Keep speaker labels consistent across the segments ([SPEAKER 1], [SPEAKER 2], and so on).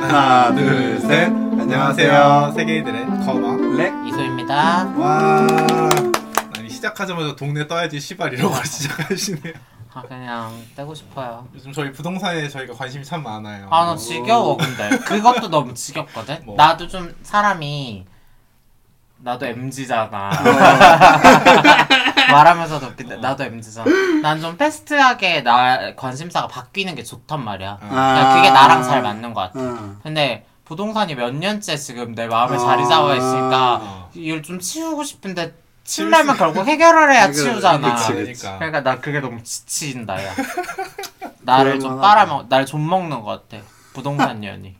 [SPEAKER 1] 하나, 둘, 셋. 안녕하세요. 세계인들의 커마.
[SPEAKER 2] 네?
[SPEAKER 3] 렉?
[SPEAKER 2] 이소입니다.
[SPEAKER 1] 와. 아니, 시작하자마자 동네 떠야지 시발 이러고 시작하시네요.
[SPEAKER 2] 아 그냥 떼고 싶어요.
[SPEAKER 1] 요즘 저희 부동산에 저희가 관심이 참 많아요.
[SPEAKER 2] 아 나 지겨워 근데 그것도 너무 지겹거든.
[SPEAKER 1] 뭐?
[SPEAKER 2] 나도 좀 사람이 나도 MZ잖아. 말하면서도 웃긴데 나도 MZ잖아. 난 좀 패스트하게 나 관심사가 바뀌는 게 좋단 말이야.
[SPEAKER 3] 아.
[SPEAKER 2] 그러니까 그게 나랑 잘 맞는 것 같아.
[SPEAKER 3] 응.
[SPEAKER 2] 근데 부동산이 몇 년째 지금 내 마음에
[SPEAKER 3] 아.
[SPEAKER 2] 자리 잡아 있으니까 이걸 좀 치우고 싶은데 치우려면 결국 해결을 해야
[SPEAKER 3] 해결을-
[SPEAKER 2] 치우잖아.
[SPEAKER 3] 그치,
[SPEAKER 1] 그러니까.
[SPEAKER 2] 그러니까 나 그게 너무 지친다 야 나를 좀
[SPEAKER 3] 그럴만하다.
[SPEAKER 2] 빨아먹 나를 좀 먹는 것 같아 부동산 연이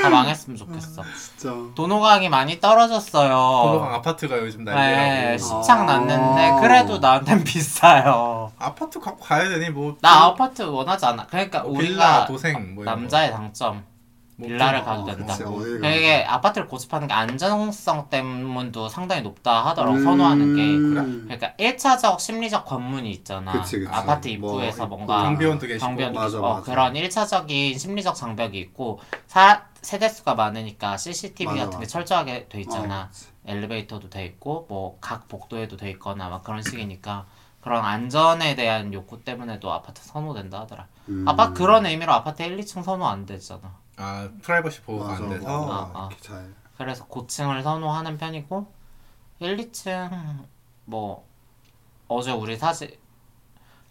[SPEAKER 2] 다 망했으면 좋겠어
[SPEAKER 3] 진짜.
[SPEAKER 2] 도노강이 많이
[SPEAKER 1] 도로강
[SPEAKER 2] 떨어졌어요
[SPEAKER 1] 음. 아파트가 요즘 난리라고. 아.
[SPEAKER 2] 네 십창
[SPEAKER 3] 어.
[SPEAKER 2] 났는데 그래도 나한텐 비싸요
[SPEAKER 1] 아파트 갖고 가야 되니 뭐.
[SPEAKER 2] 나 아파트 원하지 않아 그러니까
[SPEAKER 1] 뭐 빌라,
[SPEAKER 2] 우리가
[SPEAKER 1] 도생 뭐 이런
[SPEAKER 2] 남자의 당점
[SPEAKER 1] 뭐
[SPEAKER 2] 빌라를
[SPEAKER 1] 좀-
[SPEAKER 2] 가도 된다 그러니까
[SPEAKER 3] 진짜 어딜 가.
[SPEAKER 2] 이게 아파트를 고집하는 게 안전성 때문도 상당히 높다 하더라고
[SPEAKER 3] 음.
[SPEAKER 2] 선호하는 게
[SPEAKER 1] 그래?
[SPEAKER 2] 그러니까 1차적 심리적 관문이 있잖아
[SPEAKER 3] 그치, 그치.
[SPEAKER 2] 아파트
[SPEAKER 3] 뭐
[SPEAKER 2] 입구에서
[SPEAKER 3] 입구.
[SPEAKER 2] 뭔가
[SPEAKER 1] 경비원도 계시고.
[SPEAKER 2] 경비원
[SPEAKER 3] 맞아,
[SPEAKER 2] 어,
[SPEAKER 3] 맞아.
[SPEAKER 2] 그런 1차적인 심리적 장벽이 있고 사, 세대수가 많으니까 CCTV
[SPEAKER 3] 맞아,
[SPEAKER 2] 같은 게
[SPEAKER 3] 맞아.
[SPEAKER 2] 철저하게 돼 있잖아
[SPEAKER 3] 어, 그치.
[SPEAKER 2] 엘리베이터도 돼 있고 뭐 각 복도에도 돼 있거나 막 그런 식이니까 그런 안전에 대한 욕구 때문에도 아파트 선호된다 하더라
[SPEAKER 3] 음.
[SPEAKER 2] 아빠 그런 의미로 아파트 1, 2층 선호 안 되잖아
[SPEAKER 1] 아 네. 프라이버시 보호가
[SPEAKER 3] 맞아,
[SPEAKER 1] 안 돼서
[SPEAKER 3] 맞아.
[SPEAKER 2] 아, 아.
[SPEAKER 3] 뭐, 이렇게 잘.
[SPEAKER 2] 그래서 고층을 선호하는 편이고 1, 2층 뭐 어제 우리 사실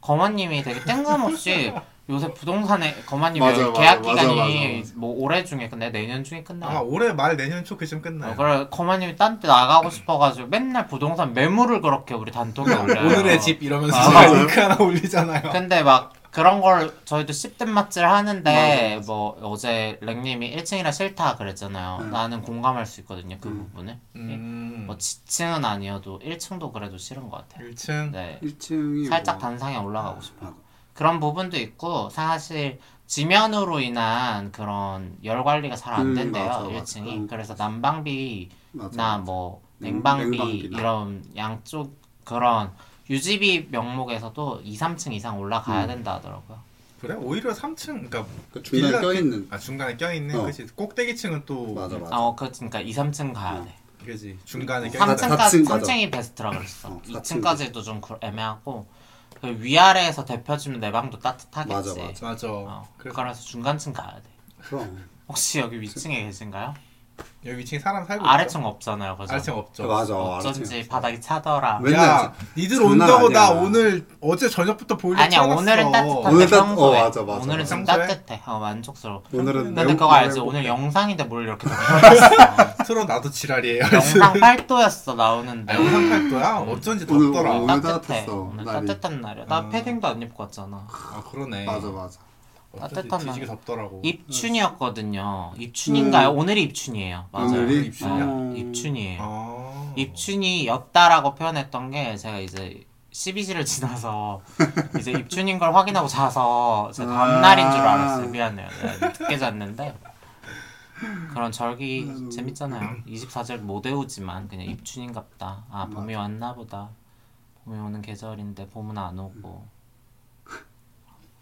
[SPEAKER 2] 거마님이 되게 뜬금없이 요새 부동산에 거마님
[SPEAKER 3] 맞아,
[SPEAKER 2] 여기
[SPEAKER 3] 맞아,
[SPEAKER 2] 계약
[SPEAKER 3] 맞아,
[SPEAKER 2] 기간이
[SPEAKER 3] 맞아,
[SPEAKER 2] 뭐 올해 중에 끝내 내년 중에
[SPEAKER 1] 아마
[SPEAKER 2] 끝나요.
[SPEAKER 1] 올해 말 내년 초 그쯤 끝나요.
[SPEAKER 2] 어, 그래 거마님이 딴 데 나가고 싶어가지고 맨날 부동산 매물을 그렇게 우리 단톡에 올려요.
[SPEAKER 1] 오늘의 집 이러면서
[SPEAKER 2] 아,
[SPEAKER 1] 제가
[SPEAKER 3] 맞아요?
[SPEAKER 1] 링크 하나 올리잖아요.
[SPEAKER 2] 근데 막 그런 걸 저희도 씹든 맛질 하는데
[SPEAKER 3] 맞아, 맞아.
[SPEAKER 2] 뭐 어제 랭님이 1층이라 싫다 그랬잖아요.
[SPEAKER 3] 네.
[SPEAKER 2] 나는 공감할 수 있거든요 그
[SPEAKER 3] 음.
[SPEAKER 2] 부분을.
[SPEAKER 1] 음,
[SPEAKER 2] 뭐 지층은 아니어도 1층도 그래도 싫은 것 같아요.
[SPEAKER 1] 1층
[SPEAKER 2] 네.
[SPEAKER 3] 1층이
[SPEAKER 2] 살짝
[SPEAKER 3] 뭐...
[SPEAKER 2] 단상에 올라가고 싶어요.
[SPEAKER 3] 맞아.
[SPEAKER 2] 그런 부분도 있고 사실 지면으로 인한 그런 열 관리가 잘 안
[SPEAKER 3] 음,
[SPEAKER 2] 된대요.
[SPEAKER 3] 맞아, 맞아.
[SPEAKER 2] 1층이.
[SPEAKER 3] 음.
[SPEAKER 2] 그래서 난방비나
[SPEAKER 3] 맞아. 음,
[SPEAKER 2] 뭐
[SPEAKER 3] 냉-
[SPEAKER 2] 냉방비,
[SPEAKER 3] 냉방비나.
[SPEAKER 2] 이런 양쪽 그런 유지비 명목에서도 2, 3층 이상 올라가야
[SPEAKER 3] 음.
[SPEAKER 2] 된다 하더라고요.
[SPEAKER 1] 그래 오히려 3층 그러니까
[SPEAKER 3] 그 중간에
[SPEAKER 1] 빌라-
[SPEAKER 3] 껴있는.
[SPEAKER 1] 아 중간에 껴있는
[SPEAKER 3] 어.
[SPEAKER 1] 그치 꼭대기층은 또
[SPEAKER 3] 맞아 음. 맞아.
[SPEAKER 2] 아, 어, 그 그러니까 2, 3층 가야 돼.
[SPEAKER 1] 그지
[SPEAKER 2] 음,
[SPEAKER 1] 중간에
[SPEAKER 3] 삼-
[SPEAKER 1] 껴있는
[SPEAKER 2] 3층까지
[SPEAKER 3] 사층 맞아.
[SPEAKER 2] 3층이 베스트라 그랬어.
[SPEAKER 3] 어,
[SPEAKER 2] 2층까지도 좀 그- 애매하고 그 위아래에서 데펴주면 내 방도 따뜻하겠지.
[SPEAKER 3] 맞아, 맞아.
[SPEAKER 1] 맞아
[SPEAKER 2] 어,
[SPEAKER 1] 그래서
[SPEAKER 2] 그래서 중간층 가야 돼.
[SPEAKER 3] 그럼.
[SPEAKER 2] 혹시 여기 위층에 계신가요?
[SPEAKER 1] 여기 위층에 사람 살고
[SPEAKER 2] 아래층 없잖아요, 그죠?
[SPEAKER 1] 아래층 없죠
[SPEAKER 3] 맞아.
[SPEAKER 2] 어쩐지
[SPEAKER 3] 알았지.
[SPEAKER 2] 바닥이 차더라.
[SPEAKER 3] 왜-
[SPEAKER 1] 야 니들
[SPEAKER 3] 장난
[SPEAKER 1] 온다고 나
[SPEAKER 3] 아니야.
[SPEAKER 1] 오늘 어제 저녁부터 보일러
[SPEAKER 2] 아니야,
[SPEAKER 1] 켜놨어.
[SPEAKER 2] 오늘은 따뜻한데
[SPEAKER 3] 오늘 따-
[SPEAKER 2] 평소에.
[SPEAKER 3] 어, 맞아, 맞아.
[SPEAKER 2] 오늘은 좀
[SPEAKER 1] 평소에?
[SPEAKER 2] 따뜻해. 어, 만족스러워.
[SPEAKER 3] 오늘은
[SPEAKER 2] 근데
[SPEAKER 3] 매우-
[SPEAKER 2] 그거 알지?
[SPEAKER 3] 매우-
[SPEAKER 2] 오늘 영상인데 뭘 이렇게 만들었어.
[SPEAKER 1] 틀어 나도 지랄이에요
[SPEAKER 2] 영상 8도였어
[SPEAKER 1] 아,
[SPEAKER 2] 나오는데.
[SPEAKER 1] 영상 팔 거야? 어쩐지
[SPEAKER 3] 음. 오늘-
[SPEAKER 1] 덥더라
[SPEAKER 3] 오늘-
[SPEAKER 2] 따뜻해.
[SPEAKER 3] 따뜻했어,
[SPEAKER 2] 오늘
[SPEAKER 3] 날이. 어.
[SPEAKER 2] 따뜻한 날이야. 나
[SPEAKER 1] 아.
[SPEAKER 2] 패딩도 안 입고 왔잖아.
[SPEAKER 1] 아 그러네
[SPEAKER 3] 맞아 맞아.
[SPEAKER 1] 어쩐지
[SPEAKER 2] 따뜻한
[SPEAKER 1] 뒤지게
[SPEAKER 2] 날.
[SPEAKER 1] 덥더라고
[SPEAKER 2] 입춘이었거든요. 입춘인가요? 오늘이 입춘이에요. 맞아요.
[SPEAKER 3] 오늘이 어,
[SPEAKER 1] 음. 입춘이야?
[SPEAKER 2] 네, 입춘이에요.
[SPEAKER 1] 아.
[SPEAKER 2] 입춘이었다라고 표현했던 게 제가 이제 12시를 지나서 이제 입춘인 걸 확인하고 자서
[SPEAKER 1] 아.
[SPEAKER 2] 제가 다음날인 줄 알았어요. 미안해요. 네, 늦게 잤는데 그런 절기 재밌잖아요. 24절 못 외우지만 그냥 입춘인갑다. 아 봄이 왔나 보다. 봄이 오는 계절인데 봄은 안 오고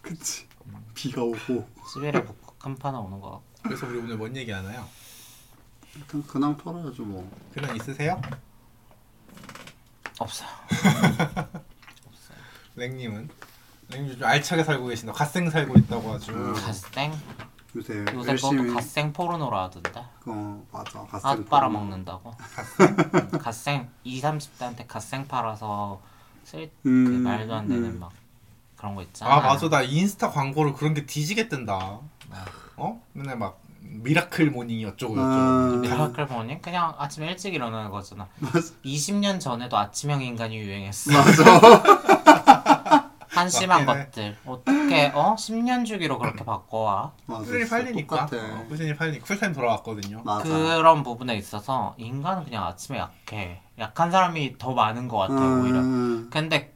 [SPEAKER 3] 그치. 비가 오고.
[SPEAKER 2] 11에 북극 한파나 오는 것 같고
[SPEAKER 1] 그래서 우리 오늘 뭔 얘기 하나요?
[SPEAKER 3] 약간 근황 털어야죠 뭐.
[SPEAKER 1] 그냥 있으세요?
[SPEAKER 2] 없어요.
[SPEAKER 1] 랭님은? 랭님 요즘 알차게 살고 계신다 갓생 살고 있다고 아주
[SPEAKER 3] 음.
[SPEAKER 2] 갓생?
[SPEAKER 3] 요새
[SPEAKER 2] 요새
[SPEAKER 3] 열심히.
[SPEAKER 2] 그것도 갓생 포르노라 하던데.
[SPEAKER 3] 어 맞아.
[SPEAKER 2] 아
[SPEAKER 3] 갓생
[SPEAKER 2] 빨아 먹는다고. 갓생 2, 30대한테 갓생 팔아서 쓸 그
[SPEAKER 3] 음,
[SPEAKER 2] 말도 안 되는
[SPEAKER 3] 음.
[SPEAKER 2] 막 그런 거 있잖아.
[SPEAKER 1] 아 맞아 나 인스타 광고를 그런 게 뒤지게 뜬다
[SPEAKER 2] 아.
[SPEAKER 1] 어? 맨날 막 미라클 모닝이 어쩌고 저쩌고
[SPEAKER 3] 아.
[SPEAKER 2] 미라클 보니 그냥 아침 일찍 일어나는 거잖아.
[SPEAKER 3] 맞아.
[SPEAKER 2] 20년 전에도 아침형 인간이 유행했어.
[SPEAKER 3] 맞아.
[SPEAKER 2] 한심한
[SPEAKER 1] 맞긴 해.
[SPEAKER 2] 것들. 어떻게 어? 10년 주기로 그렇게 바꿔와.
[SPEAKER 3] 맞아.
[SPEAKER 1] 꾸준히 그 팔리니까
[SPEAKER 3] 똑같아.
[SPEAKER 1] 어, 꾸준히 팔리니까 쿨타임 돌아왔거든요
[SPEAKER 3] 맞아.
[SPEAKER 2] 그런 부분에 있어서 인간은 그냥 아침에 약해. 약한 사람이 더 많은 것 같아 요 오히려.
[SPEAKER 3] 음,
[SPEAKER 2] 근데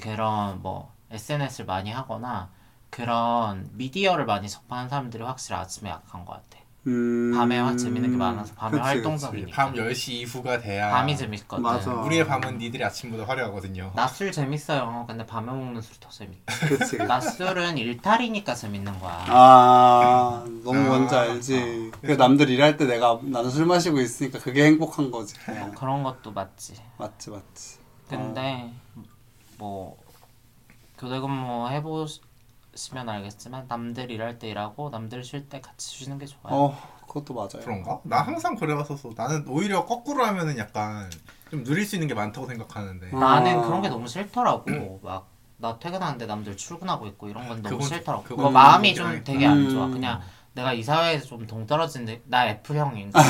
[SPEAKER 2] 그런 뭐 SNS를 많이 하거나 그런 미디어를 많이 접하는 사람들이 확실히 아침에 약한 것 같아.
[SPEAKER 3] 음...
[SPEAKER 2] 밤에와 재밌는 게 많아서 밤에
[SPEAKER 3] 그치,
[SPEAKER 2] 활동적이니까
[SPEAKER 1] 밤 10시 이후가 돼야
[SPEAKER 2] 밤이 재밌거든.
[SPEAKER 3] 아, 맞아.
[SPEAKER 1] 우리의 밤은 니들이 아침보다 화려하거든요.
[SPEAKER 2] 낮술 재밌어요. 근데 밤에 먹는 술이 더 재밌다.
[SPEAKER 3] 그치, 그치.
[SPEAKER 2] 낮술은 일탈이니까 재밌는 거야.
[SPEAKER 3] 아 너무
[SPEAKER 1] 아,
[SPEAKER 3] 뭔지 알지. 그 남들 일할 때 내가 나는 술 마시고 있으니까 그게 행복한 거지. 그냥.
[SPEAKER 2] 그런 것도 맞지.
[SPEAKER 3] 맞지 맞지.
[SPEAKER 2] 근데 뭐 교대 근무 해보시면 알겠지만 남들 일할 때 일하고 남들 쉴 때 같이 쉬는 게 좋아요.
[SPEAKER 3] 어 그것도 맞아요.
[SPEAKER 1] 그런가? 나 항상 그래왔었어. 나는 오히려 거꾸로 하면은 약간 좀 누릴 수 있는 게 많다고 생각하는데.
[SPEAKER 3] 음.
[SPEAKER 2] 나는
[SPEAKER 3] 아.
[SPEAKER 2] 그런 게 너무 싫더라고. 막 나 퇴근하는데 남들 출근하고 있고 이런 건 너무
[SPEAKER 1] 그건-
[SPEAKER 2] 싫더라고.
[SPEAKER 1] 그건
[SPEAKER 2] 그거 마음이
[SPEAKER 1] 좀
[SPEAKER 2] 좀 되게 안
[SPEAKER 3] 음.
[SPEAKER 2] 좋아. 그냥 내가 이 사회에서 좀 동떨어진데 나 F 형인 거야.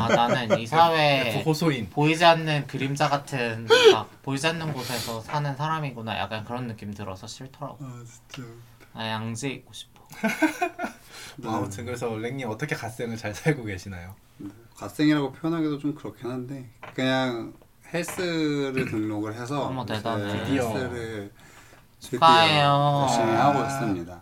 [SPEAKER 2] 아 나는 이
[SPEAKER 1] F
[SPEAKER 2] 사회에
[SPEAKER 1] 호소인.
[SPEAKER 2] 보이지 않는 그림자 같은 막 보이지 않는 곳에서 사는 사람이구나. 약간 그런 느낌 들어서 싫더라고.
[SPEAKER 3] 아 진짜.
[SPEAKER 2] 나 양재 있고 싶어.
[SPEAKER 3] 네.
[SPEAKER 1] 아무튼 그래서 랭님 어떻게 갓생을 잘 살고 계시나요?
[SPEAKER 3] 갓생이라고 표현하기도 좀 그렇긴 한데 그냥 헬스를 등록을 해서
[SPEAKER 2] 어머,
[SPEAKER 3] 이제
[SPEAKER 2] 대단해.
[SPEAKER 3] 헬스를 드디어
[SPEAKER 2] 축하해요.
[SPEAKER 3] 열심히 하고 있습니다.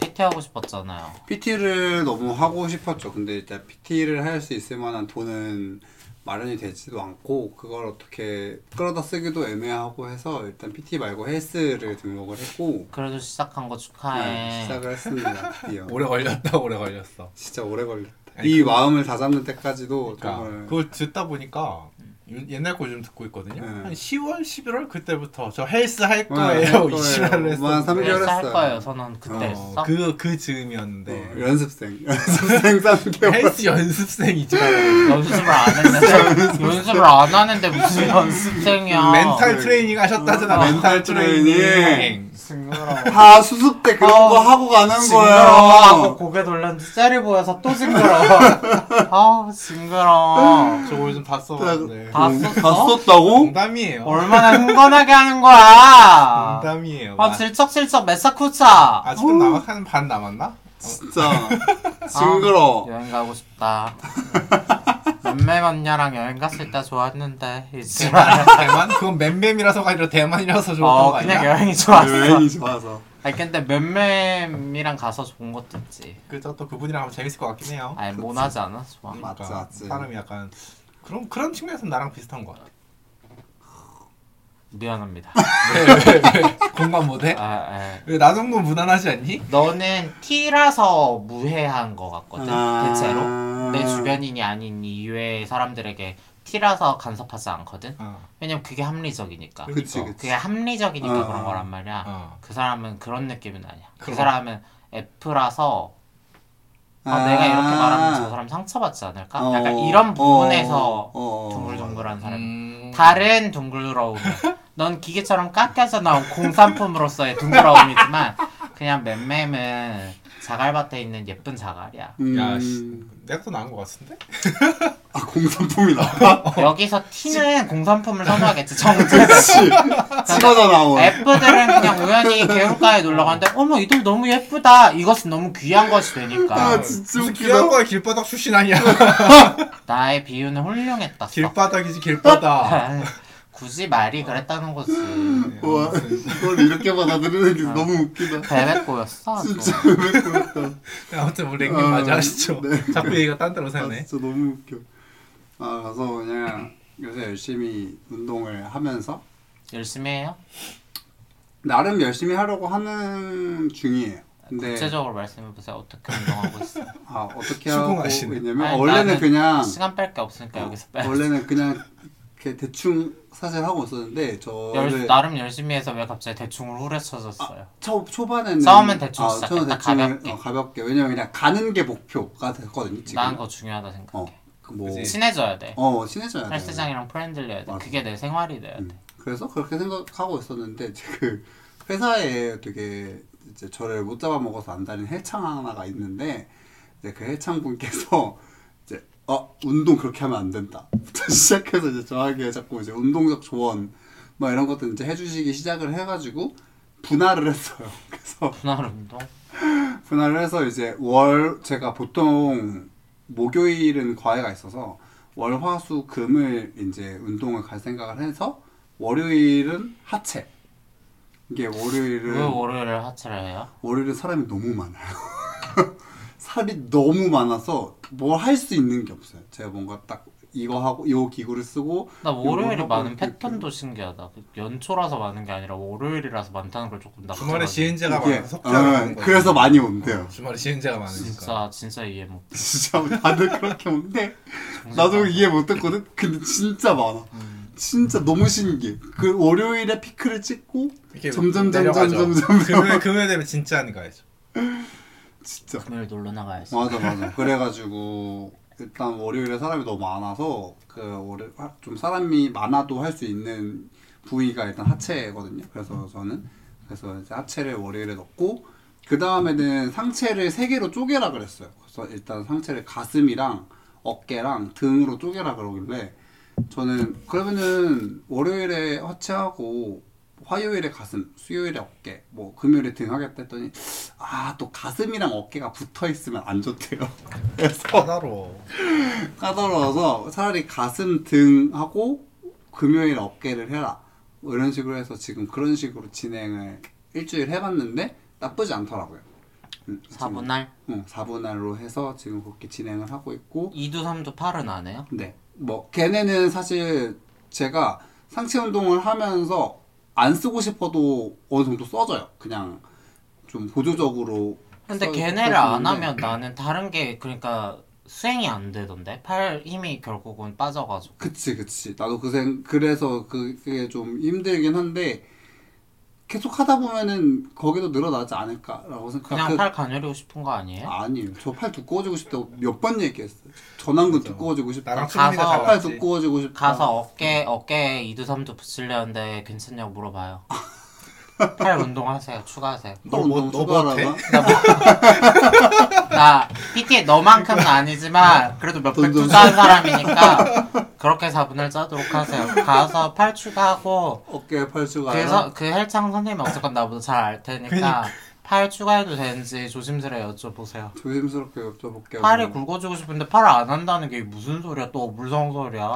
[SPEAKER 2] PT 하고 싶었잖아요.
[SPEAKER 3] PT를 너무 하고 싶었죠. 근데 일단 PT를 할 수 있을 만한 돈은 마련이 되지도 않고 그걸 어떻게 끌어다 쓰기도 애매하고 해서 일단 PT 말고 헬스를 등록을 했고
[SPEAKER 2] 그래도 시작한 거
[SPEAKER 3] 네,
[SPEAKER 1] 아.
[SPEAKER 2] 축하해.
[SPEAKER 3] 시작을 했습니다. 드디어.
[SPEAKER 1] 오래 걸렸다, 오래 걸렸어.
[SPEAKER 3] 진짜 오래 걸렸다.
[SPEAKER 1] 아니,
[SPEAKER 3] 이
[SPEAKER 1] 그-
[SPEAKER 3] 마음을 다잡는 때까지도
[SPEAKER 1] 그러니까
[SPEAKER 3] 정말
[SPEAKER 1] 그걸 듣다 보니까 유- 옛날 거 요즘 듣고 있거든요.
[SPEAKER 3] 음.
[SPEAKER 1] 한 10월, 11월 그때부터 저 헬스 할
[SPEAKER 3] 음, 할
[SPEAKER 1] 거예요.
[SPEAKER 3] 거예요.
[SPEAKER 1] 이 시간을
[SPEAKER 3] 뭐한 삼 개월
[SPEAKER 2] 그래서 할
[SPEAKER 3] 했어요.
[SPEAKER 2] 거예요. 저는 그때
[SPEAKER 1] 했어.
[SPEAKER 2] 했어.
[SPEAKER 1] 어, 그그
[SPEAKER 3] 어,
[SPEAKER 1] 즈음이었는데
[SPEAKER 3] 연습생 연습생 3개월
[SPEAKER 1] 네. 헬스 연습생이지.
[SPEAKER 2] 연습을 안 했는데 연습을 안 하는데 무슨 연습생이야.
[SPEAKER 1] 멘탈 트레이닝 하셨다잖아.
[SPEAKER 3] 어,
[SPEAKER 1] 멘탈 트레이닝.
[SPEAKER 3] 트레이닝.
[SPEAKER 2] 징그러워.
[SPEAKER 3] 다 수습 때 그런
[SPEAKER 1] 아,
[SPEAKER 2] 어,
[SPEAKER 3] 거 하고 가는
[SPEAKER 2] 징그러워하고
[SPEAKER 3] 거예요.
[SPEAKER 2] 고개 돌렸는데 짤이 보여서 또 징그러워. 아우 징그러워.
[SPEAKER 1] 저걸 좀다 써봤는데.
[SPEAKER 2] 다
[SPEAKER 3] 음,
[SPEAKER 2] 썼어?
[SPEAKER 3] 다 썼다고?
[SPEAKER 1] 농담이에요.
[SPEAKER 2] 얼마나 흥건하게 하는 거야.
[SPEAKER 1] 농담이에요.
[SPEAKER 2] 아 음. 질척질척 메사쿠차.
[SPEAKER 1] 아직도 남았 한반 남았나?
[SPEAKER 3] 진짜
[SPEAKER 1] 아,
[SPEAKER 3] 징그러.
[SPEAKER 2] 여행 가고 싶다. 남매 언니랑 여행 갔을 때 좋았는데 이제
[SPEAKER 1] 대만? 대만? 그건 맴맴이라서가 아니라 대만이라서 좋았던
[SPEAKER 2] 어
[SPEAKER 1] 거 아니야?
[SPEAKER 2] 그냥 여행이 좋았어.
[SPEAKER 3] 여행이 네, 좋아서.
[SPEAKER 2] 아니 근데 맴맴이랑 가서 좋은 것도 있지.
[SPEAKER 1] 그죠? 또 그분이랑 하면 재밌을 것 같긴 해요.
[SPEAKER 2] 아니 모나지 않아? 좋아.
[SPEAKER 3] 맞지, 맞지.
[SPEAKER 1] 그러니까 사람이 약간 그런 그런 측면에서 나랑 비슷한 것 같아.
[SPEAKER 2] 미안합니다.
[SPEAKER 1] 공감 못해?
[SPEAKER 2] 아, 아.
[SPEAKER 1] 왜 나 정도 무난하지 않니?
[SPEAKER 2] 너는 T라서 무해한 것 같거든
[SPEAKER 3] 아.
[SPEAKER 2] 대체로 내 주변인이 아닌 이외의 사람들에게 T라서 간섭하지 않거든.
[SPEAKER 1] 어.
[SPEAKER 2] 왜냐면 그게 합리적이니까.
[SPEAKER 3] 그치
[SPEAKER 1] 그러니까.
[SPEAKER 3] 그치.
[SPEAKER 2] 어, 그게 합리적이니까
[SPEAKER 3] 아.
[SPEAKER 2] 그런 거란 말이야.
[SPEAKER 1] 어.
[SPEAKER 2] 그 사람은 그런 느낌은 아니야. 그
[SPEAKER 1] 그럼.
[SPEAKER 2] 사람은 F라서 아, 내가 이렇게 말하면 저 사람 상처받지 않을까? 약간
[SPEAKER 3] 어,
[SPEAKER 2] 이런
[SPEAKER 3] 어,
[SPEAKER 2] 부분에서
[SPEAKER 3] 어, 어.
[SPEAKER 2] 둥글둥글한 사람.
[SPEAKER 1] 음.
[SPEAKER 2] 다른 둥글러움. 넌 기계처럼 깎여서 나온 공산품으로서의 둥그러움이지만 그냥 맴맴은 자갈밭에 있는 예쁜 자갈이야.
[SPEAKER 3] 음.
[SPEAKER 1] 야, 씨, 내가 더 나은 것 같은데?
[SPEAKER 3] 아 공산품이 나와.
[SPEAKER 2] 여기서 티는 공산품을 선호하겠지. 정체.
[SPEAKER 3] 그치. 찍어져 나온.
[SPEAKER 2] F들은 그냥 우연히 개울가에 놀러 갔는데 어머 이들 너무 예쁘다. 이것은 너무 귀한 것이 되니까.
[SPEAKER 3] 아, 진짜
[SPEAKER 1] 무슨
[SPEAKER 3] 웃기다.
[SPEAKER 1] 귀한 거야 길바닥 출신 아니야?
[SPEAKER 2] 나의 비유는 훌륭했다. 아,
[SPEAKER 1] 길바닥이지
[SPEAKER 3] 아.
[SPEAKER 1] 길바닥.
[SPEAKER 2] 굳이 말이 그랬다는 거지.
[SPEAKER 3] 와 이걸 이렇게 받아들이는
[SPEAKER 2] 어.
[SPEAKER 3] 게 너무 웃기다.
[SPEAKER 2] 베베꼬였어. 또.
[SPEAKER 3] 진짜 왜 그럴까?
[SPEAKER 1] 아무튼 우리 랭님
[SPEAKER 3] 어,
[SPEAKER 1] 맞아 하시죠.
[SPEAKER 3] 네.
[SPEAKER 1] 자꾸 얘기가 딴 데로
[SPEAKER 3] 아
[SPEAKER 1] 새네.
[SPEAKER 3] 진짜 너무 웃겨. 아 가서 그냥 요새 열심히 운동을 하면서
[SPEAKER 2] 열심히 해요.
[SPEAKER 3] 나름 열심히 하려고 하는 중이에요. 근데
[SPEAKER 2] 구체적으로 말씀해 보세요. 어떻게 운동하고 있어요?
[SPEAKER 3] 아 어떻게 하고
[SPEAKER 1] 수긍하시네.
[SPEAKER 3] 있냐면
[SPEAKER 2] 아니,
[SPEAKER 3] 원래는
[SPEAKER 2] 나는
[SPEAKER 3] 그냥
[SPEAKER 2] 시간 뺄 게 없으니까 그러니까 여기서 빼.
[SPEAKER 3] 어. 원래는 그냥 이렇게 대충 사실 하고 있었는데 저를
[SPEAKER 2] 열, 나름 열심히 해서 왜 갑자기 대충을 후려쳐졌어요.
[SPEAKER 3] 초 초반에는
[SPEAKER 2] 싸움은 대충
[SPEAKER 3] 아,
[SPEAKER 2] 시작했다,
[SPEAKER 3] 처음에 대충
[SPEAKER 2] 가볍게.
[SPEAKER 3] 어, 가볍게 왜냐면 그냥 가는 게 목표가 됐거든요 지금.
[SPEAKER 2] 난 그거 중요하다 생각해. 네.
[SPEAKER 3] 어뭐
[SPEAKER 1] 그치.
[SPEAKER 2] 친해져야 돼.
[SPEAKER 3] 어, 친해져야 돼.
[SPEAKER 2] 헬스장이랑 프렌들리해야 돼.
[SPEAKER 3] 맞아.
[SPEAKER 2] 그게 내 생활이 돼야 돼.
[SPEAKER 3] 음. 그래서 그렇게 생각하고 있었는데 그 회사에 되게 이제 저를 못 잡아먹어서 안 다니는 헬창 하나가 있는데 이제 그 헬창 분께서 이제 어 운동 그렇게 하면 안 된다부터 시작해서 이제 저에게 자꾸 이제 운동적 조언 막 이런 것들 이제 해주시기 시작을 해가지고 분할을 했어요. 그래서
[SPEAKER 2] 분할 운동.
[SPEAKER 3] 분할을 해서 이제 월 제가 보통 목요일은 과외가 있어서 월화수 금을 이제 운동을 갈 생각을 해서 월요일은 하체 이게
[SPEAKER 2] 왜
[SPEAKER 3] 월요일은
[SPEAKER 2] 월요일을 하체를 해요?
[SPEAKER 3] 월요일은 사람이 너무 많아요 살이 너무 많아서 뭘 할 수 있는 게 없어요. 제가 뭔가 딱 이거 하고 요 기구를 쓰고
[SPEAKER 2] 나 월요일이
[SPEAKER 3] 요거
[SPEAKER 2] 많은
[SPEAKER 3] 하고 이렇게
[SPEAKER 2] 패턴도 신기하다. 그 연초라서 많은 게 아니라 월요일이라서 많다는 걸 조금 나.
[SPEAKER 1] 주말에 시행제가
[SPEAKER 3] 이게-
[SPEAKER 1] 많아서 속자가
[SPEAKER 3] 어,
[SPEAKER 1] 많은 거야.
[SPEAKER 3] 그래서 많이 온대요.
[SPEAKER 1] 주말에 시행제가 많으니까.
[SPEAKER 2] 진짜 진짜 이해 못.
[SPEAKER 3] 진짜 다들 그렇게 온대.
[SPEAKER 2] 정말
[SPEAKER 3] 나도
[SPEAKER 2] 많아.
[SPEAKER 3] 이해 못했거든. 근데 진짜 많아. 진짜 너무 신기해. 그 월요일에 피크를 찍고
[SPEAKER 1] 이게
[SPEAKER 3] 점점,
[SPEAKER 1] 내려가죠. 그
[SPEAKER 3] 점점, 점점, 점점.
[SPEAKER 1] 금요일 금요일 되면 진짜 하는 거야죠.
[SPEAKER 3] 진짜
[SPEAKER 2] 금요일 놀러 나가야지.
[SPEAKER 3] 맞아 맞아 그래가지고 일단 월요일에 사람이 너무 많아서 그 월요 아, 좀 사람이 많아도 할 수 있는 부위가 일단 하체거든요 그래서 저는 그래서 이제 하체를 월요일에 넣고 그 다음에는 상체를 세 개로 쪼개라 그랬어요 그래서 일단 상체를 가슴이랑 어깨랑 등으로 쪼개라 그러길래 저는 그러면은 월요일에 하체하고 화요일에 가슴, 수요일에 어깨, 뭐 금요일에 등 하겠다 했더니 아 또 가슴이랑 어깨가 붙어 있으면 안 좋대요. 그래서
[SPEAKER 1] 하나로.
[SPEAKER 3] 까다로워서 차라리 가슴 등하고 금요일 어깨를 해라 뭐 이런 식으로 해서 지금 그런 식으로 진행을 일주일 해봤는데 나쁘지 않더라고요. 음, 지금,
[SPEAKER 2] 사분할
[SPEAKER 3] 응, 4분할로 해서 지금 그렇게 진행을 하고 있고
[SPEAKER 2] 2두 3두 8은 안 해요?
[SPEAKER 3] 네. 뭐 걔네는 사실 제가 상체 운동을 하면서 안 쓰고 싶어도 어느 정도 써져요. 그냥 좀 보조적으로.
[SPEAKER 2] 근데
[SPEAKER 3] 써-
[SPEAKER 2] 걔네를 안
[SPEAKER 3] 써지는데.
[SPEAKER 2] 하면 나는 다른 게 그러니까 수행이 안 되던데 팔 힘이 결국은 빠져가지고
[SPEAKER 3] 그치 그치. 나도 그생 그래서 그게 좀 힘들긴 한데 계속 하다 보면은 거기도 늘어나지 않을까라고
[SPEAKER 2] 그러니까 그냥
[SPEAKER 3] 생각.
[SPEAKER 2] 팔 가누리고 싶은 거 아니에요?
[SPEAKER 3] 아니에요. 저 팔 두꺼워지고 싶다고 몇 번 얘기했어요. 전완근
[SPEAKER 1] 맞아.
[SPEAKER 3] 두꺼워지고
[SPEAKER 1] 나랑
[SPEAKER 3] 싶다.
[SPEAKER 1] 수민이가
[SPEAKER 2] 가서-
[SPEAKER 3] 팔
[SPEAKER 1] 달랐지.
[SPEAKER 3] 두꺼워지고 싶다.
[SPEAKER 2] 가서 어깨 어깨에 2두 3두 붙이려는데 괜찮냐고 물어봐요. 팔 운동하세요. 추가하세요.
[SPEAKER 1] 너 뭐- 너 못해?
[SPEAKER 3] 라
[SPEAKER 2] 나 PT 너만큼은 아니지만 그래도 몇백 투자한 사람이니까 그렇게 4분을 짜도록 하세요. 가서 팔 추가하고
[SPEAKER 3] 어깨에 팔 추가라.
[SPEAKER 2] 그래서 그 헬창 선생님 어쨌건 나보다 잘 알 테니까 팔 추가해도 되는지 조심스레 여쭤보세요.
[SPEAKER 3] 조심스럽게 여쭤볼게요.
[SPEAKER 2] 팔이
[SPEAKER 3] 그럼.
[SPEAKER 2] 굵어지고 싶은데 팔을 안 한다는 게 무슨 소리야? 또 물성 소리야.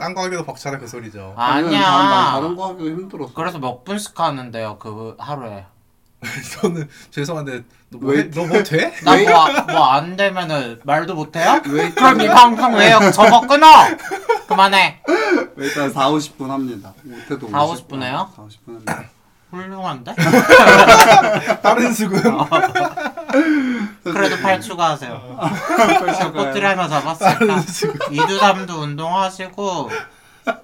[SPEAKER 1] 딴거 하기도 벅차다 그 소리죠.
[SPEAKER 3] 아니면 다- 난 다른
[SPEAKER 2] 아니야.
[SPEAKER 3] 거 하기도 힘들었어.
[SPEAKER 2] 그래서 몇 분씩 하는데요, 그 하루에.
[SPEAKER 1] 저는 죄송한데 너뭐
[SPEAKER 3] 왜?
[SPEAKER 1] 너뭐 돼?
[SPEAKER 2] 나뭐뭐안 되면은 말도 못해요?
[SPEAKER 3] 왜?
[SPEAKER 2] 그럼 이 방송 왜요? 저거 끊어. 그만해.
[SPEAKER 3] 일단 4, 50분 합니다. 못해도
[SPEAKER 2] 4,
[SPEAKER 3] 50 분.
[SPEAKER 2] 50분 해요?
[SPEAKER 3] 4, 50분 합니다.
[SPEAKER 2] 훌륭한데?
[SPEAKER 1] 다른 수금.
[SPEAKER 3] 아,
[SPEAKER 2] 그래도 팔 추가하세요.
[SPEAKER 3] 그래서
[SPEAKER 2] 꼬트리 하나 잡았으니까 2두 3두 운동하시고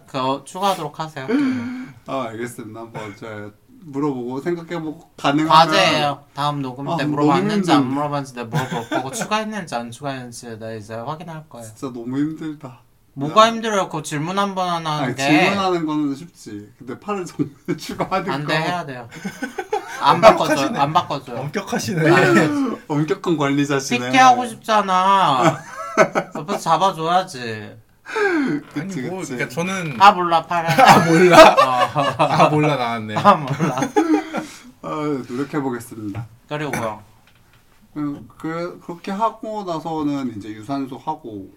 [SPEAKER 2] 그거 추가하도록 하세요.
[SPEAKER 3] 아, 알겠습니다. 한번 제가 물어보고 생각해보고 가능하면
[SPEAKER 2] 과제예요. 다음 녹음 때
[SPEAKER 3] 아,
[SPEAKER 2] 물어봤는지 안
[SPEAKER 3] 너무
[SPEAKER 2] 물어봤는지 내가 물어볼 거고 추가했는지 안 추가했는지 나 이제 확인할 거예요.
[SPEAKER 3] 진짜 너무 힘들다.
[SPEAKER 2] 뭐가 힘들어요? 그 질문 한 번 하나
[SPEAKER 3] 아니,
[SPEAKER 2] 하는 게안
[SPEAKER 3] 질문하는 거는 쉽지. 근데 팔을 정말 추가하는
[SPEAKER 2] 돼,
[SPEAKER 3] 거
[SPEAKER 2] 해야 돼요. 안 바꿔줘요. 안 바꿔줘요.
[SPEAKER 1] 엄격하시네.
[SPEAKER 3] 엄격한 관리자시네.
[SPEAKER 2] PT 하고 싶잖아. 옆에서 잡아줘야지.
[SPEAKER 1] 아니
[SPEAKER 3] 그치,
[SPEAKER 1] 뭐
[SPEAKER 3] 그치.
[SPEAKER 1] 그러니까 저는
[SPEAKER 2] 아 몰라 팔. 아
[SPEAKER 1] 몰라.
[SPEAKER 2] 어,
[SPEAKER 1] 아 몰라 나왔네.
[SPEAKER 2] 아 몰라.
[SPEAKER 3] 아, 노력해보겠습니다.
[SPEAKER 2] 그리고요.
[SPEAKER 3] 그, 그, 그렇게 하고 나서는 이제 유산소 하고.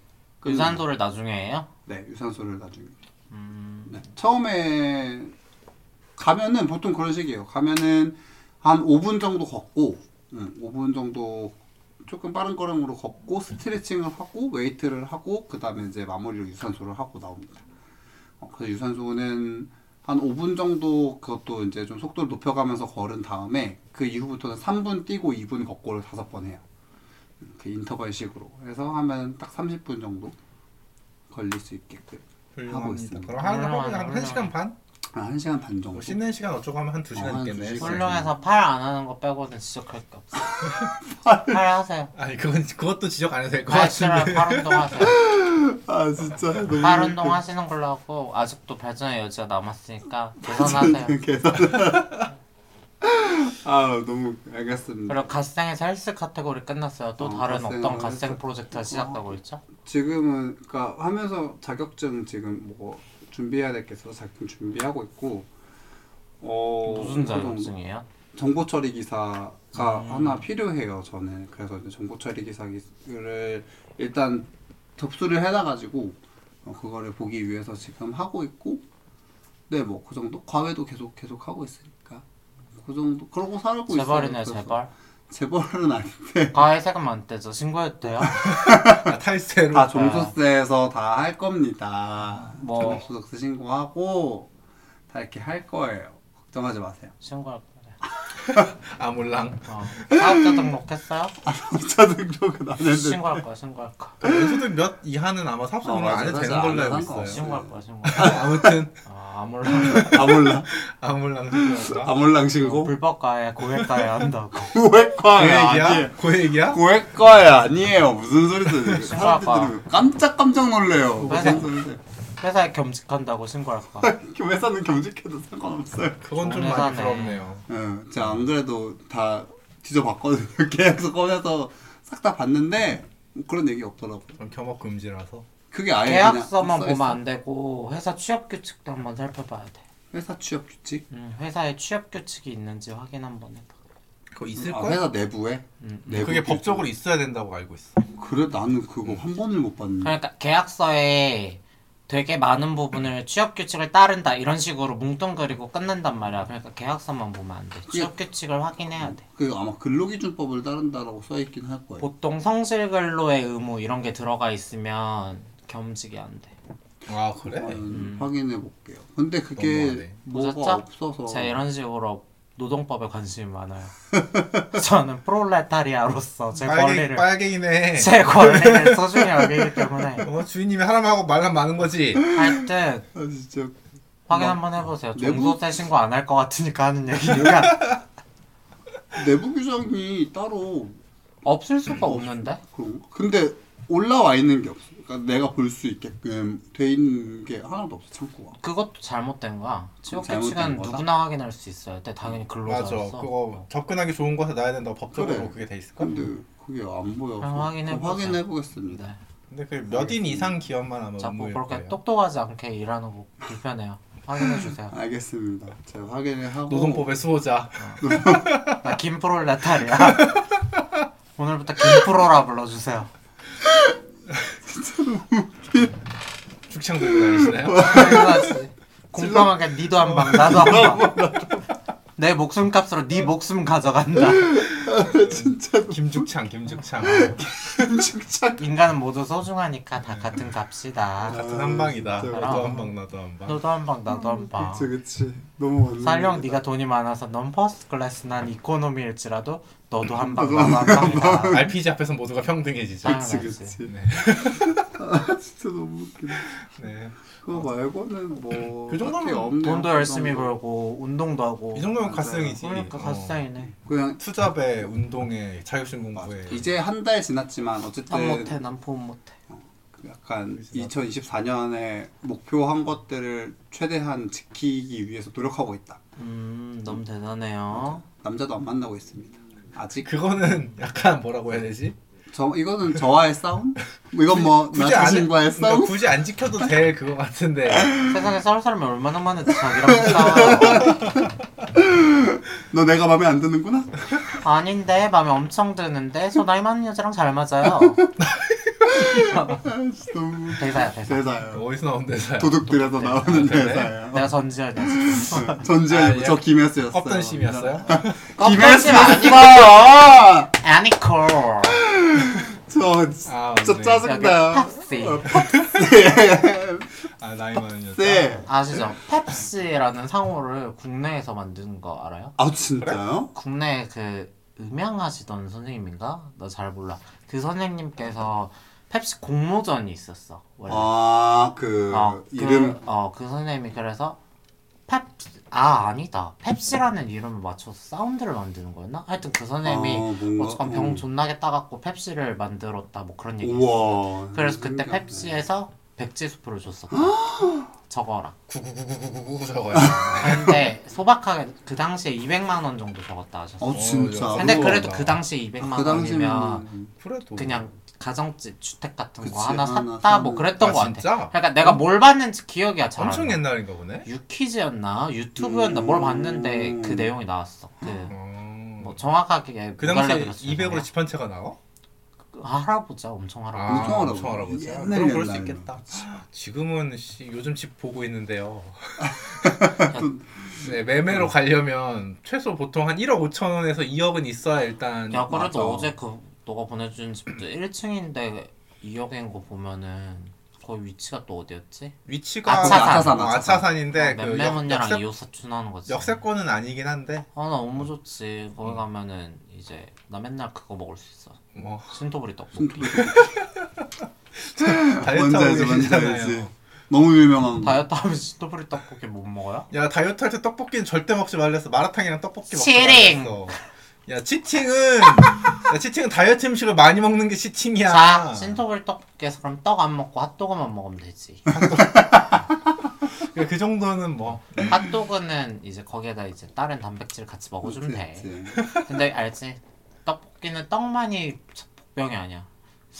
[SPEAKER 3] 끝나-
[SPEAKER 2] 유산소를 나중에 해요?
[SPEAKER 3] 네, 유산소를 나중에.
[SPEAKER 2] 음,
[SPEAKER 3] 네. 처음에 가면은 보통 그런 식이에요. 가면은 한 5분 정도 걷고, 음, 5분 정도 조금 빠른 걸음으로 걷고 스트레칭을 하고 웨이트를 하고 그 다음에 이제 마무리로 유산소를 하고 나옵니다. 어, 그래서 유산소는 한 5분 정도 그것도 이제 좀 속도를 높여가면서 걸은 다음에 그 이후부터는 3분 뛰고 2분 걷고를 다섯 번 해요. 그 인터벌식으로 해서 하면 딱 30분 정도 걸릴 수 있게끔. 하고
[SPEAKER 1] 훌륭합니다.
[SPEAKER 3] 있습니다.
[SPEAKER 1] 그럼 한
[SPEAKER 2] 훌륭하네,
[SPEAKER 1] 하면 한한
[SPEAKER 2] 훌륭하네.
[SPEAKER 1] 시간 반?
[SPEAKER 3] 아, 한 시간 반 정도.
[SPEAKER 1] 뭐 씻는 시간 어쩌고 하면 한 두
[SPEAKER 3] 어,
[SPEAKER 1] 시간
[SPEAKER 3] 한두
[SPEAKER 1] 있겠네.
[SPEAKER 3] 시간.
[SPEAKER 2] 훌륭해서 팔 안 하는 거 빼고는 지적할 게 없어. 팔 하세요.
[SPEAKER 1] 아니 그건 그것도 지적 안 해도 될것
[SPEAKER 2] 팔 싫어요.
[SPEAKER 1] 같은데.
[SPEAKER 2] 팔 운동하세요.
[SPEAKER 3] 아 진짜 너무
[SPEAKER 2] 팔 운동하시는 걸로 하고 아직도 발전의 여지가 남았으니까 개선하세요.
[SPEAKER 3] 계산. 아 너무 알겠습니다.
[SPEAKER 2] 그리고 갓생에서 헬스 카테고리 끝났어요. 또
[SPEAKER 3] 어,
[SPEAKER 2] 다른
[SPEAKER 3] 갓생,
[SPEAKER 2] 어떤
[SPEAKER 3] 헬스.
[SPEAKER 2] 갓생 프로젝트가 시작되고 있죠?
[SPEAKER 3] 지금은 그러니까 하면서 자격증 지금 뭐 준비해야 될 게 있어서 자격증 준비하고 있고 어 그런
[SPEAKER 2] 무슨 자격증이에요?
[SPEAKER 3] 정보 처리 기사가
[SPEAKER 2] 음.
[SPEAKER 3] 하나 필요해요. 저는 그래서 이제 정보 처리 기사를 일단 접수를 해놔가지고 어, 그거를 보기 위해서 지금 하고 있고 네뭐 그 정도 과외도 계속 계속 하고 있으니까 그 정도 그러고 살고 있어요. 네.
[SPEAKER 2] 재벌이네
[SPEAKER 3] 그래서.
[SPEAKER 2] 재벌.
[SPEAKER 3] 재벌은 아닌데
[SPEAKER 2] 과외 세금 안 떼죠. 신고해도 돼요?
[SPEAKER 1] 아, 탈세로
[SPEAKER 3] 다 종소세에서 다 할 겁니다.
[SPEAKER 2] 뭐.
[SPEAKER 3] 종소득세 신고하고 다 이렇게 할 거예요. 걱정하지 마세요.
[SPEAKER 2] 신고할 거예요.
[SPEAKER 1] 아몰랑
[SPEAKER 2] 어. 사업자 등록했어요?
[SPEAKER 3] 아, 자 등록은 안 했는데
[SPEAKER 2] 신고할 거야. 신고할 거야.
[SPEAKER 1] 그 연소득 몇 이하는 아마 사업소
[SPEAKER 3] 아,
[SPEAKER 1] 등록 안
[SPEAKER 3] 맞아,
[SPEAKER 1] 해도
[SPEAKER 3] 맞아. 네.
[SPEAKER 1] 되는 걸로
[SPEAKER 3] 안
[SPEAKER 1] 알고
[SPEAKER 3] 하는 거
[SPEAKER 1] 있어요.
[SPEAKER 2] 신고할 거야. 신고할 거야.
[SPEAKER 1] 아무튼
[SPEAKER 2] 아, 아무런
[SPEAKER 3] 아 몰라.
[SPEAKER 1] 아몰랑 신고한다.
[SPEAKER 3] 아몰랑 아, 신고.
[SPEAKER 2] 불법 과외 고액 과외 한다고.
[SPEAKER 1] 그
[SPEAKER 3] 고액과야 아니에요.
[SPEAKER 1] 얘기야? 그 얘기야?
[SPEAKER 3] 고액과야 아니에요. 무슨 소리세요?
[SPEAKER 2] 신고할까?
[SPEAKER 3] 사람들이 깜짝 깜짝 놀래요.
[SPEAKER 2] 어, 맞아.
[SPEAKER 3] 무슨 소리세요?
[SPEAKER 2] 회사에 겸직한다고 신고할 거야.
[SPEAKER 3] 회사는 겸직해도 상관없어요.
[SPEAKER 1] 그건 좀
[SPEAKER 2] 좋은
[SPEAKER 1] 많이
[SPEAKER 2] 회사네.
[SPEAKER 1] 부럽네요.
[SPEAKER 3] 예, 제가 안 그래도 다 뒤져봤거든요. 계약서 꺼내서 싹 다 봤는데 뭐 그런 얘기 없더라고.
[SPEAKER 1] 좀 겸업 금지라서.
[SPEAKER 3] 그게 아예 그냥
[SPEAKER 2] 계약서만
[SPEAKER 3] 써
[SPEAKER 2] 보면
[SPEAKER 3] 있어.
[SPEAKER 2] 안 되고 회사 취업 규칙도 한번 살펴봐야 돼.
[SPEAKER 3] 회사 취업 규칙.
[SPEAKER 2] 음, 회사에 취업 규칙이 있는지 확인 한번 해봐.
[SPEAKER 1] 그거 있을
[SPEAKER 3] 아,
[SPEAKER 1] 거야?
[SPEAKER 3] 회사 내부에.
[SPEAKER 2] 음, 음.
[SPEAKER 3] 내부
[SPEAKER 1] 그게
[SPEAKER 3] 규칙.
[SPEAKER 1] 법적으로 있어야 된다고 알고 있어.
[SPEAKER 3] 그래 나는 그거 한 번을 못 봤는데.
[SPEAKER 2] 그러니까 계약서에 되게 많은 부분을 취업 규칙을 따른다 이런 식으로 뭉뚱그리고 끝난단 말이야. 그러니까 계약서만 보면 안 돼.
[SPEAKER 3] 예.
[SPEAKER 2] 취업 규칙을 확인해야 돼.
[SPEAKER 3] 그 아마 근로기준법을 따른다라고 써 있긴 할 거예요.
[SPEAKER 2] 보통 성실 근로의 의무 이런 게 들어가 있으면 겸직이 안 돼.
[SPEAKER 1] 아 그래?
[SPEAKER 2] 어,
[SPEAKER 3] 음, 확인해 볼게요. 근데 그게
[SPEAKER 1] 너무하네.
[SPEAKER 3] 뭐가
[SPEAKER 2] 보셨죠?
[SPEAKER 3] 없어서
[SPEAKER 2] 제가 이런 식으로 노동법에 관심이 많아요. 저는 프롤레타리아로서 제
[SPEAKER 1] 빨갱
[SPEAKER 2] 권리를
[SPEAKER 1] 빨갱이네.
[SPEAKER 2] 제 권리를 소중히 여기기 때문에
[SPEAKER 1] 어 주인님이 하라고 말하면 많은 거지.
[SPEAKER 2] 하여튼
[SPEAKER 3] 아 진짜
[SPEAKER 2] 확인 한번 해보세요.
[SPEAKER 3] 내부-
[SPEAKER 2] 종소세 신고 안 할 것 같으니까 하는 얘기가
[SPEAKER 3] 내부 규정이 따로
[SPEAKER 2] 없을 수가 없는데.
[SPEAKER 3] 그런 거. 근데 올라와 있는 게 없어. 그러니까 내가 볼 수 있게끔 돼 있는 게 하나도 없어 창고가.
[SPEAKER 2] 그것도 잘못된 거야. 취업
[SPEAKER 3] 잘못된
[SPEAKER 2] 규칙은
[SPEAKER 3] 거다?
[SPEAKER 2] 누구나 확인할 수 있어야 돼. 당연히
[SPEAKER 1] 맞아.
[SPEAKER 2] 근로자로서.
[SPEAKER 1] 그거 접근하기 좋은 곳에 놔야 된다고 법적으로
[SPEAKER 3] 그래.
[SPEAKER 1] 그게 돼 있을 건데.
[SPEAKER 3] 근데 그게 안 보여서
[SPEAKER 2] 그럼 확인해 보자.
[SPEAKER 3] 확인해 보겠습니다.
[SPEAKER 2] 네.
[SPEAKER 1] 근데 그 몇 인 이상 기업만 아마
[SPEAKER 2] 자꾸
[SPEAKER 1] 의무일
[SPEAKER 2] 그렇게
[SPEAKER 1] 거예요.
[SPEAKER 2] 똑똑하지 않게 일하는 거 불편해요. 확인해 주세요.
[SPEAKER 3] 알겠습니다. 제가 확인을 하고
[SPEAKER 1] 노동법의 수호자.
[SPEAKER 2] 나 김프롤레타리아. 오늘부터 김프로라 불러주세요.
[SPEAKER 1] 죽창 들고 다니시나요?
[SPEAKER 2] 그래야지. 공평하게 니도 한 방, 나도 한 방. 내 목숨값으로 네 목숨 가져간다.
[SPEAKER 3] 아,
[SPEAKER 1] 김죽창, 김죽창.
[SPEAKER 3] 진짜
[SPEAKER 2] 인간은 모두 소중하니까 다 같은 값이다.
[SPEAKER 1] 아, 같은 한 방이다.
[SPEAKER 3] 진짜.
[SPEAKER 1] 너도 한 방, 나도 한 방.
[SPEAKER 2] 아, 너도 한 방, 나도 한 방.
[SPEAKER 3] 그치 그치 너무 맞는
[SPEAKER 2] 설령
[SPEAKER 3] 얘기다.
[SPEAKER 2] 네가 돈이 많아서 넌 퍼스트 클래스 난 이코노미일지라도 너도 한 방, 나도 한 방이다.
[SPEAKER 1] RPG 앞에서 모두가 평등해지죠.
[SPEAKER 2] 아.
[SPEAKER 3] 그치
[SPEAKER 2] 알았지.
[SPEAKER 3] 그치
[SPEAKER 1] 네.
[SPEAKER 3] 아 진짜 너무 웃기다.
[SPEAKER 1] 네.
[SPEAKER 3] 그거 말고는 뭐
[SPEAKER 1] 그 정도면
[SPEAKER 3] 딱히 없네요.
[SPEAKER 2] 돈도
[SPEAKER 3] 그
[SPEAKER 2] 열심히
[SPEAKER 3] 정도.
[SPEAKER 2] 벌고 운동도 하고.
[SPEAKER 1] 이 정도면 가스형이지.
[SPEAKER 2] 그러니까
[SPEAKER 1] 어.
[SPEAKER 2] 갓사이네.
[SPEAKER 3] 그냥
[SPEAKER 1] 투잡에 운동에 자율신 공부에
[SPEAKER 3] 이제 한 달 지났지만 어쨌든
[SPEAKER 1] 네.
[SPEAKER 2] 난 못해, 난 포옹 못해.
[SPEAKER 3] 약간 2024년에 목표한 것들을 최대한 지키기 위해서 노력하고 있다.
[SPEAKER 2] 음, 너무 대단해요.
[SPEAKER 3] 남자도 안 만나고 있습니다. 아직
[SPEAKER 1] 그거는 약간 뭐라고 해야 되지?
[SPEAKER 3] 저 이거는 저와의 싸움? 이건 뭐
[SPEAKER 1] 해-
[SPEAKER 3] 남자친구와의
[SPEAKER 1] 그러니까
[SPEAKER 3] 싸움?
[SPEAKER 1] 굳이 안 지켜도 될 그거 같은데
[SPEAKER 2] 세상에 싸울 사람이 얼마나 많은데 자기랑 싸워요.
[SPEAKER 3] 너 내가 마음에 안 드는구나?
[SPEAKER 2] 아닌데 마음에 엄청 드는데 저 나이 많은 여자랑 잘 맞아요.
[SPEAKER 3] 아, 진짜 너무
[SPEAKER 2] 대사야 대사.
[SPEAKER 3] 대사야.
[SPEAKER 1] 어디서 네. 나온 대사야?
[SPEAKER 3] 도둑들에서 나오는 대사야.
[SPEAKER 2] 내가 전지현이야. 지금.
[SPEAKER 1] 아, 예.
[SPEAKER 3] 전지현이고 뭐 저 김혜수였어요.
[SPEAKER 1] 없던 심이었어요?
[SPEAKER 2] 껍질심 아니고
[SPEAKER 3] 김혜수였어요!
[SPEAKER 2] 애니콜.
[SPEAKER 3] 저
[SPEAKER 1] 아,
[SPEAKER 3] 진짜
[SPEAKER 1] 맞네.
[SPEAKER 3] 짜증나요.
[SPEAKER 2] 여기 펩시.
[SPEAKER 3] 어, 펩시.
[SPEAKER 1] 아 나이 많은 여자
[SPEAKER 3] 네.
[SPEAKER 2] 아시죠? 펩시라는 상호를 국내에서 만든 거 알아요?
[SPEAKER 3] 아 진짜요?
[SPEAKER 2] 국내 그 음향하시던 선생님인가? 나 잘 몰라. 그 선생님께서 펩시 공모전이 있었어. 원래.
[SPEAKER 3] 아, 아그
[SPEAKER 2] 어,
[SPEAKER 3] 이름
[SPEAKER 2] 그, 어, 그 선생님이 그래서 펩시 아 아니다 펩시라는 이름을 맞춰서 사운드를 만드는 거였나? 하여튼 그 선생님이
[SPEAKER 3] 아, 뭔가-
[SPEAKER 2] 어쨌건
[SPEAKER 3] 음.
[SPEAKER 2] 병 존나게 따갖고 펩시를 만들었다 뭐 그런 얘기 있어.
[SPEAKER 3] 우와. 그러니까. 아,
[SPEAKER 2] 그래서 그때
[SPEAKER 3] 신기하네.
[SPEAKER 2] 펩시에서 백지수프를 줬었다. 적어라.
[SPEAKER 1] 구구구구구구구 적어요
[SPEAKER 2] 근데 소박하게 그 당시에 200만 원 정도 적었다 하셨어.
[SPEAKER 3] 어 진짜.
[SPEAKER 1] 어,
[SPEAKER 2] 근데
[SPEAKER 1] 우와.
[SPEAKER 2] 그래도 그 당시에
[SPEAKER 1] 아,
[SPEAKER 2] 200만
[SPEAKER 3] 그
[SPEAKER 1] 뭐.
[SPEAKER 2] 원이면
[SPEAKER 3] 당시면
[SPEAKER 1] 그래도
[SPEAKER 2] 그냥 가정집 주택 같은 거
[SPEAKER 3] 그치,
[SPEAKER 2] 하나
[SPEAKER 3] 하나
[SPEAKER 2] 샀다 뭐
[SPEAKER 3] 사는-
[SPEAKER 2] 그랬던
[SPEAKER 1] 아,
[SPEAKER 2] 거 같아.
[SPEAKER 1] 진짜?
[SPEAKER 2] 그러니까 내가 뭘 봤는지 기억이 잘안 나.
[SPEAKER 1] 엄청 옛날인가 보네
[SPEAKER 2] 유퀴즈였나 유튜브였나
[SPEAKER 3] 음.
[SPEAKER 2] 뭘 봤는데 그 내용이 나왔어. 그
[SPEAKER 1] 어.
[SPEAKER 2] 뭐 정확하게
[SPEAKER 1] 그 당시에
[SPEAKER 2] 알려드렸어요.
[SPEAKER 1] 200으로 집한채 가 나와?
[SPEAKER 2] 그 할아버지야 엄청 할아버지.
[SPEAKER 3] 엄청 할아버지.
[SPEAKER 1] 엄청 할아버지
[SPEAKER 3] 옛날,
[SPEAKER 1] 그럼 그럴
[SPEAKER 3] 옛날.
[SPEAKER 1] 수 아, 있겠다 지금은 씨, 요즘 집 보고 있는데요 네,
[SPEAKER 3] 음.
[SPEAKER 1] 매매로 가려면 최소 보통 한 1억 5천 원에서 2억은 있어야 일단
[SPEAKER 2] 야
[SPEAKER 3] 맞아.
[SPEAKER 2] 그래도 어제 그 너가 보내준 집도 1층인데 2억인 거 보면은 거기 위치가 또 어디였지?
[SPEAKER 1] 위치가 뭐, 어,
[SPEAKER 2] 아차산.
[SPEAKER 1] 아차산,
[SPEAKER 3] 아차산.
[SPEAKER 1] 인데
[SPEAKER 2] 아,
[SPEAKER 1] 그 역,
[SPEAKER 2] 맨매문이랑
[SPEAKER 1] 역세,
[SPEAKER 2] 이웃사촌하는 거지.
[SPEAKER 1] 역세권은 아니긴 한데
[SPEAKER 2] 아, 나 너무 좋지. 거기 가면은 이제 나 맨날 그거 먹을 수 있어.
[SPEAKER 1] 뭐
[SPEAKER 2] 순토부리 떡볶이.
[SPEAKER 1] 다이어트 하고
[SPEAKER 3] 알지, 뭔지
[SPEAKER 1] 계시잖아요.
[SPEAKER 3] 알지. 너무 유명한 거.
[SPEAKER 2] 다이어트 하면서 순토부리 떡볶이 못 먹어요?
[SPEAKER 1] 야 다이어트 할 때 떡볶이는 절대 먹지 말랬어. 마라탕이랑 떡볶이 먹지
[SPEAKER 2] 치팅!
[SPEAKER 1] 말랬어. 야 치팅은 야, 치팅은 다이어트 음식을 많이 먹는 게 치팅이야.
[SPEAKER 2] 자, 순토부리 떡볶이에서 그럼 떡 안 먹고 핫도그만 먹으면 되지.
[SPEAKER 1] 그 정도는 뭐
[SPEAKER 2] 핫도그는 이제 거기에다 이제 다른 단백질 같이 먹어주면 돼.
[SPEAKER 3] 그치.
[SPEAKER 2] 근데 알지? 떡볶이는 떡만이 복병이 아니야.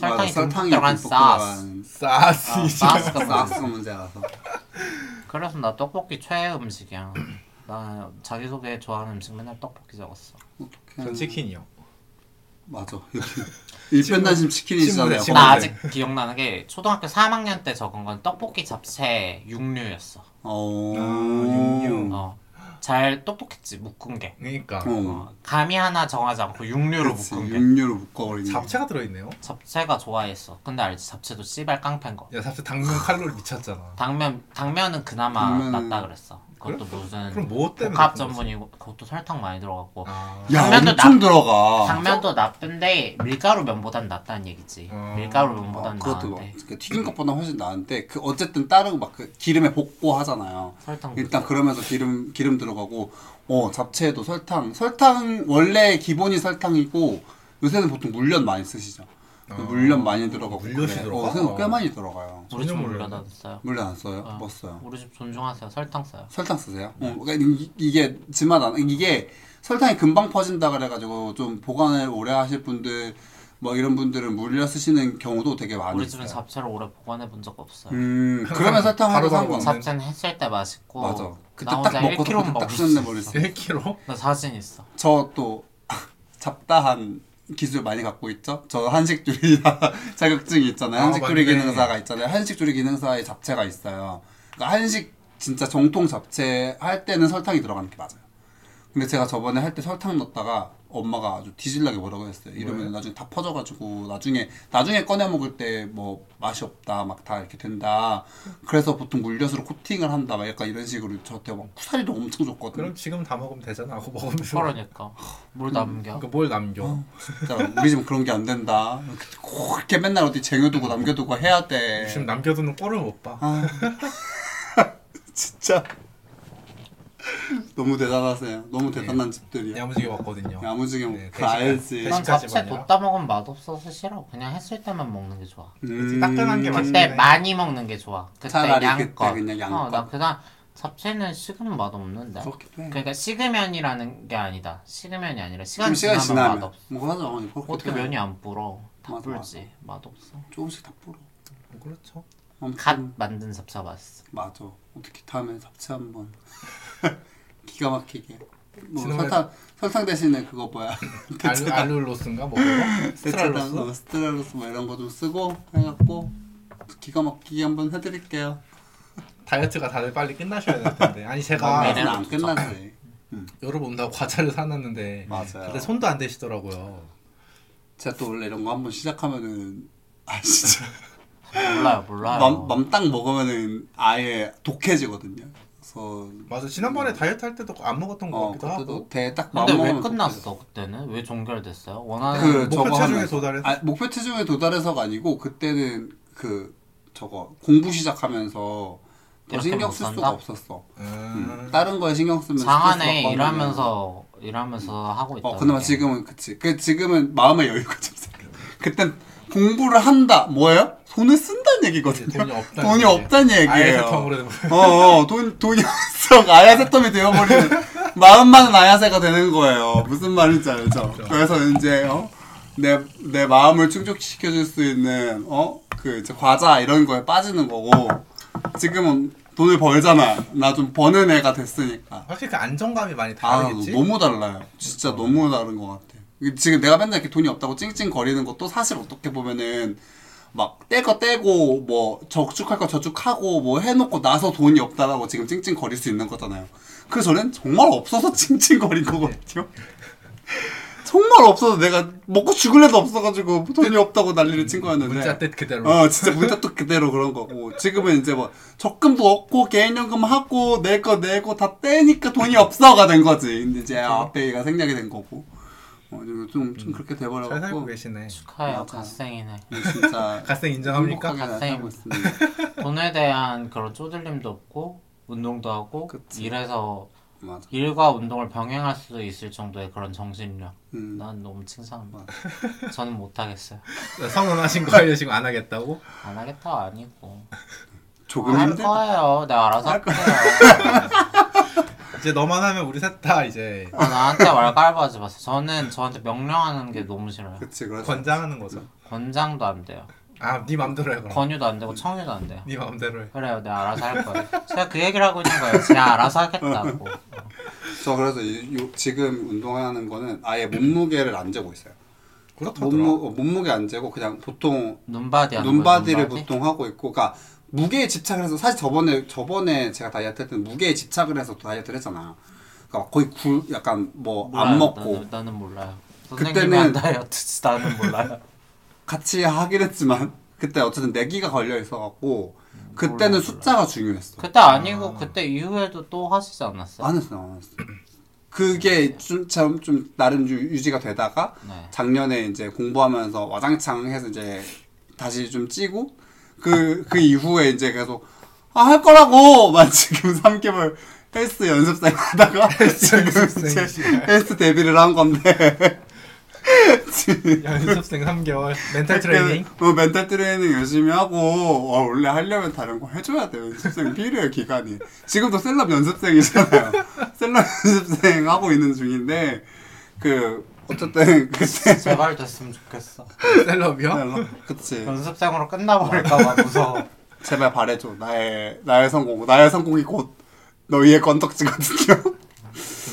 [SPEAKER 3] 맞아,
[SPEAKER 2] 설탕이 듬뿍
[SPEAKER 3] 설탕이
[SPEAKER 2] 들어간
[SPEAKER 3] 듬뿍
[SPEAKER 2] 싸스.
[SPEAKER 3] 들어간
[SPEAKER 1] 싸스이지.
[SPEAKER 2] 아, 싸스가
[SPEAKER 3] 싸스가 문제라서.
[SPEAKER 2] 그래서 나 떡볶이 최애 음식이야. 나 자기소개 좋아하는 음식 맨날 떡볶이 적었어.
[SPEAKER 3] 어떡해.
[SPEAKER 1] 전 치킨이요.
[SPEAKER 3] 맞아. 일편단심 치킨이잖아요.
[SPEAKER 1] 친구네,
[SPEAKER 2] 나
[SPEAKER 1] 친구네.
[SPEAKER 2] 아직 기억나는 게 초등학교 3학년 때 적은 건 떡볶이 잡채 육류였어.
[SPEAKER 3] 어.
[SPEAKER 1] 아, 육류.
[SPEAKER 2] 어. 잘 똑똑했지 묶은 게.
[SPEAKER 1] 그러니까
[SPEAKER 3] 어.
[SPEAKER 2] 어. 감이 하나 정하지 않고 육류로
[SPEAKER 3] 그치,
[SPEAKER 2] 묶은 게.
[SPEAKER 3] 육류로 묶어버리는.
[SPEAKER 1] 잡채가 들어있네요.
[SPEAKER 2] 잡채가 좋아했어. 근데 알지 잡채도 씨발 깡패인 거.
[SPEAKER 1] 야 잡채 당근 칼로리 미쳤잖아.
[SPEAKER 2] 당면 당면은 그나마
[SPEAKER 3] 당면은-
[SPEAKER 2] 낫다 그랬어. 그것도 무슨
[SPEAKER 1] 그럼
[SPEAKER 3] 음.
[SPEAKER 1] 뭐 때문에?
[SPEAKER 2] 복합
[SPEAKER 1] 그런 거지?
[SPEAKER 2] 전분이고 그것도 설탕 많이 들어갔고
[SPEAKER 1] 아.
[SPEAKER 3] 야
[SPEAKER 2] 당면도
[SPEAKER 3] 엄청
[SPEAKER 2] 나-
[SPEAKER 3] 들어가.
[SPEAKER 2] 당면도 나쁜데 밀가루 면보단 낫다는 얘기지.
[SPEAKER 1] 어.
[SPEAKER 2] 밀가루
[SPEAKER 3] 어,
[SPEAKER 2] 면보단
[SPEAKER 3] 그것도 막
[SPEAKER 2] 나은데
[SPEAKER 3] 그 튀긴 것보다 훨씬 나은데 그 어쨌든 다른 막 그 기름에 볶고 하잖아요.
[SPEAKER 2] 설탕.
[SPEAKER 3] 일단 그러면서 기름 기름 들어가고 어 잡채도 설탕 설탕 원래 기본이 설탕이고 요새는 보통 물엿 많이 쓰시죠.
[SPEAKER 1] 어.
[SPEAKER 3] 물엿 많이 들어가고
[SPEAKER 1] 물엿이
[SPEAKER 3] 그래요.
[SPEAKER 1] 들어가?
[SPEAKER 3] 어, 생각 꽤 많이 들어가요.
[SPEAKER 2] 우리 집
[SPEAKER 1] 전혀
[SPEAKER 2] 물려
[SPEAKER 1] 몰랐네.
[SPEAKER 2] 다 써요.
[SPEAKER 3] 물엿 안 써요?
[SPEAKER 2] 어.
[SPEAKER 3] 뭐 써요?
[SPEAKER 2] 우리 집 존중하세요. 설탕 써요.
[SPEAKER 3] 설탕 쓰세요?
[SPEAKER 1] 네.
[SPEAKER 3] 어, 그러니까 이- 이게 집마다 이게 설탕이 금방 퍼진다 그래가지고 좀 보관을 오래 하실 분들 뭐 이런 분들은 물엿 쓰시는 경우도 되게 많이
[SPEAKER 2] 우리 집은
[SPEAKER 3] 있어요.
[SPEAKER 2] 잡채를 오래 보관해 본 적 없어요.
[SPEAKER 3] 음 그러면 설탕 하나
[SPEAKER 1] 바로
[SPEAKER 3] 산 거.
[SPEAKER 1] 먹는-
[SPEAKER 2] 잡채는 했을 때 맛있고
[SPEAKER 3] 맞아. 그때
[SPEAKER 2] 나
[SPEAKER 3] 딱
[SPEAKER 2] 혼자
[SPEAKER 3] 먹고 그때
[SPEAKER 2] 1kg
[SPEAKER 3] 딱 음.
[SPEAKER 2] 먹을 수
[SPEAKER 3] 씻는
[SPEAKER 2] 있어.
[SPEAKER 3] 머리 있어.
[SPEAKER 1] 1kg?
[SPEAKER 2] 나 사진 있어.
[SPEAKER 3] 저또 잡다한 기술 많이 갖고 있죠. 저 한식 조리사 자격증이 있잖아요.
[SPEAKER 1] 아,
[SPEAKER 3] 한식 조리
[SPEAKER 1] 맞네.
[SPEAKER 3] 기능사가 있잖아요. 한식 조리 기능사의 잡채가 있어요. 그러니까 한식 진짜 정통 잡채 할 때는 설탕이 들어가는 게 맞아요. 근데 제가 저번에 할 때 설탕 넣었다가 엄마가 아주 뒤질나게 뭐라고 했어요. 이러면
[SPEAKER 1] 왜?
[SPEAKER 3] 나중에 다 퍼져가지고 나중에 나중에 꺼내 먹을 때 뭐 맛이 없다 막 다 이렇게 된다. 그래서 보통 물엿으로 코팅을 한다 막 약간 이런 식으로 저한테 막 쿠사리도 엄청 줬거든요.
[SPEAKER 1] 그럼 지금 다 먹으면 되잖아. 하고 먹으면서.
[SPEAKER 2] 그러니까 물 남겨.
[SPEAKER 1] 그러니까 뭘 남겨?
[SPEAKER 3] 음. 진짜 우리 집은 그런 게 안 된다. 그렇게 맨날 어디 쟁여두고 남겨두고 해야 돼.
[SPEAKER 1] 네. 지금 남겨두는 꼴을 못 봐.
[SPEAKER 3] 아, 진짜 너무 대단하세요. 너무 대단한 집들이야.
[SPEAKER 1] 야무지게 먹거든요.
[SPEAKER 3] 야무지게 먹.
[SPEAKER 1] 네,
[SPEAKER 3] 그 알지.
[SPEAKER 2] 난
[SPEAKER 1] 대식까지
[SPEAKER 2] 잡채
[SPEAKER 1] 마냐?
[SPEAKER 2] 뒀다 먹으면 맛없어서 싫어. 그냥 했을 때만 먹는 게 좋아.
[SPEAKER 1] 그치, 따끈한 게 맛있어.
[SPEAKER 2] 그때
[SPEAKER 1] 맛있네.
[SPEAKER 2] 많이 먹는 게 좋아.
[SPEAKER 3] 음.
[SPEAKER 2] 그때
[SPEAKER 3] 차라리
[SPEAKER 2] 양껏.
[SPEAKER 3] 그때 그냥 양껏.
[SPEAKER 2] 어, 나 그냥 잡채는 식으면 맛 없는데.
[SPEAKER 3] 그렇기도 해.
[SPEAKER 2] 그러니까 식으면이라는 게 아니다. 식으면이 아니라
[SPEAKER 3] 좀
[SPEAKER 2] 시간이
[SPEAKER 3] 시간
[SPEAKER 2] 지나면,
[SPEAKER 3] 지나면
[SPEAKER 2] 맛 없어.
[SPEAKER 3] 뭐 하자. 아니, 그렇기도
[SPEAKER 2] 어떻게
[SPEAKER 3] 해.
[SPEAKER 2] 면이 안 불어? 다
[SPEAKER 3] 맞아,
[SPEAKER 2] 불지. 맛 없어.
[SPEAKER 3] 조금씩 다 불어.
[SPEAKER 1] 그렇죠.
[SPEAKER 3] 아무튼
[SPEAKER 2] 갓 만든 잡채 맛있어.
[SPEAKER 3] 맞아. 어떻게 다음에 잡채 한번 기가 막히게. 뭐
[SPEAKER 1] 지난번에-
[SPEAKER 3] 설탕 설탕 대신에 그거 뭐야?
[SPEAKER 1] 알, 알룰로스인가 뭐 그거? 스트랄로스?
[SPEAKER 3] 스트랄로스, 스트랄로스 뭐 이런 거 좀 쓰고 해갖고 기가 막히게 한번 해드릴게요.
[SPEAKER 1] 다이어트가 다들 빨리 끝나셔야 될 텐데. 아니 제가
[SPEAKER 2] 네,
[SPEAKER 3] 다음에는
[SPEAKER 2] 네.
[SPEAKER 3] 안 끝나지.
[SPEAKER 1] 여러분 온다고 과자를 사놨는데
[SPEAKER 3] 맞아요.
[SPEAKER 1] 네. 근데 손도 안 대시더라고요.
[SPEAKER 3] 제가 또 원래 이런 거 한번 시작하면은 아 진짜
[SPEAKER 2] 몰라요, 몰라요.
[SPEAKER 3] 맘딱 먹으면은 아예 독해지거든요. 그래서
[SPEAKER 1] 맞아 지난번에 다이어트 할 때도 안 먹었던 것
[SPEAKER 3] 음. 어
[SPEAKER 1] 같기도
[SPEAKER 3] 그때도
[SPEAKER 1] 하고
[SPEAKER 3] 대딱
[SPEAKER 2] 근데 왜
[SPEAKER 3] 맘먹으면
[SPEAKER 2] 끝났어 그때는? 왜 종결됐어요? 원하는
[SPEAKER 3] 그
[SPEAKER 1] 아, 목표
[SPEAKER 3] 저거
[SPEAKER 1] 체중에
[SPEAKER 3] 하면서.
[SPEAKER 1] 도달해서?
[SPEAKER 3] 아, 목표 체중에 도달해서가 아니고 그때는 그 저거 공부 시작하면서 더
[SPEAKER 2] 이렇게
[SPEAKER 3] 신경
[SPEAKER 2] 못
[SPEAKER 3] 쓸 수가
[SPEAKER 2] 산다?
[SPEAKER 3] 없었어.
[SPEAKER 1] 음.
[SPEAKER 3] 다른 거에 신경 쓰면 그 스트레스
[SPEAKER 2] 장안에
[SPEAKER 3] 받고
[SPEAKER 2] 일하면서 일하면서 하고 있다.
[SPEAKER 3] 어, 그나마 지금은 그치. 그 지금은 마음의 여유가 좀 생겨. 그땐 공부를 한다. 뭐예요? 돈을 쓴다는 얘기거든요.
[SPEAKER 1] 이제 돈이 없다는
[SPEAKER 3] 돈이
[SPEAKER 1] 얘기예요.
[SPEAKER 3] 없다는 얘기예요.
[SPEAKER 1] 아야세통으로
[SPEAKER 3] 어, 어, 돈 돈이 없어. 아야세텀이 되어버리는 마음만은 아야세가 되는 거예요. 무슨 말인지 알죠?
[SPEAKER 1] 그렇죠.
[SPEAKER 3] 그래서 이제 어? 내, 내 마음을 충족시켜줄 수 있는 어? 그 이제 과자 이런 거에 빠지는 거고 지금은 돈을 벌잖아. 나 좀 버는 애가 됐으니까.
[SPEAKER 1] 확실히 그 안정감이 많이
[SPEAKER 3] 아
[SPEAKER 1] 다르겠지? 어.
[SPEAKER 3] 너무 달라요. 진짜 너무 다른 것 같아. 지금 내가 맨날 이렇게 돈이 없다고 찡찡 거리는 것도 사실 어떻게 보면은 막 뗄 거 떼고 뭐 저축할 거 저축하고 뭐 해놓고 나서 돈이 없다라고 지금 찡찡거릴 수 있는 거잖아요. 그 전엔 정말 없어서 찡찡거린 거거든요. 정말 없어서 내가 먹고 죽을래도 없어가지고 돈이 없다고 난리를 친 거였는데
[SPEAKER 1] 문자 뜻 그대로.
[SPEAKER 3] 어, 진짜 문자 또 그대로 그런 거고. 지금은 이제 뭐, 적금도 없고, 개인연금 하고, 낼 거 내고, 다 떼니까 돈이 없어가 된 거지. 근데 이제 앞에가 생략이 된 거고. 어, 좀, 좀, 좀 그렇게
[SPEAKER 1] 음. 잘 살고
[SPEAKER 3] 돼버려갖고.
[SPEAKER 1] 계시네.
[SPEAKER 2] 축하해요
[SPEAKER 3] 맞아.
[SPEAKER 2] 갓생이네
[SPEAKER 3] 진짜.
[SPEAKER 1] 갓생 인정합니까?
[SPEAKER 3] 행복하게 잘
[SPEAKER 2] 갓생.
[SPEAKER 3] 살고 있습니다.
[SPEAKER 2] 돈에 대한 그런 쪼들림도 없고 운동도 하고
[SPEAKER 3] 그치.
[SPEAKER 2] 일해서
[SPEAKER 3] 맞아.
[SPEAKER 2] 일과 운동을 병행할 수도 있을 정도의 그런 정신력
[SPEAKER 3] 음.
[SPEAKER 2] 난 너무 칭찬합니다 저는 못하겠어요
[SPEAKER 1] 선언하신 거 알려시고 안 하겠다고?
[SPEAKER 2] 안 하겠다 아니고
[SPEAKER 3] 조금
[SPEAKER 1] 아,
[SPEAKER 2] 할
[SPEAKER 3] 힘들다.
[SPEAKER 2] 거예요 내가 알아서 할게요
[SPEAKER 1] 이제 너만 하면 우리 셋 다 이제
[SPEAKER 2] 아, 나한테 말 깔바지 마세요. 저는 저한테 명령하는 게 너무 싫어요.
[SPEAKER 3] 그치, 그렇지.
[SPEAKER 1] 권장하는 거죠.
[SPEAKER 2] 권장도 안 돼요.
[SPEAKER 1] 아, 네 맘대로 해 그럼.
[SPEAKER 2] 권유도 안 되고 청유도 안 돼요.
[SPEAKER 1] 네 맘대로 해.
[SPEAKER 2] 그래요, 내가 알아서 할 거예요. 제가 그 얘기를 하고 있는 거예요. 제가 알아서 하겠다고.
[SPEAKER 3] 저 그래서 이- 요- 지금 운동하는 거는 아예 몸무게를 안 재고 있어요.
[SPEAKER 1] 그렇다더라.
[SPEAKER 3] 몸무, 어, 몸무게 안 재고, 그냥 보통
[SPEAKER 2] 눈바디 하는
[SPEAKER 3] 눈바디를
[SPEAKER 2] 거예요,
[SPEAKER 3] 보통 하고 있고, 그러니까 무게에 집착을 해서 사실 저번에 저번에 제가 다이어트 할 때는 무게에 집착을 해서 다이어트를 했잖아. 그러니까 거의 굴 약간 뭐
[SPEAKER 2] 몰라요.
[SPEAKER 3] 안 먹고
[SPEAKER 2] 나는, 나는 몰라요.
[SPEAKER 3] 그때는-
[SPEAKER 2] 선생님이 한 다이어트지 나는 몰라요.
[SPEAKER 3] 같이 하긴 했지만 그때 어쨌든 내기가 걸려 있어갖고
[SPEAKER 2] 음, 몰라,
[SPEAKER 3] 그때는
[SPEAKER 2] 몰라.
[SPEAKER 3] 숫자가 중요했어.
[SPEAKER 2] 그때 아니고 그때 이후에도 또 하시지 않았어요?
[SPEAKER 3] 안 했어, 안 했어. 그게 좀좀 좀 나름 유- 유지가 되다가
[SPEAKER 2] 네.
[SPEAKER 3] 작년에 이제 공부하면서 와장창 해서 이제 다시 좀 찌고 그 그 이후에 이제 계속 아 할 거라고 막 지금 3개월 헬스 연습생 하다가 지금 이제
[SPEAKER 1] 연습생이시네.
[SPEAKER 3] 헬스 데뷔를 한 건데 지금
[SPEAKER 1] 연습생 3개월 멘탈 트레이닝.
[SPEAKER 3] 어, 멘탈 트레이닝 열심히 하고 어, 원래 하려면 다른 거 해줘야 돼요. 연습생 필요해요 기간이. 지금도 셀럽 연습생이잖아요. 셀럽 연습생 하고 있는 중인데 그 어쨌든 그때
[SPEAKER 2] 제발 됐으면 좋겠어.
[SPEAKER 3] 네.
[SPEAKER 1] 셀럽이요?
[SPEAKER 3] 그치.
[SPEAKER 1] 어.
[SPEAKER 2] 연습생으로 끝나버릴까봐
[SPEAKER 3] 네.
[SPEAKER 2] 무서워.
[SPEAKER 3] 제발 바래줘. 나의 나의 성공. 나의 성공이 곧 너희의 건덕지거든요.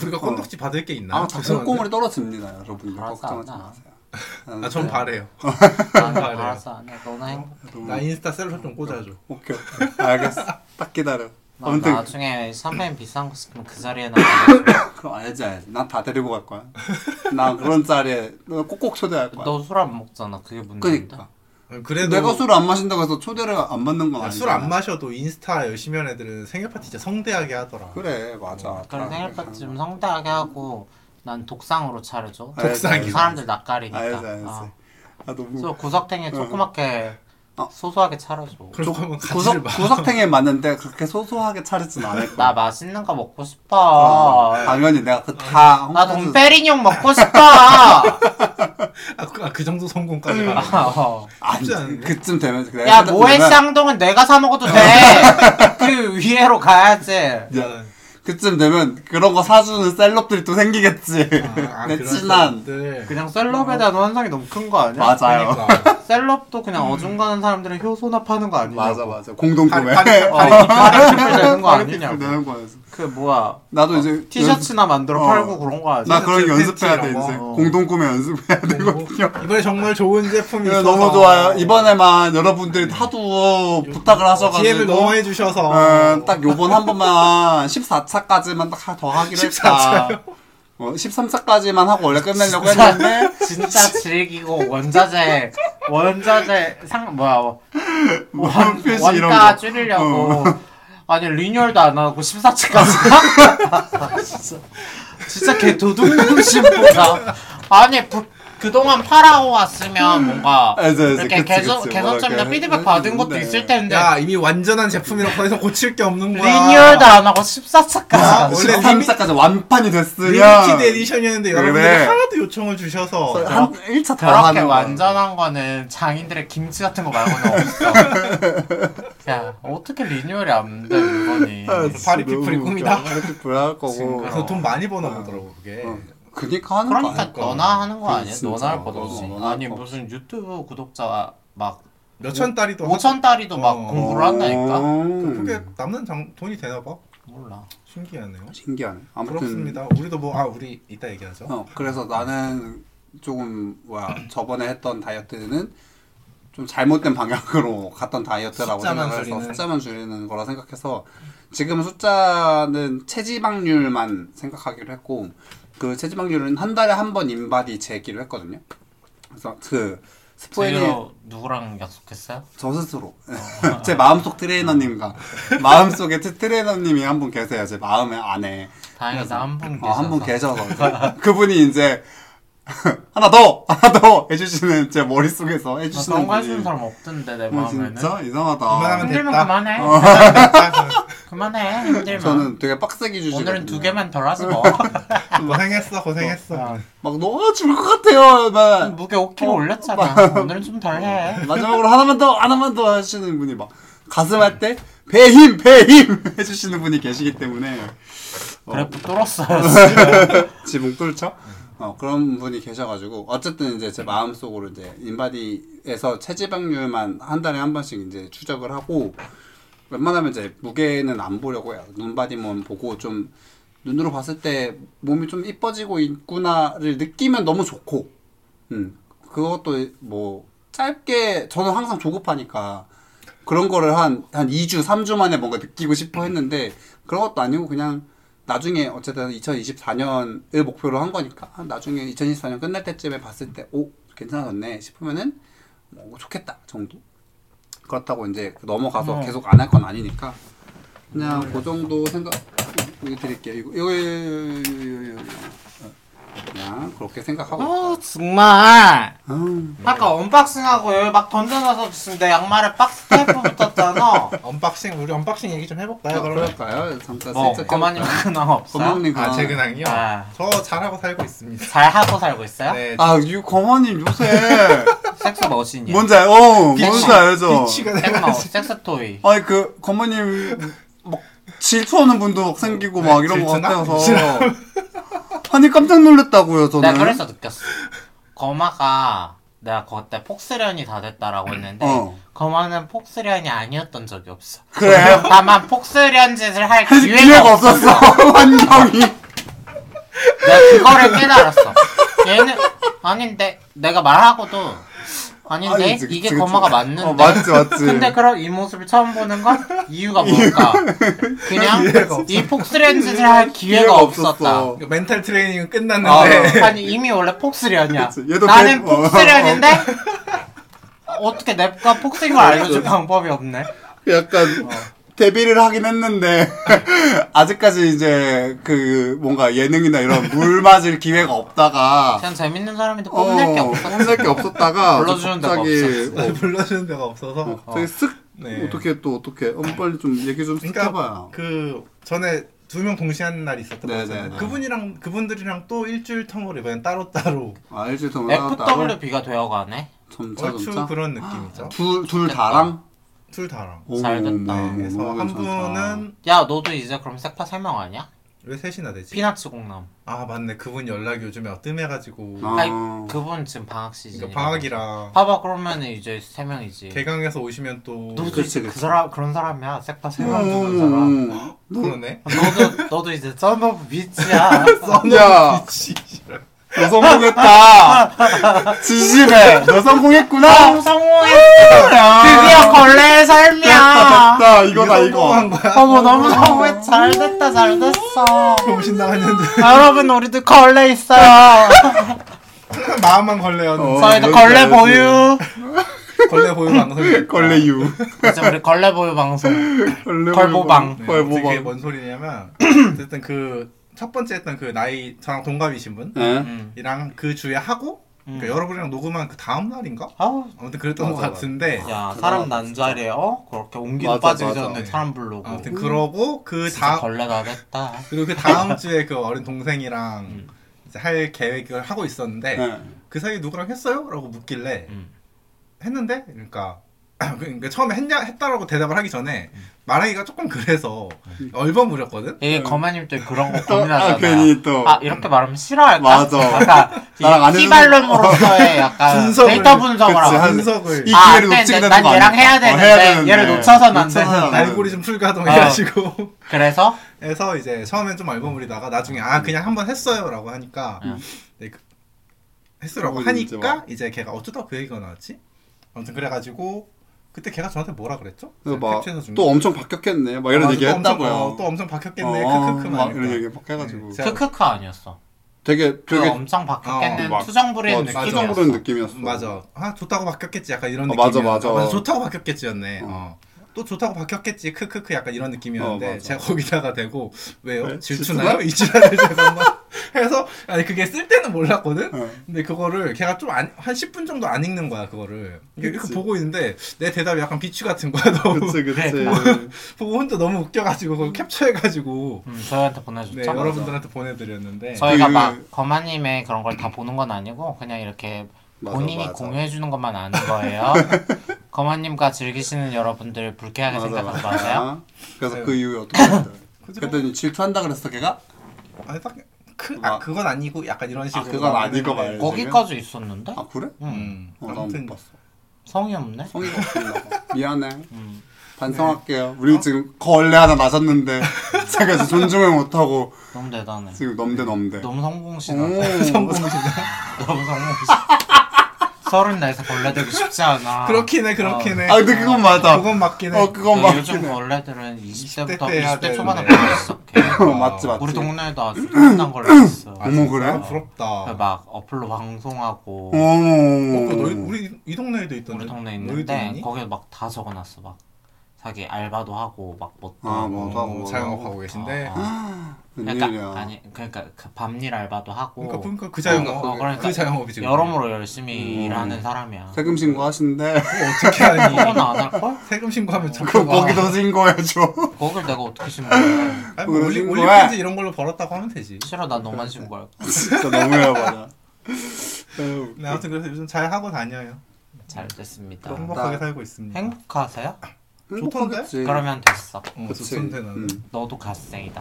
[SPEAKER 1] 우리가 건덕지 받을 게 있나?
[SPEAKER 3] 어. 아마 작품 꼬물이 떨어집니다, 여러분. 들
[SPEAKER 2] 알았어,
[SPEAKER 3] 걱정하지
[SPEAKER 2] 알았어.
[SPEAKER 3] 마세요.
[SPEAKER 1] 아, 전
[SPEAKER 3] 네.
[SPEAKER 1] 바래요.
[SPEAKER 2] 나는
[SPEAKER 1] 그래요.
[SPEAKER 2] 알아서 안 해. 너나 행복해.
[SPEAKER 3] 너무-
[SPEAKER 1] 나 인스타 셀럽
[SPEAKER 3] 어.
[SPEAKER 1] 좀 꽂아줘.
[SPEAKER 3] 오케이, 오케이. 알겠어. 딱 기다려.
[SPEAKER 2] 난
[SPEAKER 3] 아무튼
[SPEAKER 2] 나중에 샴페인 비싼 거 시키면 그 자리에 나가서
[SPEAKER 3] 그럼 알지 알지. 난 다 데리고 갈 거야. 나 그런 자리에 너 꼭꼭 초대할 거야.
[SPEAKER 2] 너술 안 먹잖아. 그게 문제인데.
[SPEAKER 3] 그러니까.
[SPEAKER 1] 그래도
[SPEAKER 3] 내가 술을 안 마신다고 해서 초대를 안 받는 건 아니야.
[SPEAKER 1] 술 안 마셔도 인스타 열심히 하는 애들은 생일 파티 진짜 성대하게 하더라.
[SPEAKER 3] 그래 맞아.
[SPEAKER 2] 음, 그런 생일 파티 좀 성대하게 하고 난 독상으로 차려줘.
[SPEAKER 3] 아, 알지, 알지.
[SPEAKER 2] 사람들 낯가리니까.
[SPEAKER 3] 그러니까. 알지 알지.
[SPEAKER 2] 어.
[SPEAKER 3] 아 너무
[SPEAKER 2] 그래서 구석탱이 조그맣게
[SPEAKER 3] 어.
[SPEAKER 2] 소소하게 차려줘.
[SPEAKER 1] 그럴 거면 가지를
[SPEAKER 3] 구석
[SPEAKER 1] 마.
[SPEAKER 3] 구석탱에 맞는데 그렇게 소소하게 차리진 않을 거야.
[SPEAKER 2] 나 맛있는 거 먹고 아, 싶어.
[SPEAKER 3] 아, 당연히 내가
[SPEAKER 1] 아,
[SPEAKER 3] 그다
[SPEAKER 2] 나 돈페리뇽 먹고 싶어.
[SPEAKER 1] 아, 그, 아, 그 정도 성공까지 가.
[SPEAKER 2] 어.
[SPEAKER 3] 아니
[SPEAKER 1] 쉽지 않은데?
[SPEAKER 3] 그쯤 되면 내가
[SPEAKER 2] 야
[SPEAKER 3] 생각해보면
[SPEAKER 2] 모해 쌍둥은 내가 사 먹어도 돼. 그 위에로 가야지.
[SPEAKER 1] 야,
[SPEAKER 3] 그쯤 되면 그런 거 사주는 셀럽들이 또 생기겠지.
[SPEAKER 1] 아,
[SPEAKER 3] 내
[SPEAKER 1] 그런
[SPEAKER 3] 친한
[SPEAKER 1] 사람들.
[SPEAKER 2] 그냥 셀럽에 대한 환상이 너무 큰 거 아니야?
[SPEAKER 3] 맞아요. 음.
[SPEAKER 1] 그러니까.
[SPEAKER 2] 셀럽도 그냥 어중간한 사람들은 효소나 파는 거 아니냐고.
[SPEAKER 3] 맞아 맞아 공동구매.
[SPEAKER 1] 팔- 팔-
[SPEAKER 2] 어, 다리 핏불 되는 거 아니냐고.
[SPEAKER 3] 되는 거였어.
[SPEAKER 2] 그 뭐야?
[SPEAKER 3] 나도
[SPEAKER 2] 어,
[SPEAKER 3] 이제
[SPEAKER 2] 티셔츠나 만들어
[SPEAKER 3] 어.
[SPEAKER 2] 팔고 그런 거 아니야?
[SPEAKER 3] 나 그런 거
[SPEAKER 1] 팬티
[SPEAKER 3] 연습해야 돼
[SPEAKER 1] 이런
[SPEAKER 3] 이제
[SPEAKER 2] 거.
[SPEAKER 3] 공동구매 연습해야 되거든요.
[SPEAKER 1] 이번에 정말 좋은 제품이
[SPEAKER 3] 네,
[SPEAKER 1] 있어서
[SPEAKER 3] 너무 좋아요. 이번에만 여러분들이 하도 부탁을 하셔가지고
[SPEAKER 1] DM을 너무 많이 주셔서
[SPEAKER 3] 어, 딱 요번 한 번만 14차까지만 딱 더 하기로 했다.
[SPEAKER 1] 14차 요?
[SPEAKER 3] 어, 13차까지만 하고 원래 끝내려고 했는데
[SPEAKER 2] 진짜 즐기고 원자재 원자재 상 뭐야 뭐, 원,
[SPEAKER 3] 표시 이런
[SPEAKER 2] 원가
[SPEAKER 3] 거. 어.
[SPEAKER 2] 줄이려고 아니 리뉴얼도 안 하고 14층까지 진짜 진짜 개 도둑놈 신부다 아니 부, 그동안 팔아고 왔으면 뭔가
[SPEAKER 3] 음. 알지, 알지.
[SPEAKER 2] 이렇게
[SPEAKER 3] 그치,
[SPEAKER 2] 계속
[SPEAKER 3] 그치.
[SPEAKER 2] 개선점이나
[SPEAKER 3] 뭐랄까.
[SPEAKER 2] 피드백 받은 것도
[SPEAKER 3] 네.
[SPEAKER 2] 있을 텐데
[SPEAKER 1] 야 이미 완전한 제품이라고 해서 고칠 게 없는 거야
[SPEAKER 2] 리뉴얼도 안 하고 14층까지
[SPEAKER 1] 야,
[SPEAKER 2] 가
[SPEAKER 1] 원래
[SPEAKER 3] 아, 13차까지 완판이 됐으면
[SPEAKER 1] 리미티드 에디션이었는데 여러분들이
[SPEAKER 3] 그래.
[SPEAKER 1] 하나도 요청을 주셔서
[SPEAKER 3] 어, 한 1차 더
[SPEAKER 2] 그렇게
[SPEAKER 3] 하는 거야.
[SPEAKER 2] 완전한 거는 장인들의 김치 같은 거 말고는 없어. 야 어떻게 리뉴얼이 안 돼 물건이?
[SPEAKER 3] 아, 진짜
[SPEAKER 1] 그 파리피플이
[SPEAKER 3] 너무
[SPEAKER 1] 꿈이다.
[SPEAKER 3] 웃겨. 파리피플 할 거고.
[SPEAKER 2] 징그러워.
[SPEAKER 1] 그래서 돈 많이 버나 보더라고 그게
[SPEAKER 3] 어. 그니까 하는 거
[SPEAKER 2] 그러니까
[SPEAKER 3] 아닐까.
[SPEAKER 2] 너나 하는 거 아니야?
[SPEAKER 3] 진짜.
[SPEAKER 2] 너나 할 거
[SPEAKER 3] 어,
[SPEAKER 2] 없지.
[SPEAKER 3] 너나 할
[SPEAKER 2] 아니
[SPEAKER 3] 거.
[SPEAKER 2] 무슨 유튜브 구독자 막
[SPEAKER 3] 뭐,
[SPEAKER 1] 몇천 달이도
[SPEAKER 2] 5천 달이도 막
[SPEAKER 1] 어.
[SPEAKER 2] 공부를 한다니까?
[SPEAKER 1] 하고
[SPEAKER 3] 한다니까.
[SPEAKER 1] 그게 남는 장, 돈이 되나 봐
[SPEAKER 2] 몰라.
[SPEAKER 1] 신기하네요
[SPEAKER 3] 신기하네. 아무튼
[SPEAKER 1] 부럽습니다 우리도 뭐 아 우리 이따 얘기하죠
[SPEAKER 3] 어, 그래서 나는 조금 뭐야 저번에 했던 다이어트는 좀 잘못된 방향으로 갔던 다이어트라고
[SPEAKER 1] 숫자만
[SPEAKER 3] 생각해서
[SPEAKER 1] 줄이는.
[SPEAKER 3] 숫자만 줄이는 거라 생각해서 지금 숫자는 체지방률만 생각하기로 했고 그 체지방률은 한 달에 한 번 인바디 재기로 했거든요. 그래서 그 스포일러
[SPEAKER 2] 제이로 누구랑 약속했어요?
[SPEAKER 3] 저 스스로
[SPEAKER 1] 어.
[SPEAKER 3] 제 마음속 트레이너님과 마음속에 트- 트레이너님이 한 분 계세요 제 마음의 안에
[SPEAKER 2] 다행이다 한분
[SPEAKER 3] 어,
[SPEAKER 2] 계셔서
[SPEAKER 3] 한분 계셔서 그- 그분이 이제 하나 더 하나 더 해주시는 제 머릿속에서
[SPEAKER 2] 나
[SPEAKER 3] 해주시는
[SPEAKER 2] 그런 거 해주는
[SPEAKER 3] 분이
[SPEAKER 2] 사람 없던데 내
[SPEAKER 3] 어,
[SPEAKER 2] 마음에는
[SPEAKER 3] 진짜
[SPEAKER 1] 그만하면
[SPEAKER 3] 이상하다 어.
[SPEAKER 2] 힘들면
[SPEAKER 1] 됐다.
[SPEAKER 2] 그만해
[SPEAKER 1] 됐다.
[SPEAKER 2] 그만해 힘들면
[SPEAKER 3] 저는 되게 빡세게 주시고
[SPEAKER 2] 네, 오늘은 두 개만 덜 하지 뭐
[SPEAKER 1] 아,
[SPEAKER 3] 아,
[SPEAKER 1] 고생했어 고생했어.
[SPEAKER 3] 막 너무 줄것 같아요 막
[SPEAKER 2] 무게 5kg 올렸잖아 오늘은 좀 덜해
[SPEAKER 3] 마지막으로 하나만 더 하나만 더 하시는 분이 막 가슴 할때배힘배힘 해주시는 분이 계시기 때문에 어,
[SPEAKER 2] 그래프 뚫었어요
[SPEAKER 3] 지붕 뚫죠? 어, 그런 분이 계셔가지고 어쨌든 이제 제 마음속으로 이제 인바디에서 체지방률만 한 달에 한 번씩 이제 추적을 하고 웬만하면 이제 무게는 안 보려고 해요. 눈바디만 보고 좀 눈으로 봤을 때 몸이 좀 이뻐지고 있구나를 느끼면 너무 좋고 음, 그것도 뭐 짧게 저는 항상 조급하니까 그런 거를 한, 한 2주, 3주 만에 뭔가 느끼고 싶어 했는데 그런 것도 아니고 그냥 나중에 어쨌든 2024년을 목표로 한 거니까 나중에 2024년 끝날 때쯤에 봤을 때 오, 괜찮아졌네 싶으면은 뭐 좋겠다 정도? 그렇다고 이제 넘어가서
[SPEAKER 2] 어.
[SPEAKER 3] 계속 안 할 건 아니니까 그냥 그 정도 생각 이거 드릴게요. 이거 이거 이거, 이거, 이거, 이거. 어. 그냥 그렇게 생각하고
[SPEAKER 2] 어 정말
[SPEAKER 3] 음.
[SPEAKER 2] 아까 언박싱하고 여기 막 던져놔서 지금 내 양말에 박스 테이프 붙었잖아
[SPEAKER 1] 언박싱 우리 언박싱 얘기 좀 해볼까요?
[SPEAKER 3] 아, 그러니까. 그럴까요?
[SPEAKER 1] 그러면
[SPEAKER 3] 잠깐 아,
[SPEAKER 2] 뭐
[SPEAKER 3] 슬쩍
[SPEAKER 2] 고만님
[SPEAKER 3] 해볼까요?
[SPEAKER 2] 근황 없어요?
[SPEAKER 3] 고만님
[SPEAKER 1] 아
[SPEAKER 3] 그만.
[SPEAKER 1] 재근왕이요.
[SPEAKER 2] 아.
[SPEAKER 1] 저 잘하고 살고 있습니다.
[SPEAKER 2] 잘하고 살고 있어요?
[SPEAKER 1] 네.
[SPEAKER 3] 아, 이 고만님 요새
[SPEAKER 2] 섹스 머신이요
[SPEAKER 3] 뭔지 알, 어,
[SPEAKER 1] 비치-
[SPEAKER 3] 뭔지 알죠?
[SPEAKER 1] 비치가
[SPEAKER 2] 섹마,
[SPEAKER 1] 돼가지고.
[SPEAKER 2] 섹스 어, 토이
[SPEAKER 3] 아니 그 고만님 막 질투하는 분도 막 생기고
[SPEAKER 2] 네,
[SPEAKER 3] 막 이런 거
[SPEAKER 1] 질투나?
[SPEAKER 3] 같아서
[SPEAKER 1] 질투나?
[SPEAKER 3] 아니 깜짝 놀랐다고요 저는.
[SPEAKER 2] 내가 그래서 느꼈어 거마가 내가 그때 폭스련이 다 됐다라고 했는데
[SPEAKER 3] 어.
[SPEAKER 2] 거마는 폭스련이 아니었던 적이 없어
[SPEAKER 3] 그래요?
[SPEAKER 2] 다만 폭스련 짓을 할
[SPEAKER 3] 할
[SPEAKER 2] 기회가,
[SPEAKER 3] 기회가
[SPEAKER 2] 없어
[SPEAKER 3] 없었어 환경이.
[SPEAKER 2] 내가 그거를 깨달았어 얘는 아닌데 내가 말하고도 아닌데
[SPEAKER 3] 아니, 그치,
[SPEAKER 2] 이게
[SPEAKER 3] 그치,
[SPEAKER 2] 거마가
[SPEAKER 3] 그치.
[SPEAKER 2] 맞는데
[SPEAKER 3] 어, 맞지 맞지.
[SPEAKER 2] 근데 그럼 이 모습을 처음 보는 건 이유가 뭘까? 그냥
[SPEAKER 1] 이해가 없어.
[SPEAKER 2] 이 폭스렌즈를 할 기회가,
[SPEAKER 3] 기회가
[SPEAKER 2] 없었다.
[SPEAKER 3] 없었어.
[SPEAKER 1] 멘탈 트레이닝은
[SPEAKER 3] 아,
[SPEAKER 1] 끝났는데
[SPEAKER 3] 네.
[SPEAKER 2] 아니 이미 원래 폭스련이야.
[SPEAKER 3] 그치, 얘도
[SPEAKER 2] 나는
[SPEAKER 3] 백- 어,
[SPEAKER 2] 폭스련인데 어떻게 냅가 폭스인 걸 알려줄 방법이 없네.
[SPEAKER 3] 약간
[SPEAKER 2] 어.
[SPEAKER 3] 데뷔를 하긴 했는데 아직까지 이제 그 뭔가 예능이나 이런 물 맞을 기회가 없다가
[SPEAKER 2] 그냥 재밌는 사람인데
[SPEAKER 3] 어,
[SPEAKER 2] 뽐낼 뭐 게 없어.
[SPEAKER 3] 뽐낼 게 없었다가
[SPEAKER 2] 불러주는 데가
[SPEAKER 3] 갑자기
[SPEAKER 1] 어, 불러주는 데가 없어서
[SPEAKER 3] 네. 어, 되게 쓱
[SPEAKER 1] 네.
[SPEAKER 3] 어떻게 또 어떻게 어, 빨리 좀 얘기 좀
[SPEAKER 1] 그러니까
[SPEAKER 3] 시켜봐요.
[SPEAKER 1] 그 전에 두 명 동시에 하는 날이 있었던
[SPEAKER 3] 네, 네,
[SPEAKER 1] 거잖아요.
[SPEAKER 3] 네.
[SPEAKER 1] 그분이랑 그분들이랑 또 일주일 텀으로 이번엔 따로따로
[SPEAKER 3] 알지 좀 올라갔다가
[SPEAKER 2] FWB가 되어가네.
[SPEAKER 3] 음, 점차 아.
[SPEAKER 1] 얼추
[SPEAKER 3] 점차
[SPEAKER 1] 그런 느낌이죠.
[SPEAKER 3] 둘둘 다랑
[SPEAKER 1] 둘 다랑.
[SPEAKER 3] 오,
[SPEAKER 2] 잘 됐다.
[SPEAKER 3] 뭐,
[SPEAKER 1] 그래서
[SPEAKER 3] 뭐가
[SPEAKER 1] 한
[SPEAKER 3] 괜찮다.
[SPEAKER 1] 분은
[SPEAKER 2] 야 너도 이제 그럼 세파 세명 아니야?
[SPEAKER 1] 왜 셋이나 되지?
[SPEAKER 2] 피나츠 공남.
[SPEAKER 1] 아 맞네 그분 연락이 요즘에 뜸해가지고
[SPEAKER 3] 아.
[SPEAKER 2] 아니, 그분 지금 방학 시즌.
[SPEAKER 3] 예.
[SPEAKER 1] 그러니까 방학이라
[SPEAKER 2] 봐봐 그러면 이제 세 명이지.
[SPEAKER 1] 개강해서 오시면 또
[SPEAKER 2] 너도
[SPEAKER 3] 그치,
[SPEAKER 2] 이제 그
[SPEAKER 3] 그치. 음.
[SPEAKER 2] 사람 그런 사람이야. 세파
[SPEAKER 3] 오,
[SPEAKER 2] 아, 세명 듣는 사람.
[SPEAKER 1] 그러네
[SPEAKER 2] 너도 너도 이제 썬 오브 비치야.
[SPEAKER 3] 야,
[SPEAKER 1] 미치
[SPEAKER 3] 너 성공했다. 진심해. 너
[SPEAKER 2] 어?
[SPEAKER 3] 성공했구나.
[SPEAKER 2] 아, 성공했어. 드디어 걸레의
[SPEAKER 3] 됐다,
[SPEAKER 2] 삶이야.
[SPEAKER 3] 됐다. 이거다
[SPEAKER 1] 이거
[SPEAKER 3] 이거.
[SPEAKER 1] 성공한 거야
[SPEAKER 2] 어머 너무 성공했 잘 됐다 잘 됐어. 아,
[SPEAKER 1] 정신 나갔는데
[SPEAKER 2] 여러분 우리도 걸레 있어요.
[SPEAKER 1] 마음만 걸레였는데
[SPEAKER 3] 어,
[SPEAKER 2] 저희도
[SPEAKER 3] 뭔지
[SPEAKER 2] 걸레
[SPEAKER 3] 알지.
[SPEAKER 2] 보유.
[SPEAKER 1] 걸레 보유 방송
[SPEAKER 3] 걸레 유.
[SPEAKER 2] 이제 우리 걸레 보유 방송.
[SPEAKER 3] 걸레
[SPEAKER 2] 아, 네. 걸보방.
[SPEAKER 1] 네, 그게
[SPEAKER 3] 걸보방.
[SPEAKER 1] 뭔 소리냐면 어쨌든 그 첫 번째 했던 그 나이 저랑 동갑이신
[SPEAKER 3] 예.
[SPEAKER 2] 음.
[SPEAKER 1] 분이랑 그 주에 하고 그러니까 여러분이랑 녹음한 그 다음 날인가
[SPEAKER 2] 아우.
[SPEAKER 1] 아무튼 그랬던
[SPEAKER 3] 맞아,
[SPEAKER 1] 것
[SPEAKER 3] 맞아.
[SPEAKER 1] 같은데
[SPEAKER 2] 야 사람 난 자리에 어 그렇게 옹기도
[SPEAKER 3] 맞아,
[SPEAKER 2] 빠지기
[SPEAKER 3] 맞아.
[SPEAKER 2] 전에 사람 불러고.
[SPEAKER 1] 아무튼 그러고 그
[SPEAKER 2] 진짜
[SPEAKER 1] 다음
[SPEAKER 2] 걸레가 됐다.
[SPEAKER 1] 그리고 그 다음 주에 그 어린 동생이랑
[SPEAKER 3] 음.
[SPEAKER 1] 이제 할 계획을 하고
[SPEAKER 2] 네.
[SPEAKER 1] 있었는데
[SPEAKER 3] 예.
[SPEAKER 1] 그 사이에 누구랑 했어요? 라고 묻길래
[SPEAKER 2] 음.
[SPEAKER 1] 했는데 그러니까 그러니까 처음에 했냐 했다라고 대답을 하기 전에
[SPEAKER 2] 음.
[SPEAKER 1] 말하기가 조금 그래서 얼버무렸거든.
[SPEAKER 3] 음.
[SPEAKER 2] 이게 거마님 때 그런 거
[SPEAKER 3] 또,
[SPEAKER 2] 고민하잖아.
[SPEAKER 3] 네. 아, 괜히 또.
[SPEAKER 2] 아 이렇게 말하면 싫어할까?
[SPEAKER 3] 맞아. 나랑
[SPEAKER 2] 약간
[SPEAKER 3] 안
[SPEAKER 2] 이
[SPEAKER 3] 해주는-
[SPEAKER 2] 티발론으로서의 약간
[SPEAKER 1] 분석을-
[SPEAKER 2] 데이터 분석을
[SPEAKER 3] 그치,
[SPEAKER 2] 하고
[SPEAKER 3] 한-
[SPEAKER 1] 분석을
[SPEAKER 3] 이
[SPEAKER 2] 아,
[SPEAKER 3] 기회를
[SPEAKER 2] 안
[SPEAKER 3] 놓치게
[SPEAKER 2] 돼, 난-
[SPEAKER 3] 되는
[SPEAKER 2] 난
[SPEAKER 3] 거 아니야?
[SPEAKER 2] 얘랑 해야
[SPEAKER 3] 어,
[SPEAKER 2] 되는데 얘를
[SPEAKER 3] 되는데.
[SPEAKER 2] 놓쳐서는 안
[SPEAKER 3] 놓쳐서는
[SPEAKER 2] 되는데.
[SPEAKER 3] 안
[SPEAKER 1] 네, 음. 알고리즘
[SPEAKER 3] 아.
[SPEAKER 1] 출가동해가지고
[SPEAKER 2] 그래서
[SPEAKER 1] 해서 이제 처음엔 좀 얼버무리다가 나중에 아 그냥 한번 했어요라고 하니까
[SPEAKER 2] 음.
[SPEAKER 1] 네, 그- 했으라고
[SPEAKER 3] 어, 진짜
[SPEAKER 1] 하니까
[SPEAKER 3] 막-
[SPEAKER 1] 이제 걔가 어쩌다 그 얘기가 나왔지? 아무튼 그래가지고 그때 걔가 저한테 뭐라 그랬죠? 캡처해서 준
[SPEAKER 3] 막또 엄청 바뀌었겠네 막 이런
[SPEAKER 1] 아,
[SPEAKER 3] 얘기
[SPEAKER 1] 또 엄청-
[SPEAKER 3] 했다고요.
[SPEAKER 1] 어, 또 엄청 바뀌었겠네.
[SPEAKER 3] 어,
[SPEAKER 1] 크크크
[SPEAKER 3] 막
[SPEAKER 1] 막
[SPEAKER 3] 이런 얘기 막 해가지고
[SPEAKER 1] 네.
[SPEAKER 2] 크크크 아니었어.
[SPEAKER 3] 되게
[SPEAKER 2] 그
[SPEAKER 3] 되게
[SPEAKER 2] 엄청 바뀌었겠는
[SPEAKER 1] 어,
[SPEAKER 3] 막-
[SPEAKER 2] 투정 부리는
[SPEAKER 1] 어,
[SPEAKER 2] 느낌이었어.
[SPEAKER 1] 투정
[SPEAKER 3] 표정 그런 느낌이었어.
[SPEAKER 1] 맞아. 아 좋다고 바뀌었겠지. 약간 이런
[SPEAKER 3] 어,
[SPEAKER 1] 느낌이었어.
[SPEAKER 3] 맞아, 맞아.
[SPEAKER 1] 좋다고 바뀌었겠지였네.
[SPEAKER 3] 어.
[SPEAKER 1] 어. 또 좋다고 바뀌었겠지. 크크크 약간 이런 느낌이었는데
[SPEAKER 3] 어, 맞아.
[SPEAKER 1] 제가 거기다가 대고 왜요?
[SPEAKER 3] 왜?
[SPEAKER 1] 질투나요? 이 질투를 제가 막 해서 아니 그게 쓸 때는 몰랐거든.
[SPEAKER 3] 어.
[SPEAKER 1] 근데 그거를 걔가 좀 한 10분 정도 안 읽는 거야 그거를 이렇게
[SPEAKER 3] 그치.
[SPEAKER 1] 보고 있는데 내 대답이 약간 비추 같은 거야 너무
[SPEAKER 3] 그치
[SPEAKER 1] 네.
[SPEAKER 3] 그치.
[SPEAKER 1] 보고 혼자 너무 웃겨가지고 그걸 캡처해가지고
[SPEAKER 2] 음, 저희한테 보내줬죠.
[SPEAKER 1] 네 여러분들한테 보내드렸는데
[SPEAKER 2] 저희가
[SPEAKER 3] 그-
[SPEAKER 2] 막 거마님의 그런 걸 다 보는 건 아니고 그냥 이렇게
[SPEAKER 3] 맞아,
[SPEAKER 2] 본인이
[SPEAKER 3] 맞아.
[SPEAKER 2] 공유해주는 것만 아는 거예요. 거마님과 즐기시는 여러분들 불쾌하게 생각하지 마세요.
[SPEAKER 3] 아, 그래서
[SPEAKER 1] 네.
[SPEAKER 3] 그 이후에 어떻게 됐어요?
[SPEAKER 1] 그래서 뭐-
[SPEAKER 3] 그랬더니 질투한다 그랬어 걔가?
[SPEAKER 1] 아니 딱 그,
[SPEAKER 3] 아.
[SPEAKER 1] 아, 그건 아니고 약간 이런 식으로
[SPEAKER 3] 그건 아니고
[SPEAKER 1] 네.
[SPEAKER 3] 말고.
[SPEAKER 2] 거기까지 있었는데?
[SPEAKER 3] 아 그래?
[SPEAKER 2] 음,
[SPEAKER 1] 음,
[SPEAKER 3] 어,
[SPEAKER 1] 아무튼
[SPEAKER 3] 난못 봤어.
[SPEAKER 2] 성의 없네.
[SPEAKER 3] 성의가 없었나 봐. 미안해.
[SPEAKER 2] 음.
[SPEAKER 1] 네.
[SPEAKER 3] 반성할게요.
[SPEAKER 1] 어?
[SPEAKER 3] 우리 지금 걸레 하나 나섰는데 제가 이제 존중을 못하고
[SPEAKER 2] 너무 대단해.
[SPEAKER 3] 지금 넘대 넘대.
[SPEAKER 2] 너무 성공시다.
[SPEAKER 1] 음.
[SPEAKER 3] 오,
[SPEAKER 2] 너무 성공시다. 서른 나에서 벌레 되고 싶지 않아.
[SPEAKER 1] 그렇긴 해 그렇긴
[SPEAKER 2] 어.
[SPEAKER 1] 해
[SPEAKER 3] 아 근데 그건 맞아.
[SPEAKER 1] 그건 맞긴 해
[SPEAKER 3] 어 그건
[SPEAKER 2] 근데 요즘
[SPEAKER 3] 맞긴 해.
[SPEAKER 2] 벌레들은 20대부터
[SPEAKER 1] 20대 때 해야
[SPEAKER 2] 20대 초반에
[SPEAKER 1] 되는데.
[SPEAKER 2] 벌레 시작해.
[SPEAKER 1] 네.
[SPEAKER 3] 어, 맞지 맞지.
[SPEAKER 2] 우리 동네에도 아주 비슷한 걸로 있어.
[SPEAKER 1] 아,
[SPEAKER 3] 어머,
[SPEAKER 1] 진짜?
[SPEAKER 3] 뭐 그래?
[SPEAKER 1] 부럽다
[SPEAKER 2] 그막 어플로 방송하고
[SPEAKER 3] 어머
[SPEAKER 1] 어,
[SPEAKER 3] 어머,
[SPEAKER 1] 그 너희,
[SPEAKER 3] 어머.
[SPEAKER 1] 우리 이 동네에도 있던데
[SPEAKER 2] 우리 동네
[SPEAKER 1] 너희도
[SPEAKER 2] 있는데
[SPEAKER 1] 있니?
[SPEAKER 2] 거기에 막 다 적어놨어 막 자기 알바도 하고 막 뭣도
[SPEAKER 3] 아
[SPEAKER 2] 하고.
[SPEAKER 3] 뭐다
[SPEAKER 1] 어,
[SPEAKER 3] 뭐.
[SPEAKER 1] 자영업하고 계신데
[SPEAKER 2] 어, 어.
[SPEAKER 3] 웬일이야.
[SPEAKER 2] 그러니까 아니 그러니까 그 밤일 알바도 하고
[SPEAKER 1] 그러니까 그러니까 그
[SPEAKER 2] 어,
[SPEAKER 1] 자영업
[SPEAKER 2] 어, 그러니까
[SPEAKER 1] 그 자영업이 지금
[SPEAKER 2] 여러모로 열심히
[SPEAKER 3] 음.
[SPEAKER 2] 일하는
[SPEAKER 1] 어.
[SPEAKER 2] 사람이야.
[SPEAKER 3] 세금 신고하신데
[SPEAKER 1] 그거 어떻게 하니
[SPEAKER 2] 그건 안할 걸?
[SPEAKER 1] 세금 신고하면
[SPEAKER 3] 그
[SPEAKER 1] 자꾸 와.
[SPEAKER 3] 거기도 신고해줘.
[SPEAKER 2] 거길 내가 어떻게 신고해?
[SPEAKER 1] 아니 뭐 올리,
[SPEAKER 3] 그러신 거야?
[SPEAKER 1] 올리브즈 이런 걸로 벌었다고 하면 되지
[SPEAKER 2] 싫어 난 너만 신고할 거야.
[SPEAKER 3] 진짜 너무해요 맞아.
[SPEAKER 1] 네, 아무튼 그래서 요즘 잘 하고 다녀요
[SPEAKER 2] 잘 됐습니다.
[SPEAKER 1] 행복하게 살고 있습니다
[SPEAKER 2] 아, 행복하세요?
[SPEAKER 1] 좋던데?
[SPEAKER 2] 그러면 됐어.
[SPEAKER 1] 어, 좋던데 나는
[SPEAKER 2] 너도 갓생이다.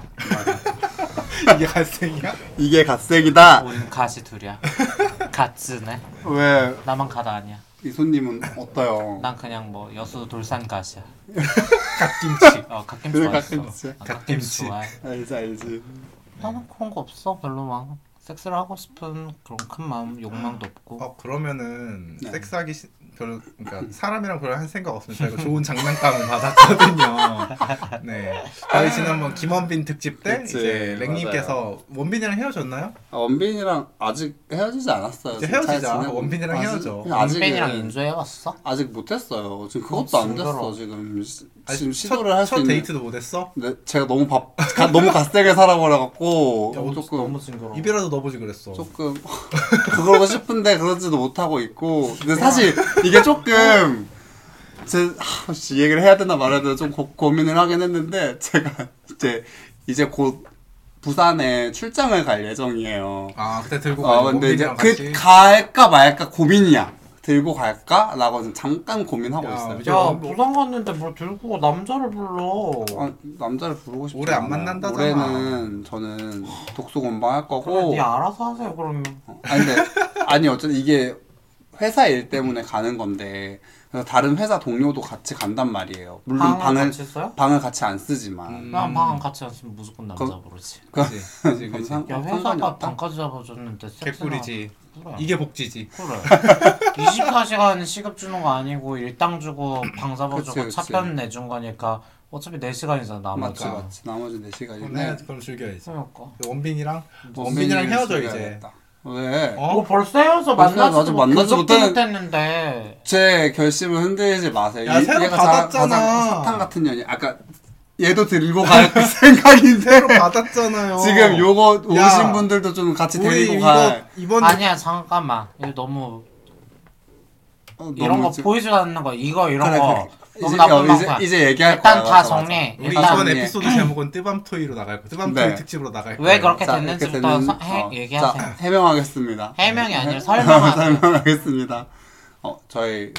[SPEAKER 1] 이게 갈색이야?
[SPEAKER 3] 이게 갓색이다.
[SPEAKER 1] 어.
[SPEAKER 2] 우린 갓이 둘이야. 갓즈네.
[SPEAKER 3] 왜 이
[SPEAKER 2] 나만 갓 아니야.
[SPEAKER 3] 손님은 어때요?
[SPEAKER 2] 난 그냥 뭐 여수 돌산 갓이야.
[SPEAKER 1] 갓김치 네,
[SPEAKER 2] 어 갓김치
[SPEAKER 3] 그래
[SPEAKER 2] 맛있어.
[SPEAKER 3] 갓김치.
[SPEAKER 2] 아,
[SPEAKER 1] 갓김치.
[SPEAKER 2] 갓김치 좋아해.
[SPEAKER 3] 알지 알지.
[SPEAKER 2] 나는 그런 거 없어. 별로 막 섹스를 하고 싶은 그런 큰 마음, 욕망도 없고.
[SPEAKER 1] 어 그러면은
[SPEAKER 3] 네.
[SPEAKER 1] 섹스하기 시, 별로 그러니까 사람이랑 별로 할 생각 없으면 저희가 좋은 장난감을 받았거든요. 네, 저희 지난번 김원빈 특집 때
[SPEAKER 3] 그치,
[SPEAKER 1] 이제 랭님께서 원빈이랑 헤어졌나요?
[SPEAKER 3] 아, 원빈이랑 아직 헤어지지 않았어요.
[SPEAKER 1] 이제
[SPEAKER 3] 지금 잘
[SPEAKER 1] 헤어지자.
[SPEAKER 3] 지내고.
[SPEAKER 1] 원빈이랑
[SPEAKER 3] 아직-
[SPEAKER 1] 헤어져.
[SPEAKER 3] 그냥 아직은- 예,
[SPEAKER 2] 원빈이랑 인조해왔어?
[SPEAKER 3] 아직 못했어요. 지금 그것도
[SPEAKER 2] 그럼
[SPEAKER 3] 안 됐어.
[SPEAKER 2] 징그러워.
[SPEAKER 3] 지금 시-
[SPEAKER 1] 아니,
[SPEAKER 3] 지금
[SPEAKER 1] 첫-
[SPEAKER 3] 시도를 할 수
[SPEAKER 1] 첫
[SPEAKER 3] 있는.
[SPEAKER 1] 데이트도 못했어?
[SPEAKER 3] 네, 제가 너무 밥 가, 너무 갓세게 살아버려갖고
[SPEAKER 1] 야,
[SPEAKER 3] 조금
[SPEAKER 2] 너무 징그러워.
[SPEAKER 1] 입이라도 넣어보지 그랬어.
[SPEAKER 3] 조금 그러고 싶은데 그러지도 못하고 있고 근데 사실 이게 조금 제 하, 씨, 얘기를 해야 되나 말아야 되나 좀 고, 고민을 하긴 했는데 제가 이제 이제 곧 부산에 출장을 갈 예정이에요.
[SPEAKER 1] 아 그때 들고
[SPEAKER 3] 아
[SPEAKER 1] 간
[SPEAKER 3] 근데 이제
[SPEAKER 1] 원빈이랑 같이.
[SPEAKER 3] 그 갈까 말까 고민이야. 들고 갈까라고 지금 잠깐 고민하고
[SPEAKER 1] 야,
[SPEAKER 3] 있어요.
[SPEAKER 1] 이제
[SPEAKER 2] 야
[SPEAKER 1] 원-
[SPEAKER 2] 부산 갔는데 뭘 들고 남자를 불러.
[SPEAKER 3] 아, 남자를 부르고 싶지
[SPEAKER 1] 올해 안
[SPEAKER 3] 않아요.
[SPEAKER 1] 만난다잖아.
[SPEAKER 3] 올해는 저는 독서 공부할
[SPEAKER 2] 그래
[SPEAKER 3] 거고
[SPEAKER 2] 네 알아서 하세요 그러면.
[SPEAKER 3] 아니 근데 아니 어쨌든 이게 회사 일 때문에 가는 건데 그래서 다른 회사 동료도 같이 간단 말이에요. 물론
[SPEAKER 2] 방을
[SPEAKER 3] 방을
[SPEAKER 2] 같이 써요?
[SPEAKER 3] 방을 같이 안 쓰지만
[SPEAKER 1] 음.
[SPEAKER 2] 난 방은 같이 안 쓰면 무조건 남자
[SPEAKER 3] 그럼- 어,
[SPEAKER 2] 부르지.
[SPEAKER 1] 그치, 그치,
[SPEAKER 3] 그럼
[SPEAKER 1] 그치.
[SPEAKER 3] 상-
[SPEAKER 2] 야
[SPEAKER 3] 상관이
[SPEAKER 2] 회사가
[SPEAKER 3] 없다.
[SPEAKER 2] 방까지 잡아줬는데 섹스나
[SPEAKER 1] 개꿀이지.
[SPEAKER 2] 그래.
[SPEAKER 1] 이게 복지지.
[SPEAKER 2] 그래. 24시간 시급 주는 거 아니고 일당 주고 방
[SPEAKER 3] 그치,
[SPEAKER 2] 잡아주고
[SPEAKER 3] 그치.
[SPEAKER 2] 차편 내준 거니까 어차피
[SPEAKER 3] 맞지
[SPEAKER 2] 4시간이잖아 나머지.
[SPEAKER 1] 맞아.
[SPEAKER 3] 맞지 나머지 네
[SPEAKER 1] 그럼
[SPEAKER 3] 시간인데
[SPEAKER 1] 네. 그럼 즐겨야지.
[SPEAKER 2] 그러니까.
[SPEAKER 1] 원빈이랑 원빈이랑 헤어져 이제.
[SPEAKER 3] 해야겠다. 왜?
[SPEAKER 1] 어?
[SPEAKER 2] 뭐 벌써 헤어져
[SPEAKER 3] 벌써
[SPEAKER 2] 만나지도
[SPEAKER 3] 아직 만나지
[SPEAKER 2] 못- 그저께
[SPEAKER 3] 못하는-
[SPEAKER 2] 못했는데
[SPEAKER 3] 제 결심을 흔들지 마세요.
[SPEAKER 1] 야,
[SPEAKER 3] 이-
[SPEAKER 1] 새로
[SPEAKER 3] 얘가 자-
[SPEAKER 1] 받았잖아.
[SPEAKER 3] 가장 사탕 같은 년이 아까 얘도 들고 갈 생각인데
[SPEAKER 1] 새로 받았잖아요.
[SPEAKER 3] 지금 요거 오신
[SPEAKER 1] 야.
[SPEAKER 3] 분들도 좀 같이
[SPEAKER 1] 우리
[SPEAKER 3] 데리고
[SPEAKER 1] 이거
[SPEAKER 3] 갈
[SPEAKER 1] 이번
[SPEAKER 2] 아니야 잠깐만 이거 너무
[SPEAKER 3] 어,
[SPEAKER 2] 이런
[SPEAKER 3] 너무
[SPEAKER 2] 거
[SPEAKER 3] 이제-
[SPEAKER 2] 보이지도 않는 거 이거 이런
[SPEAKER 3] 그래,
[SPEAKER 2] 거
[SPEAKER 3] 그래.
[SPEAKER 2] 너무
[SPEAKER 3] 이제-
[SPEAKER 2] 나쁜
[SPEAKER 3] 어, 이제-
[SPEAKER 2] 방법
[SPEAKER 3] 이제 얘기할
[SPEAKER 2] 일단
[SPEAKER 3] 거야.
[SPEAKER 2] 다
[SPEAKER 3] 맞아, 맞아.
[SPEAKER 2] 정리
[SPEAKER 1] 우리
[SPEAKER 2] 일단
[SPEAKER 1] 이번
[SPEAKER 3] 정리.
[SPEAKER 1] 에피소드 제목은 뜨밤토이로 나갈 거. 뜨밤토이
[SPEAKER 3] 예. 네.
[SPEAKER 1] 특집으로 나갈 거.
[SPEAKER 2] 왜 그렇게
[SPEAKER 3] 자,
[SPEAKER 2] 됐는지부터
[SPEAKER 3] 이렇게
[SPEAKER 2] 서-
[SPEAKER 3] 되는-
[SPEAKER 2] 해,
[SPEAKER 3] 어,
[SPEAKER 2] 얘기하세요
[SPEAKER 3] 자, 해명하겠습니다.
[SPEAKER 2] 해명이 아니라 설명하세요
[SPEAKER 3] 설명하겠습니다. 어, 저희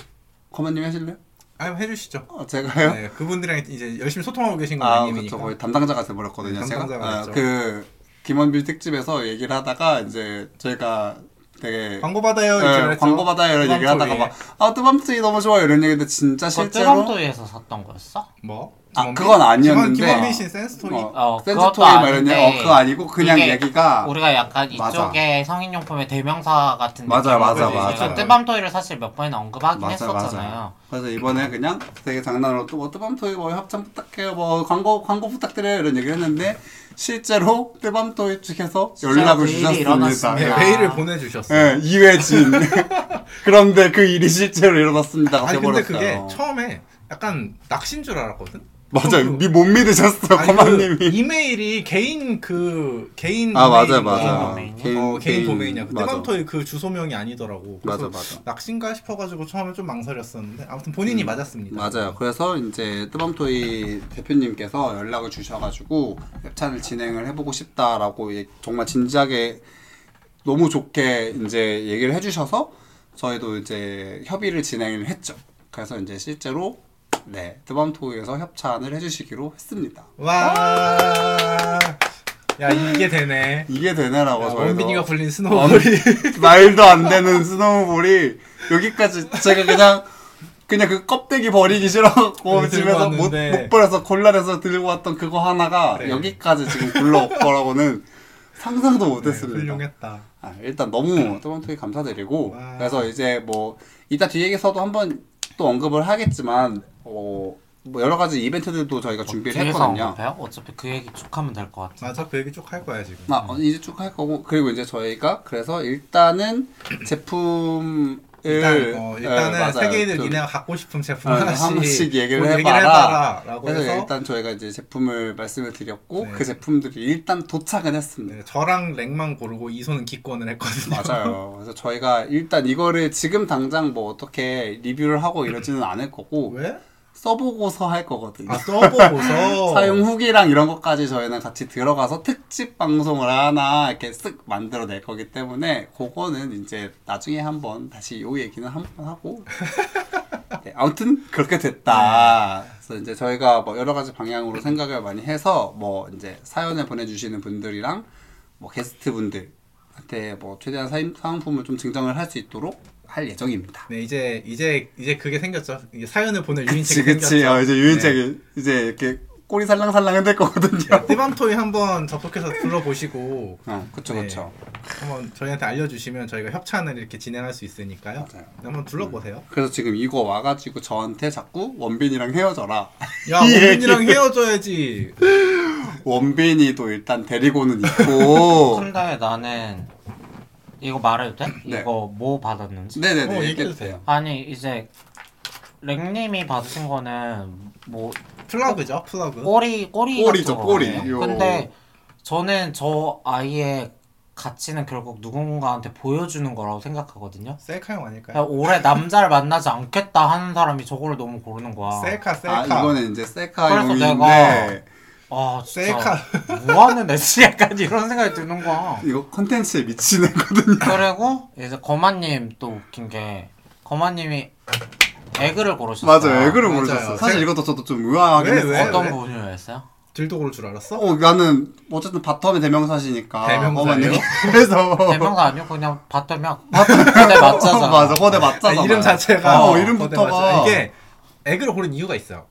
[SPEAKER 3] 커먼님 하실래요?
[SPEAKER 1] 아 해주시죠.
[SPEAKER 3] 어, 제가요?
[SPEAKER 1] 네, 그분들이랑 이제 열심히 소통하고 계신 거
[SPEAKER 3] 아,
[SPEAKER 1] 아,
[SPEAKER 3] 그렇죠.
[SPEAKER 1] 님이니까.
[SPEAKER 3] 거의 담당자가 돼버렸거든요.
[SPEAKER 1] 네,
[SPEAKER 3] 제가
[SPEAKER 1] 담당자가
[SPEAKER 3] 아,
[SPEAKER 1] 됐죠.
[SPEAKER 3] 그 김원빌 특집에서 얘기를 하다가 이제 저희가 되게
[SPEAKER 1] 광고 받아요.
[SPEAKER 3] 네,
[SPEAKER 1] 이렇게 했죠.
[SPEAKER 3] 광고 받아요 이런 얘기
[SPEAKER 1] 뜨밤토이.
[SPEAKER 3] 아, 하다가 막아 뜨밤토이 너무 좋아요 이런 얘기인데 진짜
[SPEAKER 2] 그거
[SPEAKER 3] 실제로
[SPEAKER 2] 뜨감도에서 샀던 거였어?
[SPEAKER 1] 뭐?
[SPEAKER 3] 아 그건 아니었는데
[SPEAKER 1] 김원, 김원빈 씨는 센스토리.
[SPEAKER 3] 어,
[SPEAKER 2] 어, 그것도
[SPEAKER 3] 센스토리 말했냐? 어
[SPEAKER 2] 아닌데
[SPEAKER 3] 그거 아니고 그냥
[SPEAKER 2] 이게
[SPEAKER 3] 얘기가
[SPEAKER 2] 우리가 약간
[SPEAKER 3] 맞아.
[SPEAKER 2] 이쪽에 성인용품의 대명사 같은
[SPEAKER 3] 맞아, 맞아,
[SPEAKER 1] 맞아.
[SPEAKER 2] 뜨밤토이를 사실 몇 번이나 언급하긴
[SPEAKER 3] 맞아,
[SPEAKER 2] 했었잖아요.
[SPEAKER 3] 그래서 이번에 그냥 되게 장난으로 또 뜨밤토이 뭐 합참 부탁해요 뭐 광고 광고 부탁드려요 이런 얘기를 했는데 실제로 뜨밤토이 측에서
[SPEAKER 2] 실제로
[SPEAKER 3] 연락을
[SPEAKER 2] 그 일이
[SPEAKER 3] 주셨습니다.
[SPEAKER 2] 일어났습니다.
[SPEAKER 1] 네,
[SPEAKER 2] 아.
[SPEAKER 1] 메일을 보내주셨어요.
[SPEAKER 3] 예, 이회진. 그런데 그 일이 실제로 일어났습니다.
[SPEAKER 1] 아니 근데
[SPEAKER 3] 돼버렸어요.
[SPEAKER 1] 그게 처음에 약간 낚신 줄 알았거든.
[SPEAKER 3] 맞아요.
[SPEAKER 1] 그-
[SPEAKER 3] 미, 못 믿으셨어요,
[SPEAKER 1] 아니,
[SPEAKER 3] 거만님이.
[SPEAKER 1] 그 이메일이 개인 그 개인
[SPEAKER 3] 아 맞아
[SPEAKER 1] 메일인
[SPEAKER 3] 맞아.
[SPEAKER 1] 거잖아.
[SPEAKER 2] 개인
[SPEAKER 1] 어, 개인 도메인이야.
[SPEAKER 3] 맞아.
[SPEAKER 1] 그때부터의 그 주소명이 아니더라고. 그래서
[SPEAKER 3] 맞아 맞아. 음.
[SPEAKER 1] 낚신가 싶어가지고 처음에 좀 망설였었는데 아무튼 본인이 맞았습니다.
[SPEAKER 3] 맞아요. 그래서 이제 뜨밤토이 대표님께서 연락을 주셔가지고 협찬을 진행을 해보고 싶다라고 예- 정말 진지하게 너무 좋게 이제 얘기를 해주셔서 저희도 이제 협의를 진행을 했죠. 그래서 이제 실제로 네 뜨밤토이에서 협찬을 해주시기로 했습니다.
[SPEAKER 1] 와. 야 이게 되네.
[SPEAKER 3] 이게
[SPEAKER 1] 야,
[SPEAKER 3] 되네라고 저희도
[SPEAKER 1] 원빈이가
[SPEAKER 3] 아,
[SPEAKER 1] 불린 스노우볼이
[SPEAKER 3] 어, 말도 안 되는 스노우볼이 여기까지 제가 그냥 그냥 그 껍데기 버리기 싫어갖고
[SPEAKER 1] 네, 들고
[SPEAKER 3] 집에서 못,
[SPEAKER 1] 왔는데. 네.
[SPEAKER 3] 못 버려서 곤란해서 들고 왔던 그거 하나가
[SPEAKER 1] 그래.
[SPEAKER 3] 여기까지 지금 굴러올 거라고는 상상도 못했습니다.
[SPEAKER 1] 네, 훌륭했다.
[SPEAKER 3] 아, 일단 너무 또방토이 감사드리고
[SPEAKER 1] 와.
[SPEAKER 3] 그래서 이제 뭐 이따 뒤에서도 한번 또 언급을 하겠지만 어, 뭐 여러 가지 이벤트들도
[SPEAKER 2] 어,
[SPEAKER 3] 저희가 준비를
[SPEAKER 2] 뭐 뒤에서
[SPEAKER 3] 했거든요.
[SPEAKER 2] 언급해요? 어차피 그 얘기 쭉 하면 될 것 같아.
[SPEAKER 1] 맞아 그 얘기 쭉 할 거야 지금.
[SPEAKER 3] 아, 어, 이제 쭉 할 거고 그리고 이제 저희가 그래서 일단은 제품을
[SPEAKER 1] 일단 어,
[SPEAKER 3] 예,
[SPEAKER 1] 일단은
[SPEAKER 3] 맞아요.
[SPEAKER 1] 세계인들
[SPEAKER 3] 좀-
[SPEAKER 1] 니네가 갖고 싶은 제품
[SPEAKER 3] 어,
[SPEAKER 1] 하나씩,
[SPEAKER 3] 하나씩 얘기를
[SPEAKER 1] 뭐
[SPEAKER 3] 해봐라.
[SPEAKER 1] 라고
[SPEAKER 3] 그래서
[SPEAKER 1] 해서
[SPEAKER 3] 일단 저희가 이제 제품을 말씀을 드렸고
[SPEAKER 1] 네.
[SPEAKER 3] 그 제품들이 일단 도착은 했습니다.
[SPEAKER 1] 네, 저랑 렉만 고르고 이소는 기권을 했거든요.
[SPEAKER 3] 맞아요. 그래서 저희가 일단 이거를 지금 당장 뭐 어떻게 리뷰를 하고 이러지는 않을 거고
[SPEAKER 1] 왜?
[SPEAKER 3] 써보고서 할 거거든요.
[SPEAKER 1] 아 써보고서
[SPEAKER 3] 사용 후기랑 이런 것까지 저희는 같이 들어가서 특집 방송을 하나 이렇게 쓱 만들어낼 거기 때문에 그거는 이제 나중에 한번 다시 요 얘기는 한번 하고 네, 아무튼 그렇게 됐다.
[SPEAKER 1] 네.
[SPEAKER 3] 그래서 이제 저희가 뭐 여러 가지 방향으로 생각을 많이 해서 뭐 이제 사연을 보내주시는 분들이랑 뭐 게스트 분들한테 뭐 최대한 사- 사은품을 좀 증정을 할 수 있도록 할 예정입니다.
[SPEAKER 1] 네 이제 이제 이제 그게 생겼죠. 이제 사연을 보낼
[SPEAKER 3] 그치
[SPEAKER 1] 유인책이
[SPEAKER 3] 그치.
[SPEAKER 1] 생겼죠. 네.
[SPEAKER 3] 어, 이제 유인책이 이제 이렇게 꼬리 살랑살랑 흔들 거거든요.
[SPEAKER 1] 띠밤토이 네, 한번 접속해서 불러보시고
[SPEAKER 3] 어, 그쵸,
[SPEAKER 1] 네.
[SPEAKER 3] 그쵸.
[SPEAKER 1] 한번 저희한테 알려주시면 저희가 협찬을 이렇게 진행할 수 있으니까요. 네,
[SPEAKER 3] 맞아요.
[SPEAKER 1] 한번 둘러보세요.
[SPEAKER 3] 그래서 지금 이거 와가지고 저한테 자꾸 원빈이랑 헤어져라.
[SPEAKER 1] 야
[SPEAKER 3] 이
[SPEAKER 1] 원빈이랑
[SPEAKER 3] 얘기를-
[SPEAKER 1] 헤어져야지.
[SPEAKER 3] 원빈이도 일단 데리고는 있고.
[SPEAKER 2] 근데 나는 이거 말해도 돼?
[SPEAKER 3] 뭐. 네.
[SPEAKER 2] 이거 뭐 받았는지?
[SPEAKER 3] 네네네.
[SPEAKER 1] 어,
[SPEAKER 3] 얘기해도
[SPEAKER 1] 얘기해도
[SPEAKER 3] 돼요.
[SPEAKER 2] 아니 이제 렉님이 받으신 거는 뭐
[SPEAKER 1] 플러그죠 플러그.
[SPEAKER 2] 꼬리 꼬리
[SPEAKER 3] 꼬리죠,
[SPEAKER 2] 같은
[SPEAKER 3] 꼬리.
[SPEAKER 2] 거거든요.
[SPEAKER 3] 요.
[SPEAKER 2] 근데 저는 저 아이의 가치는 결국 누군가한테 보여주는 거라고 생각하거든요.
[SPEAKER 1] 셀카형
[SPEAKER 3] 네.
[SPEAKER 1] 아닐까요?
[SPEAKER 2] 그냥 올해 남자를 만나지 않겠다 하는 사람이 저거를 너무 고르는 거야.
[SPEAKER 1] 셀카 셀카.
[SPEAKER 3] 아, 이거는 이제
[SPEAKER 2] 그래서
[SPEAKER 3] 셀카용인데,
[SPEAKER 2] 아 진짜
[SPEAKER 1] 셀카.
[SPEAKER 2] 뭐하는 애지 약간 이런 생각이 드는 거야.
[SPEAKER 3] 이거 컨텐츠에 미친 애거든요.
[SPEAKER 2] 그리고 이제 거마님 또 웃긴 게 거마님이 에그를 고르셨어요.
[SPEAKER 3] 맞아요. 애그를
[SPEAKER 1] 맞아요.
[SPEAKER 3] 모르셨어. 사실
[SPEAKER 1] 셀-
[SPEAKER 3] 이것도 저도 좀 의아하긴
[SPEAKER 1] 왜,
[SPEAKER 3] 했어요. 네.
[SPEAKER 1] 왜?
[SPEAKER 2] 어떤 분을 했어요?
[SPEAKER 1] 들도 고를 줄 알았어?
[SPEAKER 3] 어, 나는 어쨌든 바텀의 대명사시니까.
[SPEAKER 1] 대명사예요?
[SPEAKER 3] 어머니. 그래서.
[SPEAKER 2] 대명사 아니고 그냥 봤다면 그때 맞잖아.
[SPEAKER 3] 맞아. 거대
[SPEAKER 1] 아,
[SPEAKER 3] 맞잖아.
[SPEAKER 1] 이름 자체가
[SPEAKER 3] 어,
[SPEAKER 1] 거대 맞아요.
[SPEAKER 3] 이름부터가.
[SPEAKER 1] 이게 에그를 고른 이유가 있어요.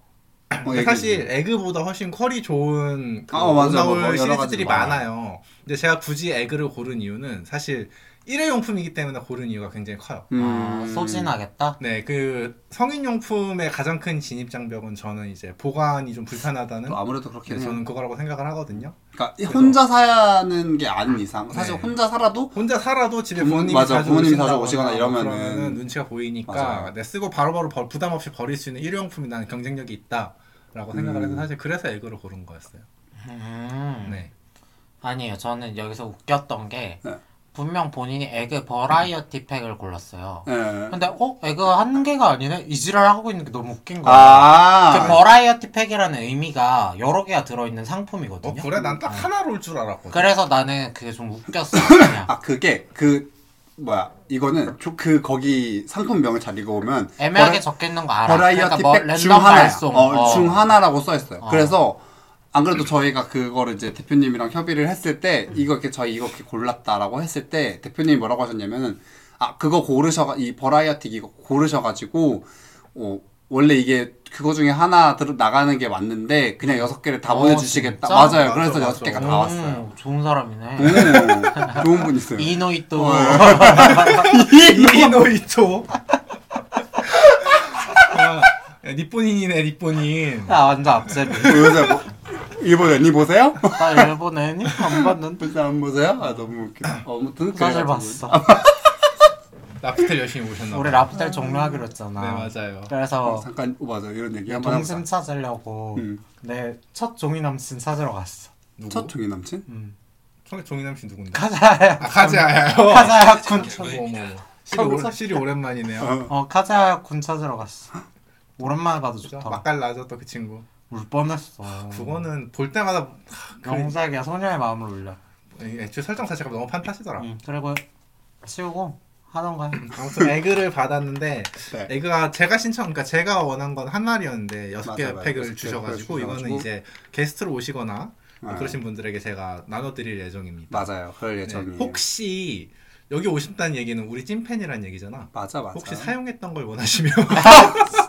[SPEAKER 3] 어,
[SPEAKER 1] 근데
[SPEAKER 3] 애그.
[SPEAKER 1] 사실 에그보다 훨씬 퀄이 좋은 그
[SPEAKER 3] 아, 어, 맞아요.
[SPEAKER 1] 나올
[SPEAKER 3] 뭐, 뭐 여러 가지
[SPEAKER 1] 시리즈들이
[SPEAKER 3] 많아요.
[SPEAKER 1] 많아요. 근데 제가 굳이 에그를 고른 이유는 사실 일회용품이기 때문에 고른 이유가 굉장히 커요.
[SPEAKER 3] 음.
[SPEAKER 2] 아, 소진하겠다.
[SPEAKER 1] 네, 그 성인용품의 가장 큰 진입장벽은 저는 이제 보관이 좀 불편하다는
[SPEAKER 3] 또 아무래도 그렇게
[SPEAKER 1] 네, 저는 그거라고 생각을 하거든요.
[SPEAKER 3] 그러니까 혼자 사는 게 아닌 이상 사실
[SPEAKER 1] 네.
[SPEAKER 3] 혼자 살아도
[SPEAKER 1] 혼자 살아도 집에
[SPEAKER 3] 음,
[SPEAKER 1] 부모님이
[SPEAKER 3] 맞아.
[SPEAKER 1] 자주
[SPEAKER 3] 부모님이
[SPEAKER 1] 오신다거나
[SPEAKER 3] 자주 오시거나 이러면은
[SPEAKER 1] 그러면은 눈치가 보이니까
[SPEAKER 3] 맞아요.
[SPEAKER 1] 내 쓰고 바로바로 벌- 부담 없이 버릴 수 있는 일회용품이 나는 경쟁력이 있다라고 생각을 해서
[SPEAKER 3] 음.
[SPEAKER 1] 사실 그래서 에그를 고른 거였어요.
[SPEAKER 2] 음.
[SPEAKER 1] 네.
[SPEAKER 2] 아니에요. 저는 여기서 웃겼던 게
[SPEAKER 3] 네.
[SPEAKER 2] 분명 본인이 에그 버라이어티 팩을 골랐어요.
[SPEAKER 3] 예.
[SPEAKER 2] 근데 어? 에그 한 개가 아니네? 이 지랄 하고 있는 게 너무 웃긴 거예요. 그
[SPEAKER 3] 아.
[SPEAKER 2] 버라이어티 팩이라는 의미가 여러 개가 들어있는
[SPEAKER 1] 어
[SPEAKER 2] 상품이거든요.
[SPEAKER 1] 그래 난 딱
[SPEAKER 3] 음.
[SPEAKER 1] 하나로 올 줄 알았거든.
[SPEAKER 2] 그래서 나는 그게 좀 웃겼어. 그냥
[SPEAKER 3] 아 그게 그 뭐야 이거는 조- 그 거기 상품명을 잘 읽어보면
[SPEAKER 2] 애매하게 적혀 있는 거 알아.
[SPEAKER 3] 버라이어티
[SPEAKER 2] 그러니까 뭐
[SPEAKER 3] 팩 중
[SPEAKER 2] 랜덤
[SPEAKER 3] 하나
[SPEAKER 2] 발송.
[SPEAKER 3] 어,
[SPEAKER 2] 어.
[SPEAKER 3] 중 하나라고 써 있어요.
[SPEAKER 2] 어.
[SPEAKER 3] 그래서 안 그래도 저희가 그거를 이제 대표님이랑 협의를 했을 때 이거 이렇게 저희 이거 이렇게 골랐다라고 했을 때 대표님이 뭐라고 하셨냐면은 아 그거 고르셔 이 버라이어티 이거 고르셔가지고 어, 원래 이게 그거 중에 하나 들어 나가는 게 맞는데 그냥 여섯 개를 다
[SPEAKER 2] 어,
[SPEAKER 3] 보내주시겠다.
[SPEAKER 2] 진짜?
[SPEAKER 3] 맞아요.
[SPEAKER 1] 맞아,
[SPEAKER 3] 그래서
[SPEAKER 1] 맞아.
[SPEAKER 3] 여섯 개가 다
[SPEAKER 1] 음.
[SPEAKER 3] 왔어요.
[SPEAKER 2] 오, 좋은 사람이네.
[SPEAKER 3] 오, 좋은 분 있어요. 어,
[SPEAKER 2] 이노이또
[SPEAKER 1] 이노이토. 아, 야, 니폰인이네 니폰인.
[SPEAKER 2] 나 완전 앞세미.
[SPEAKER 3] 요새 뭐, 일본 애니 보세요?
[SPEAKER 2] 나 일본 애니 안 봤는데
[SPEAKER 3] 일본 안 보세요? 아 너무 웃겨. 아무튼
[SPEAKER 2] 사실
[SPEAKER 3] 그래가지고.
[SPEAKER 2] 봤어.
[SPEAKER 1] 라프텔 열심히 오셨나
[SPEAKER 2] 우리
[SPEAKER 1] 봐요.
[SPEAKER 2] 라프텔 종료하기로 했잖아.
[SPEAKER 1] 네 맞아요.
[SPEAKER 3] 어,
[SPEAKER 2] 그래서
[SPEAKER 3] 잠깐 어, 맞아 이런 얘기 한번 해보자.
[SPEAKER 2] 동심 찾으려고
[SPEAKER 3] 음.
[SPEAKER 2] 내 첫 종이 남친 찾으러 갔어.
[SPEAKER 1] 누구?
[SPEAKER 3] 첫 종이 남친?
[SPEAKER 2] 음.
[SPEAKER 1] 총 종이남 씨 누군데?
[SPEAKER 2] 카자야.
[SPEAKER 1] 아 카즈아요.
[SPEAKER 3] 어.
[SPEAKER 2] 카자야 군.
[SPEAKER 1] 어머 어머. 시리, 오, 시리 오랜만이네요.
[SPEAKER 3] 어.
[SPEAKER 2] 어 카자야 군 찾으러 갔어. 오랜만에 봐도 좋다.
[SPEAKER 1] 막갈라죠 또 그 친구.
[SPEAKER 2] 울 뻔했어.
[SPEAKER 1] 그거는 볼 때마다
[SPEAKER 2] 명작이야 소녀의 마음을 울려.
[SPEAKER 3] 어.
[SPEAKER 1] 애초에 설정 자체가 너무 판타지더라.
[SPEAKER 2] 음, 그리고 치우고 하던 거야.
[SPEAKER 1] 음. 아무튼 에그를 받았는데
[SPEAKER 3] 네.
[SPEAKER 1] 에그가 제가 신청 그러니까 제가 원한 건 한 마리였는데 여섯 개
[SPEAKER 3] 맞아요, 맞아요.
[SPEAKER 1] 팩을
[SPEAKER 3] 여섯 개
[SPEAKER 1] 주셔가지고
[SPEAKER 3] 팩을
[SPEAKER 1] 이거는
[SPEAKER 3] 주셔가지고.
[SPEAKER 1] 이제 게스트로 오시거나
[SPEAKER 3] 아,
[SPEAKER 1] 그러신 분들에게 제가 나눠드릴 예정입니다.
[SPEAKER 3] 맞아요. 그럴
[SPEAKER 1] 네,
[SPEAKER 3] 예정이에요.
[SPEAKER 1] 혹시 여기 오신다는 얘기는 우리 찐팬이란 얘기잖아.
[SPEAKER 3] 맞아 맞아.
[SPEAKER 1] 혹시 사용했던 걸 원하시면
[SPEAKER 3] 아,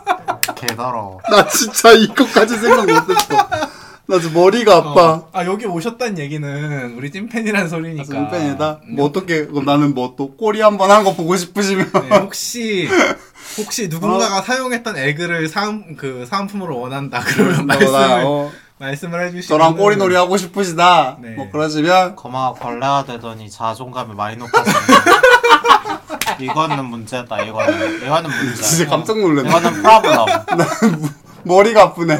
[SPEAKER 2] 개더러.
[SPEAKER 3] 나 진짜 이것까지 생각 못했어. 나 지금 머리가
[SPEAKER 1] 어, 아 여기 오셨다는 얘기는 우리 찐팬이란
[SPEAKER 3] 아,
[SPEAKER 1] 소리니까.
[SPEAKER 3] 눈펜이다.
[SPEAKER 1] 음,
[SPEAKER 3] 뭐 어떻게 그럼 나는 뭐 또 꼬리 한 번 한 거 보고 싶으시면
[SPEAKER 1] 네, 혹시 혹시 누군가가
[SPEAKER 3] 어.
[SPEAKER 1] 사용했던 에그를 사은 그 사은품으로 원한다 그러면 말씀을
[SPEAKER 3] 나, 어,
[SPEAKER 1] 말씀을 해주시면
[SPEAKER 3] 저랑 꼬리놀이 하고 싶으시다.
[SPEAKER 1] 네.
[SPEAKER 3] 뭐 그러시면
[SPEAKER 2] 거마가 걸레가 되더니 자존감이 많이 높아졌네. 이거는 문제다. 이거는 이거는
[SPEAKER 1] 네.
[SPEAKER 2] 문제.
[SPEAKER 3] 진짜 깜짝 놀랐네.
[SPEAKER 2] 이거는 프로블럼.
[SPEAKER 3] 머리가 아프네.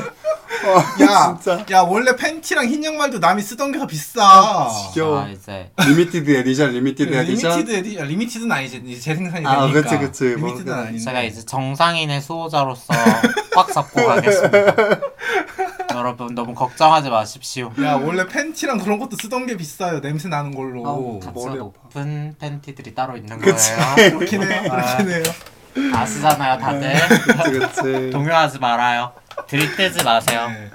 [SPEAKER 3] 어,
[SPEAKER 1] 야,
[SPEAKER 3] 진짜
[SPEAKER 1] 야 원래 팬티랑 흰 양말도 남이 쓰던 게 더 비싸.
[SPEAKER 3] 귀여워.
[SPEAKER 2] 아 이제
[SPEAKER 3] 리미티드 에디션, 네, 리미티드 에디션.
[SPEAKER 1] 그 리미티드 에디, 아, 리미티드는 아니지 이제 재생산이
[SPEAKER 3] 아,
[SPEAKER 1] 되니까.
[SPEAKER 3] 그치, 그치.
[SPEAKER 1] 리미티드는
[SPEAKER 3] 뭐,
[SPEAKER 1] 아닌데.
[SPEAKER 2] 제가 이제 정상인의 수호자로서 꽉 잡고 가겠습니다. 여러분 너무 걱정하지 마십시오.
[SPEAKER 3] 네.
[SPEAKER 1] 야 원래 팬티랑 그런 것도 쓰던 게 비싸요. 냄새 나는 걸로.
[SPEAKER 2] 아우,
[SPEAKER 3] 머리
[SPEAKER 2] 어, 값이
[SPEAKER 3] 아파.
[SPEAKER 2] 높은 팬티들이 따로 있는
[SPEAKER 3] 그치.
[SPEAKER 2] 거예요.
[SPEAKER 1] 그렇긴 해.
[SPEAKER 3] 아.
[SPEAKER 1] 그렇긴 해요.
[SPEAKER 2] 아시잖아요, 다들.
[SPEAKER 3] 그치, 그치.
[SPEAKER 2] 동요하지 말아요. 들이대지 마세요.
[SPEAKER 1] 네.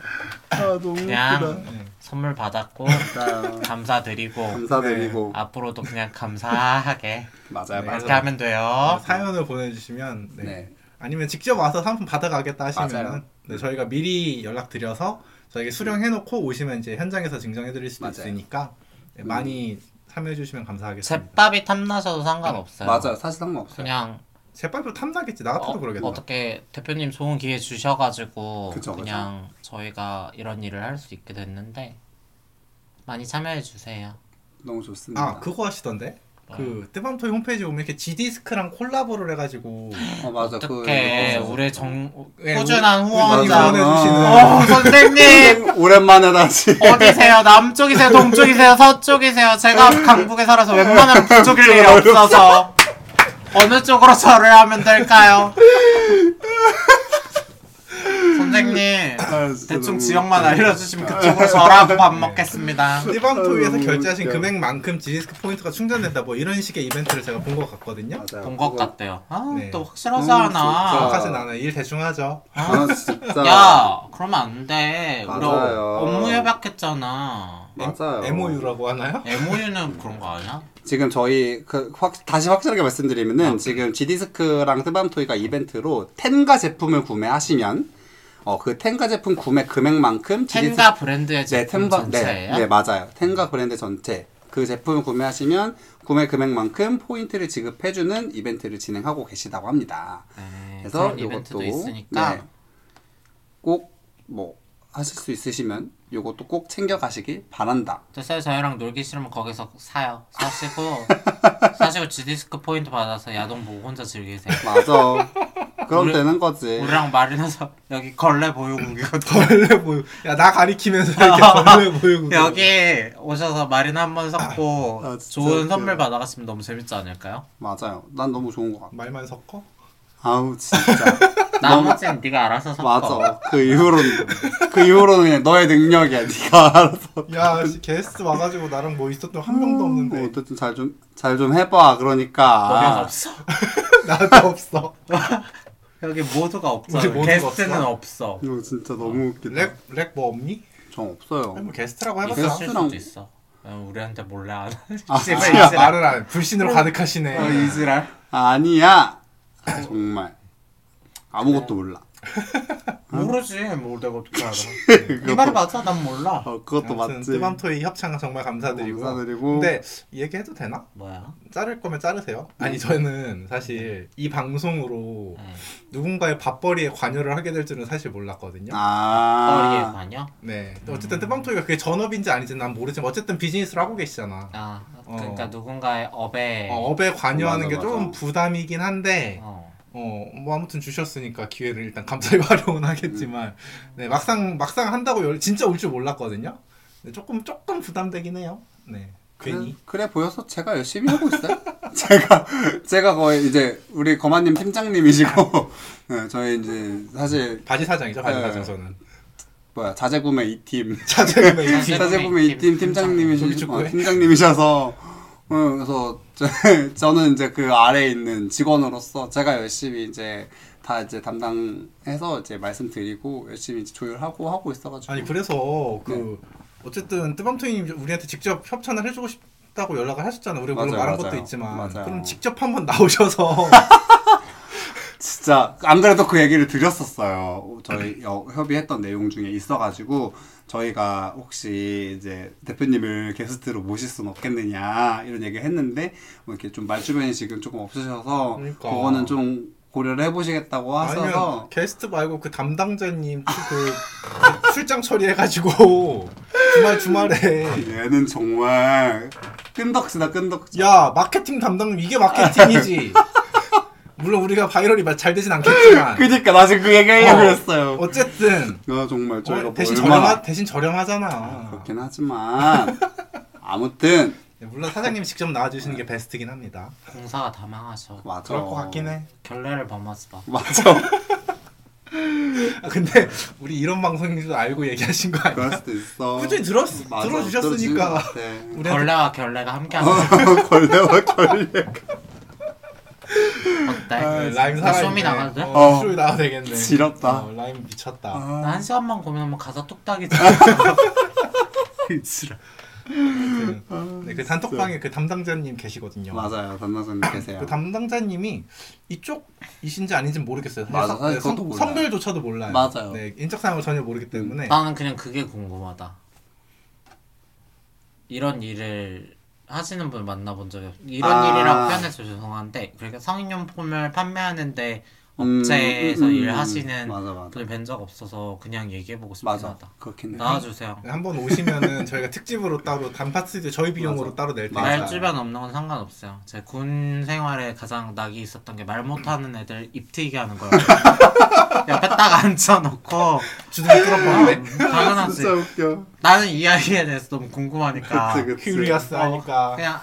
[SPEAKER 3] 아, 너무
[SPEAKER 2] 그냥
[SPEAKER 3] 웃기다.
[SPEAKER 2] 선물 받았고
[SPEAKER 3] 자, 그
[SPEAKER 2] 감사드리고
[SPEAKER 3] 감사드리고.
[SPEAKER 2] 앞으로도 그냥 감사하게
[SPEAKER 3] 맞아요,
[SPEAKER 1] 네.
[SPEAKER 2] 이렇게
[SPEAKER 1] 맞아.
[SPEAKER 3] 맞아요.
[SPEAKER 2] 하면 돼요.
[SPEAKER 1] 사연을 보내주시면 네.
[SPEAKER 3] 네.
[SPEAKER 1] 아니면 직접 와서 상품 받아가겠다 하시면
[SPEAKER 3] 맞아요.
[SPEAKER 1] 네, 저희가 미리 연락드려서 저에게 수령해놓고 오시면 이제 현장에서 증정해드릴 수도
[SPEAKER 3] 맞아요.
[SPEAKER 1] 있으니까 네, 많이 참여해주시면 감사하겠습니다.
[SPEAKER 2] 제밥이 탐나셔도 상관없어요.
[SPEAKER 3] 맞아요. 사실 상관없어요.
[SPEAKER 2] 그냥
[SPEAKER 1] 제빨도 탐나겠지 나 같아도
[SPEAKER 2] 어,
[SPEAKER 1] 그러겠다.
[SPEAKER 2] 어떻게 대표님 좋은 기회 주셔가지고
[SPEAKER 3] 그쵸,
[SPEAKER 2] 그냥 저희가 이런 일을 할 수 있게 됐는데 많이 참여해 주세요.
[SPEAKER 3] 너무 좋습니다.
[SPEAKER 1] 아 그거 하시던데
[SPEAKER 3] 어.
[SPEAKER 1] 그 뜨밤토이 홈페이지 보면 이렇게 G디스크랑 콜라보를 해가지고
[SPEAKER 3] 어, 맞아. 그
[SPEAKER 2] 어떻게
[SPEAKER 3] 이거
[SPEAKER 2] 우리 정
[SPEAKER 1] 예,
[SPEAKER 2] 꾸준한
[SPEAKER 1] 많이
[SPEAKER 2] 후원자
[SPEAKER 3] 후원해-
[SPEAKER 1] 후원해주시는
[SPEAKER 3] 아.
[SPEAKER 2] 어, 선생님
[SPEAKER 3] 오랜만에 다시.
[SPEAKER 2] 어디세요? 남쪽이세요? 동쪽이세요? 서쪽이세요? 제가 강북에 살아서 웬만하면 북쪽일 일이 없어서 어느 쪽으로 절을 하면 될까요? 선생님
[SPEAKER 3] 아, 네. 진짜
[SPEAKER 2] 대충
[SPEAKER 3] 너무
[SPEAKER 2] 지역만
[SPEAKER 3] 웃겨.
[SPEAKER 2] 알려주시면 그쪽으로 절하고 밥 먹겠습니다.
[SPEAKER 1] 뜨밤토이에서
[SPEAKER 3] 너무
[SPEAKER 1] 결제하신
[SPEAKER 3] 아, 웃겨.
[SPEAKER 1] 금액만큼 G디스크 포인트가 충전된다 뭐 이런 식의 이벤트를 제가 본 것 같거든요.
[SPEAKER 3] 맞아요.
[SPEAKER 2] 본 것
[SPEAKER 3] 그거-
[SPEAKER 2] 같대요.
[SPEAKER 1] 네.
[SPEAKER 2] 아또
[SPEAKER 3] 음, 진짜.
[SPEAKER 2] 확실하잖아.
[SPEAKER 1] 정확하진 않아요. 일 대충 하죠.
[SPEAKER 3] 아, 진짜.
[SPEAKER 2] 야 그러면 안 돼. 우리 어,
[SPEAKER 3] 맞아요.
[SPEAKER 2] 업무 협약했잖아.
[SPEAKER 3] 맞아요.
[SPEAKER 1] MOU라고 하나요?
[SPEAKER 2] MOU는 그런 거 아니야?
[SPEAKER 3] 지금 저희 그 확, 다시 확실하게 말씀드리면은 지금 G디스크랑 뜨밤토이가 이벤트로 텐가 제품을 구매하시면 어 그 텐가 제품 구매 금액만큼 G디스크-
[SPEAKER 2] 텐가 브랜드의
[SPEAKER 3] 네,
[SPEAKER 2] 제품
[SPEAKER 3] 텐바, 네,
[SPEAKER 2] 전체예요?
[SPEAKER 3] 네, 맞아요. 텐가 브랜드 전체. 그 제품을 구매하시면 구매 금액만큼 포인트를 지급해주는 이벤트를 진행하고 계시다고 합니다.
[SPEAKER 2] 네,
[SPEAKER 3] 그래서
[SPEAKER 2] 그런
[SPEAKER 3] 이것도
[SPEAKER 2] 이벤트도
[SPEAKER 3] 네.
[SPEAKER 2] 있으니까
[SPEAKER 3] 꼭 뭐 하실 수 있으시면 이것도 꼭 챙겨가시기 바란다.
[SPEAKER 2] 됐어요 저희랑 놀기 싫으면 거기서 사요 사시고 사시고 지디스크 포인트 받아서 야동 보고 혼자 즐기세요
[SPEAKER 3] 맞아. 그럼
[SPEAKER 2] 우리-
[SPEAKER 3] 되는 거지.
[SPEAKER 2] 우리랑 마리나서 여기 걸레 보유국이거든
[SPEAKER 3] 아.
[SPEAKER 1] 벌레 보유. 야나 가리키면서 이렇게 벌레 보유고.
[SPEAKER 2] 아. 여기 오셔서 마리나 한 번 섞고
[SPEAKER 3] 아, 진짜
[SPEAKER 2] 좋은
[SPEAKER 3] 웃겨.
[SPEAKER 2] 선물 받아갔으면 너무 재밌지 않을까요?
[SPEAKER 3] 맞아요. 난 너무 좋은 것 같아.
[SPEAKER 1] 말만 섞어?
[SPEAKER 3] 아우 진짜.
[SPEAKER 2] 나머지는 네가 알아서 섞어
[SPEAKER 3] 맞아. 그 이후로는 그 이후로는 그냥 너의 능력이야. 네가 알아서.
[SPEAKER 1] 야, 씨, 게스트 와가지고 나랑 뭐 있었던 한
[SPEAKER 3] 뭐
[SPEAKER 1] 명도 없는데
[SPEAKER 3] 어쨌든 잘 좀 잘 좀 해봐.
[SPEAKER 2] 여기는
[SPEAKER 3] 그러니까.
[SPEAKER 2] 없어
[SPEAKER 1] 나도 없어.
[SPEAKER 2] 여기 모두가
[SPEAKER 1] 우리
[SPEAKER 2] 없잖아
[SPEAKER 1] 모두가
[SPEAKER 2] 게스트는
[SPEAKER 1] 없어?
[SPEAKER 2] 없어
[SPEAKER 3] 이거 아, 진짜 너무 웃기다.
[SPEAKER 1] 렉 렉 뭐 없니?
[SPEAKER 3] 저 없어요.
[SPEAKER 1] 아니, 뭐 게스트라고
[SPEAKER 2] 있을
[SPEAKER 1] 해봤자.
[SPEAKER 3] 있었어?
[SPEAKER 2] 수도
[SPEAKER 3] 게스트랑-
[SPEAKER 2] 있어 우리한테 몰래 안
[SPEAKER 3] 아, 어,
[SPEAKER 2] 씨발,
[SPEAKER 1] 야,
[SPEAKER 2] 이제라.
[SPEAKER 1] 말을 안 해. 불신으로
[SPEAKER 2] 아, 예.
[SPEAKER 1] 가득하시네.
[SPEAKER 2] 이지랄
[SPEAKER 1] 네.
[SPEAKER 3] 아니야. 아, 정말 아무것도 몰라.
[SPEAKER 2] 모르지 뭘 내가 어떻게 알아 네. 이 말이 맞아? 난 몰라
[SPEAKER 3] 어, 그것도
[SPEAKER 1] 아무튼
[SPEAKER 3] 맞지. 어,
[SPEAKER 1] 뜨밤토이 협찬 정말 감사드리고.
[SPEAKER 3] 감사드리고.
[SPEAKER 1] 근데 얘기해도 되나?
[SPEAKER 2] 뭐야?
[SPEAKER 1] 자를 거면 자르세요. 아니 저는 사실 이 방송으로
[SPEAKER 2] 네.
[SPEAKER 1] 누군가의 밥벌이에 관여를 하게 될 줄은 사실 몰랐거든요.
[SPEAKER 2] 어리에
[SPEAKER 3] 아.
[SPEAKER 2] 관여?
[SPEAKER 1] 네. 어쨌든 뜨밤토이가 그게 전업인지 아닌지는 난 모르지만 어쨌든 비즈니스를 하고 계시잖아.
[SPEAKER 2] 아
[SPEAKER 1] 어.
[SPEAKER 2] 그러니까 누군가의 업에
[SPEAKER 1] 어, 업에 관여하는
[SPEAKER 3] 맞아,
[SPEAKER 1] 게 좀
[SPEAKER 3] 맞아.
[SPEAKER 1] 부담이긴 한데
[SPEAKER 2] 어.
[SPEAKER 1] 어, 뭐 아무튼 주셨으니까 기회를 일단 감사히 활용은 하겠지만 네, 막상 막상 한다고 열, 진짜 올 줄 몰랐거든요. 네, 조금 조금 부담되긴 해요. 네.
[SPEAKER 3] 그래,
[SPEAKER 1] 괜히.
[SPEAKER 3] 그래 보여서 제가 열심히 하고 있어요. 제가 제가 거의 이제 우리 거마님 팀장님이시고 네, 저희 이제 사실
[SPEAKER 1] 바지 사장이죠, 바지
[SPEAKER 3] 네.
[SPEAKER 1] 사장 저는.
[SPEAKER 3] 뭐야 자재구매 이팀
[SPEAKER 1] 자제구매 이
[SPEAKER 2] 자제-
[SPEAKER 1] 팀.
[SPEAKER 3] 자재구매 이팀
[SPEAKER 1] 네, 저기
[SPEAKER 3] 팀장님이시
[SPEAKER 1] 축구해?
[SPEAKER 3] 어, 팀장님이셔서 어, 그래서 저- 저는 이제 그 아래에 있는 직원으로서 제가 열심히 이제 다 이제 담당해서 이제 말씀드리고 열심히 이제 조율하고 하고 있어가지고
[SPEAKER 1] 아니 그래서 그
[SPEAKER 3] 네.
[SPEAKER 1] 어쨌든 뜨밤토이님 우리한테 직접 협찬을 해주고 싶다고 연락을 하셨잖아요. 우리 가 물론
[SPEAKER 3] 맞아요,
[SPEAKER 1] 말한
[SPEAKER 3] 맞아요.
[SPEAKER 1] 것도 있지만
[SPEAKER 3] 맞아요.
[SPEAKER 1] 그럼 직접 한번 나오셔서
[SPEAKER 3] 진짜 안 그래도 그 얘기를 드렸었어요. 저희 여- 협의했던 내용 중에 있어가지고 저희가 혹시 이제 대표님을 게스트로 모실 수는 없겠느냐 이런 얘기 했는데 뭐 이렇게 좀 말주변이 지금 조금 없으셔서
[SPEAKER 1] 그러니까.
[SPEAKER 3] 거는좀 고려를 해보시겠다고 하셔서
[SPEAKER 1] 아니면 게스트 말고 그 담당자님 그 출장 처리해가지고 주말 주말에
[SPEAKER 3] 얘는 정말 끈덕지다 끈덕지.
[SPEAKER 1] 야 마케팅 담당 이게 마케팅이지. 물론 우리가 바이럴이 마- 잘 되진 않겠지만
[SPEAKER 3] 그니까 나 지금 그 얘기 하려고 그랬어요.
[SPEAKER 1] 어쨌든
[SPEAKER 3] 나 정말 저희가
[SPEAKER 1] 어,
[SPEAKER 3] 뭐
[SPEAKER 1] 대신
[SPEAKER 3] 얼마나
[SPEAKER 1] 저렴하 대신 저렴하잖아.
[SPEAKER 3] 그렇긴 하지만 아무튼
[SPEAKER 1] 네, 물론 사장님이 직접 나와주시는 게 베스트긴 합니다.
[SPEAKER 2] 공사가 다 망하셔
[SPEAKER 3] 맞아.
[SPEAKER 1] 그럴 것 같긴 해.
[SPEAKER 2] 결례를 범했어
[SPEAKER 3] 맞아.
[SPEAKER 1] 아, 근데 우리 이런 방송인 줄 알고 얘기하신 거 아니야?
[SPEAKER 3] 그럴 수도 있어. 음,
[SPEAKER 1] 꾸준히 들었 들어주셨으니까
[SPEAKER 3] 들어주신 것
[SPEAKER 1] 우리 한테
[SPEAKER 2] 결례와 결례가 함께하는
[SPEAKER 3] 같아. 네. 걸레와 걸레.
[SPEAKER 2] 어때?
[SPEAKER 1] 네, 라임 살아
[SPEAKER 2] 쇼미 나가도 돼?
[SPEAKER 1] 어,
[SPEAKER 3] 어.
[SPEAKER 1] 쇼미 나가도 되겠네.
[SPEAKER 3] 지렸다.
[SPEAKER 1] 어, 라임 미쳤다.
[SPEAKER 2] 나 한 시간만 고민하면 가사 뚝딱이지
[SPEAKER 3] 지라.
[SPEAKER 1] 네, 그 단톡방에 그 담당자님 계시거든요.
[SPEAKER 3] 아. 맞아요. 담당자님 계세요.
[SPEAKER 1] 그 담당자님이 이쪽이신지 아닌지 모르겠어요. 사실
[SPEAKER 3] 맞아,
[SPEAKER 1] 성-
[SPEAKER 3] 사실
[SPEAKER 1] 네,
[SPEAKER 3] 그것도
[SPEAKER 1] 성-
[SPEAKER 3] 몰라요.
[SPEAKER 1] 성별조차도 몰라요.
[SPEAKER 3] 맞아요. 음. 아.
[SPEAKER 1] 네, 인적 사항을 전혀 모르기
[SPEAKER 3] 네.
[SPEAKER 1] 때문에
[SPEAKER 2] 나는 그냥 그게 궁금하다 이런 일을 하시는 분 만나본 적이 없어 이런
[SPEAKER 3] 아.
[SPEAKER 2] 일이라고 표현해서 죄송한데 그러니까 성인용품을 판매하는데
[SPEAKER 3] 음,
[SPEAKER 2] 업체에서
[SPEAKER 3] 음, 음,
[SPEAKER 2] 일하시는
[SPEAKER 3] 맞아 맞아.
[SPEAKER 2] 분을 뵌 적 없어서 그냥 얘기해보고 싶긴
[SPEAKER 3] 맞아. 음.
[SPEAKER 2] 하다
[SPEAKER 3] 그렇긴 해.
[SPEAKER 2] 나와주세요
[SPEAKER 1] 네, 한번 오시면은 저희가 특집으로 따로 단파 스튜디오 저희 비용으로
[SPEAKER 3] 맞아.
[SPEAKER 1] 따로 낼
[SPEAKER 3] 맞아요.
[SPEAKER 1] 테니까
[SPEAKER 2] 말 주변 없는 건 상관없어요. 제 군 생활에 가장 낙이 있었던 게 말 못하는 애들 입 트이게 하는 거예요. 옆에 딱 앉혀놓고
[SPEAKER 1] 주둥이 뚫어보는데
[SPEAKER 3] 아.
[SPEAKER 2] 음, 당연하지.
[SPEAKER 3] 네. 진짜 웃겨.
[SPEAKER 2] 나는 이 아이에 대해서 너무 궁금하니까
[SPEAKER 3] 그치, 그치.
[SPEAKER 1] 큐리아스 하니까
[SPEAKER 2] 어, 그냥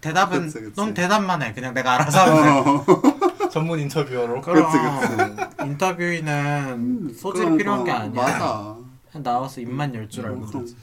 [SPEAKER 2] 대답은
[SPEAKER 3] 그러니까. 그치, 그치.
[SPEAKER 2] 넌 대답만 해. 그냥 내가 알아서 하면 돼.
[SPEAKER 3] 어.
[SPEAKER 1] 전문 인터뷰어로
[SPEAKER 2] 그럼 인터뷰인은 소질이
[SPEAKER 3] 음, 그런
[SPEAKER 2] 필요한 게
[SPEAKER 3] 거
[SPEAKER 2] 아니야.
[SPEAKER 3] 어, 맞아. 음,
[SPEAKER 2] 그냥 나와서 입만 열 줄 알고
[SPEAKER 3] 그럼
[SPEAKER 2] 그러지.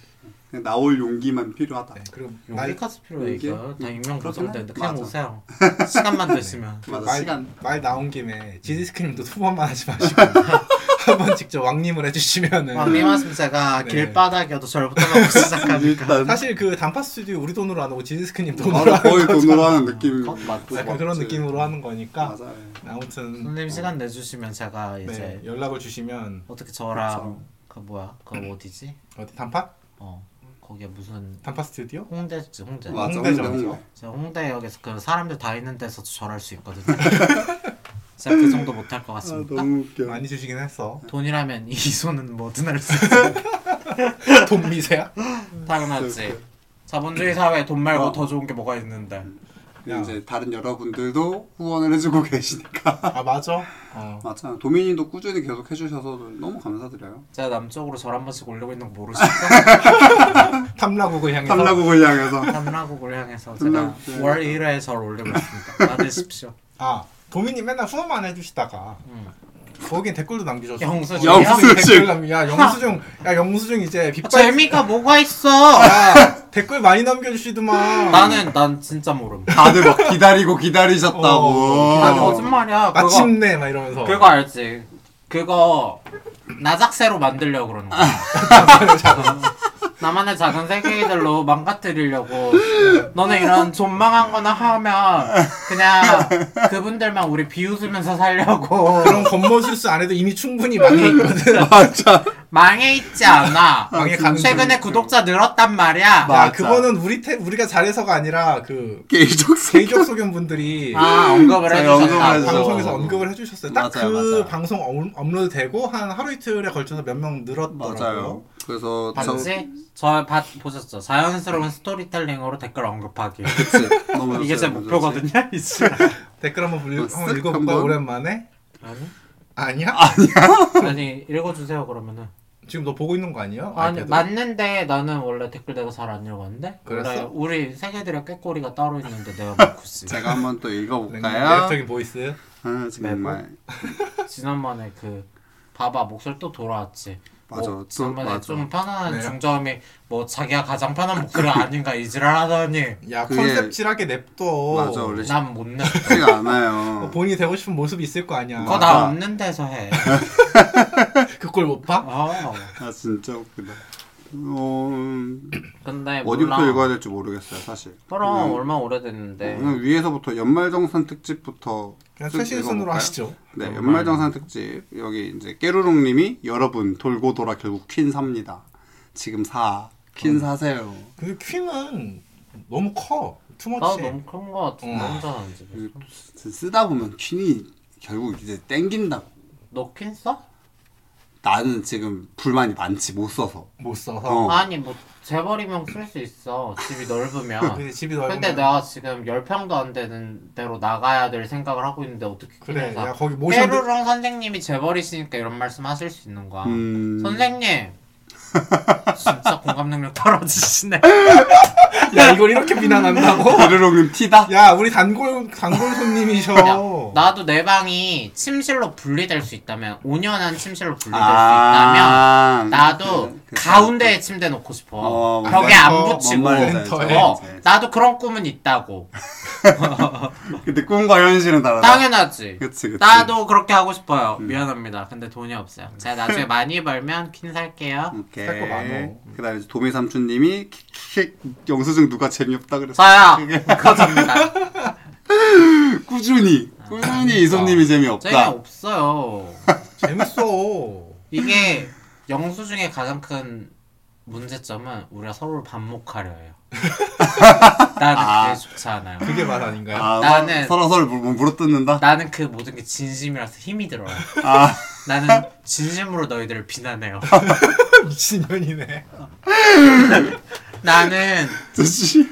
[SPEAKER 3] 그냥 나올 용기만 필요하다.
[SPEAKER 1] 네, 그리고 말,
[SPEAKER 2] 여기까지 필요해
[SPEAKER 3] 이게?
[SPEAKER 2] 이거. 다 익명
[SPEAKER 3] 음. 그렇긴
[SPEAKER 2] 보장되는데
[SPEAKER 3] 해.
[SPEAKER 2] 그냥
[SPEAKER 3] 맞아.
[SPEAKER 2] 오세요. 시간만 되시면.
[SPEAKER 1] 그
[SPEAKER 3] 맞아,
[SPEAKER 1] 말,
[SPEAKER 3] 시간.
[SPEAKER 1] 말 나온 김에 지디스크님도 소번만 하지 마시고 한번 직접 왕님을
[SPEAKER 3] 네.
[SPEAKER 1] 해주시면은
[SPEAKER 2] 왕님하시면 아, 제가
[SPEAKER 1] 네.
[SPEAKER 2] 길바닥이어도 저를 붙잡고 시작하니까
[SPEAKER 3] 일단
[SPEAKER 1] 사실 그 단파 스튜디오 우리 돈으로 안 하고 지디스크님 돈으로
[SPEAKER 3] 바로
[SPEAKER 1] 하는
[SPEAKER 3] 거의 돈으로 하는 느낌.
[SPEAKER 2] 어, 맞고.
[SPEAKER 1] 약간 그런 느낌으로 하는 거니까
[SPEAKER 3] 맞아요. 네.
[SPEAKER 1] 아무튼
[SPEAKER 2] 선생님 시간 내주시면 제가 이제
[SPEAKER 1] 네, 연락을 주시면
[SPEAKER 2] 어떻게 저랑
[SPEAKER 3] 그쵸.
[SPEAKER 2] 그 뭐야 그 어디지
[SPEAKER 1] 어디 단파?
[SPEAKER 2] 어 거기에 무슨
[SPEAKER 1] 단파 스튜디오?
[SPEAKER 2] 홍대지 홍대
[SPEAKER 1] 와.
[SPEAKER 3] 맞아.
[SPEAKER 1] 홍대죠,
[SPEAKER 3] 홍대, 홍대.
[SPEAKER 1] 맞아.
[SPEAKER 2] 제가 홍대역에서 그 사람들 다 있는 데서 절할 수 있거든요 제가 그 정도 못할 것
[SPEAKER 3] 아,
[SPEAKER 2] 같습니다
[SPEAKER 3] 너무 웃겨.
[SPEAKER 1] 많이 주시긴 했어.
[SPEAKER 2] 돈이라면 이 손은 뭐든 할 수 있어
[SPEAKER 1] 돈 미세야?
[SPEAKER 2] 당연하지 자본주의 사회에 돈 말고
[SPEAKER 3] 어. 음.
[SPEAKER 2] 더 좋은 게 뭐가 있는데
[SPEAKER 1] 야.
[SPEAKER 3] 이제 다른 여러분들도 후원을 해주고 계시니까.
[SPEAKER 1] 아 맞아. 어.
[SPEAKER 3] 맞아. 도민이도 꾸준히 계속 해주셔서 너무 감사드려요.
[SPEAKER 2] 제가 남쪽으로 절 한 번씩 올리고 있는 거 모르시죠?
[SPEAKER 1] 탐라국을
[SPEAKER 2] 네.
[SPEAKER 1] 향해서
[SPEAKER 3] 탐라국을 향해서.
[SPEAKER 2] 남라국을 향해서 제가
[SPEAKER 3] 남라국.
[SPEAKER 2] 월 1회에 절 올리고 있습니다 받으십시오
[SPEAKER 1] 아 도민님 맨날 후원만 해주시다가 거긴 댓글도 남기셨어.
[SPEAKER 2] 음. 영수증.
[SPEAKER 1] 어,
[SPEAKER 3] 영수증.
[SPEAKER 1] 댓글 남기. 야 영수증. 야 영수증 이제 빗발.
[SPEAKER 2] 아, 재미가 뭐가 있어
[SPEAKER 3] 아.
[SPEAKER 1] 야 댓글 많이 남겨주시더만.
[SPEAKER 2] 나는 난 진짜 모름.
[SPEAKER 3] 다들 막 기다리고 기다리셨다고.
[SPEAKER 1] 어,
[SPEAKER 2] 난 거짓말이야. 아, 그거
[SPEAKER 1] 마침내 막 이러면서.
[SPEAKER 2] 그거 알지? 그거 나작새로 만들려고 그러는 거야. 나만의 작은 세계들로 망가뜨리려고 너네 이런 존망한 거나 하면 그냥 그분들만 우리 비웃으면서 살려고
[SPEAKER 1] 그런 겉모술수 안 해도 이미 충분히 망해있거든.
[SPEAKER 3] 맞아.
[SPEAKER 2] 망해 있지 않아.
[SPEAKER 1] 망해 가는
[SPEAKER 2] 최근에
[SPEAKER 1] 중이지.
[SPEAKER 2] 구독자 늘었단 말이야.
[SPEAKER 3] 마- 맞아.
[SPEAKER 1] 야, 그거는 우리 태, 우리가 잘해서가 아니라 그
[SPEAKER 3] 개인적 세계.
[SPEAKER 1] 개인적 소견 분들이
[SPEAKER 2] 아 언급을
[SPEAKER 3] 저희
[SPEAKER 2] 해주셨다.
[SPEAKER 3] 언급을 해주셨어.
[SPEAKER 1] 방송에서 언급을 해주셨어요. 딱
[SPEAKER 3] 맞아요,
[SPEAKER 1] 그
[SPEAKER 3] 맞아요.
[SPEAKER 1] 방송 업- 업로드되고 한 하루 이틀에 걸쳐서 몇 명
[SPEAKER 3] 맞아요.
[SPEAKER 1] 늘었더라고요.
[SPEAKER 3] 그래서 저
[SPEAKER 2] 봤지? 저 봤, 보셨죠? 자연스러운 스토리텔링으로 댓글 언급하기.
[SPEAKER 3] 그치. 네, 너무
[SPEAKER 2] 이게 제
[SPEAKER 3] 열심히
[SPEAKER 2] 목표거든요. 이제.
[SPEAKER 1] 댓글 한번, 불,
[SPEAKER 3] 어,
[SPEAKER 1] 한번
[SPEAKER 3] 쓱
[SPEAKER 1] 읽어볼까
[SPEAKER 3] 한번?
[SPEAKER 1] 오랜만에?
[SPEAKER 2] 아니?
[SPEAKER 1] 아니야?
[SPEAKER 2] 아니 읽어주세요 그러면은.
[SPEAKER 1] 지금 너 보고 있는 거 아니야?
[SPEAKER 2] 아니
[SPEAKER 1] 아이패드로?
[SPEAKER 2] 맞는데 나는 원래 댓글 내가 잘 안 읽었는데.
[SPEAKER 1] 그랬어?
[SPEAKER 2] 원래 우리 세계들의 꾀꼬리가 따로 있는데 내가 먹고 있어.
[SPEAKER 3] 네, 제가 한번 또 읽어볼까요?
[SPEAKER 1] 매력적인 네, 보이스.
[SPEAKER 3] 아,
[SPEAKER 1] 네,
[SPEAKER 3] 정말.
[SPEAKER 2] 지난번에 그 봐봐 목소리 또 돌아왔지.
[SPEAKER 3] 맞아.
[SPEAKER 2] 뭐,
[SPEAKER 3] 또-
[SPEAKER 2] 지난번에
[SPEAKER 3] 맞아.
[SPEAKER 2] 좀 편안한
[SPEAKER 1] 네.
[SPEAKER 2] 중점이 뭐 자기가 가장 편한 목소리 아닌가 이지랄하더니
[SPEAKER 1] 야
[SPEAKER 3] 그게-
[SPEAKER 1] 컨셉질하게 냅둬.
[SPEAKER 3] 맞아. 원래
[SPEAKER 1] 어.
[SPEAKER 2] 난 못 내.
[SPEAKER 3] 쉽지가 않아요.
[SPEAKER 1] 본인이 되고 싶은 모습이 있을 거 아니야.
[SPEAKER 2] 그거
[SPEAKER 3] 음, 맞아.
[SPEAKER 2] 나 없는 데서 해.
[SPEAKER 1] 그걸 못 봐?
[SPEAKER 2] 어.
[SPEAKER 3] 아 진짜 웃기다. 어, 음,
[SPEAKER 2] 근데 네, 몰라. 네.
[SPEAKER 3] 어디부터 읽어야 될지 음. 모르겠어요, 사실.
[SPEAKER 2] 그럼
[SPEAKER 3] 그냥-
[SPEAKER 2] 얼마 오래됐는데.
[SPEAKER 3] 그냥 위에서부터 연말정산 특집부터
[SPEAKER 1] 그냥
[SPEAKER 3] 쭉
[SPEAKER 1] 최신 순으로
[SPEAKER 3] 읽어볼까요?
[SPEAKER 1] 하시죠.
[SPEAKER 3] 네,
[SPEAKER 2] 연말.
[SPEAKER 3] 연말정산 특집 여기 이제 깨루롱님이 여러분 돌고 돌아 결국 퀸 삽니다. 지금 사. 퀸
[SPEAKER 2] 어.
[SPEAKER 3] 사세요.
[SPEAKER 1] 근데 퀸은 너무 커.
[SPEAKER 2] 나도
[SPEAKER 1] 투머치.
[SPEAKER 2] 아, 너무 큰 거 같은데
[SPEAKER 1] 음.
[SPEAKER 2] 혼자 사는 집에서.
[SPEAKER 3] 쓰- 쓰다 보면 퀸이 결국 이제 땡긴다.
[SPEAKER 2] 너퀸 써?
[SPEAKER 3] 나는 지금 불만이 많지 못 써서.
[SPEAKER 1] 못 써서.
[SPEAKER 3] 어.
[SPEAKER 2] 아니 뭐 재벌이면 쓸 수 있어. 집이 넓으면.
[SPEAKER 1] 근데 집이 넓은
[SPEAKER 2] 근데 내가 지금 10평도 안 되는 데로 나가야 될 생각을 하고 있는데 어떻게
[SPEAKER 1] 그래.
[SPEAKER 2] 퀸에서
[SPEAKER 1] 야 거기 모션 도
[SPEAKER 2] 깨루롱 선생님이 재벌이시니까 이런 말씀 하실 수 있는 거야.
[SPEAKER 3] 음.
[SPEAKER 2] 선생님. 진짜 공감 능력 떨어지시네.
[SPEAKER 1] 야 이걸 이렇게 비난한다고?
[SPEAKER 3] 깨루롱님 티다.
[SPEAKER 1] 야 우리 단골 단골 손님이셔.
[SPEAKER 2] 야, 나도 내 방이 침실로 분리될 수 있다면 5년한 침실로 분리될
[SPEAKER 3] 아,
[SPEAKER 2] 수 있다면 나도
[SPEAKER 3] 그, 그,
[SPEAKER 2] 가운데에 침대 놓고 싶어.
[SPEAKER 3] 어,
[SPEAKER 2] 벽에
[SPEAKER 1] 맞아.
[SPEAKER 2] 안
[SPEAKER 1] 어,
[SPEAKER 2] 붙이고.
[SPEAKER 3] 뭔 말인지
[SPEAKER 1] 알죠.
[SPEAKER 2] 어,
[SPEAKER 3] 알죠.
[SPEAKER 2] 나도 그런 꿈은 있다고.
[SPEAKER 3] 근데 꿈과 현실은 다르다.
[SPEAKER 2] 당연하지.
[SPEAKER 3] 아, 그치, 그치. 음.
[SPEAKER 2] 나도 그렇게 하고 싶어요. 미안합니다. 근데 돈이 없어요. 제가 나중에 많이 벌면 퀸 살게요.
[SPEAKER 3] 오케이.
[SPEAKER 1] 살거 많어.
[SPEAKER 3] 그다음에 이제 도미 삼촌님이 킥킥 영수증 누가 재미없다 그랬어.
[SPEAKER 2] 저야 그겁니다.
[SPEAKER 3] 꾸준히 꾸준히
[SPEAKER 2] 아.
[SPEAKER 3] 이솜님이 재미없다.
[SPEAKER 2] 재미 없어요.
[SPEAKER 1] 재밌어.
[SPEAKER 2] 이게 영수 중에 가장 큰 문제점은 우리가 서로를 반목하려 해요. 나는
[SPEAKER 3] 아.
[SPEAKER 2] 그게 좋지 않아요.
[SPEAKER 1] 그게 말 아닌가요?
[SPEAKER 3] 아,
[SPEAKER 2] 나는-
[SPEAKER 3] 서로 서로 물- 물어뜯는다.
[SPEAKER 2] 나는 그 모든 게 진심이라서 힘이 들어요.
[SPEAKER 3] 아,
[SPEAKER 2] 나는 진심으로 너희들을 비난해요.
[SPEAKER 1] 미친년이네.
[SPEAKER 2] 나는
[SPEAKER 3] 저씨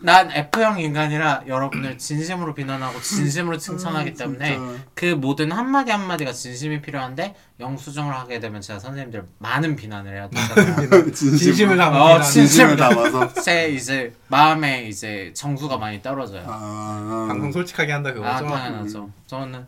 [SPEAKER 2] 난 F형 인간이라 여러분을 진심으로 비난하고 진심으로 칭찬하기 때문에
[SPEAKER 3] 진짜.
[SPEAKER 2] 그 모든 한마디 한마디가 진심이 필요한데 영수증을 하게 되면 제가 선생님들 많은 비난을 해야 되잖아요.
[SPEAKER 1] 진심을
[SPEAKER 3] 진심을
[SPEAKER 1] 담아.
[SPEAKER 2] 어,
[SPEAKER 1] 비난하는.
[SPEAKER 2] 진심.
[SPEAKER 3] 진심을 담아서.
[SPEAKER 2] 제 이제 마음에 이제 정수가 많이 떨어져요.
[SPEAKER 3] 아,
[SPEAKER 1] 방송 솔직하게 한다
[SPEAKER 2] 아
[SPEAKER 1] 그거죠.
[SPEAKER 2] 당연하죠. 저는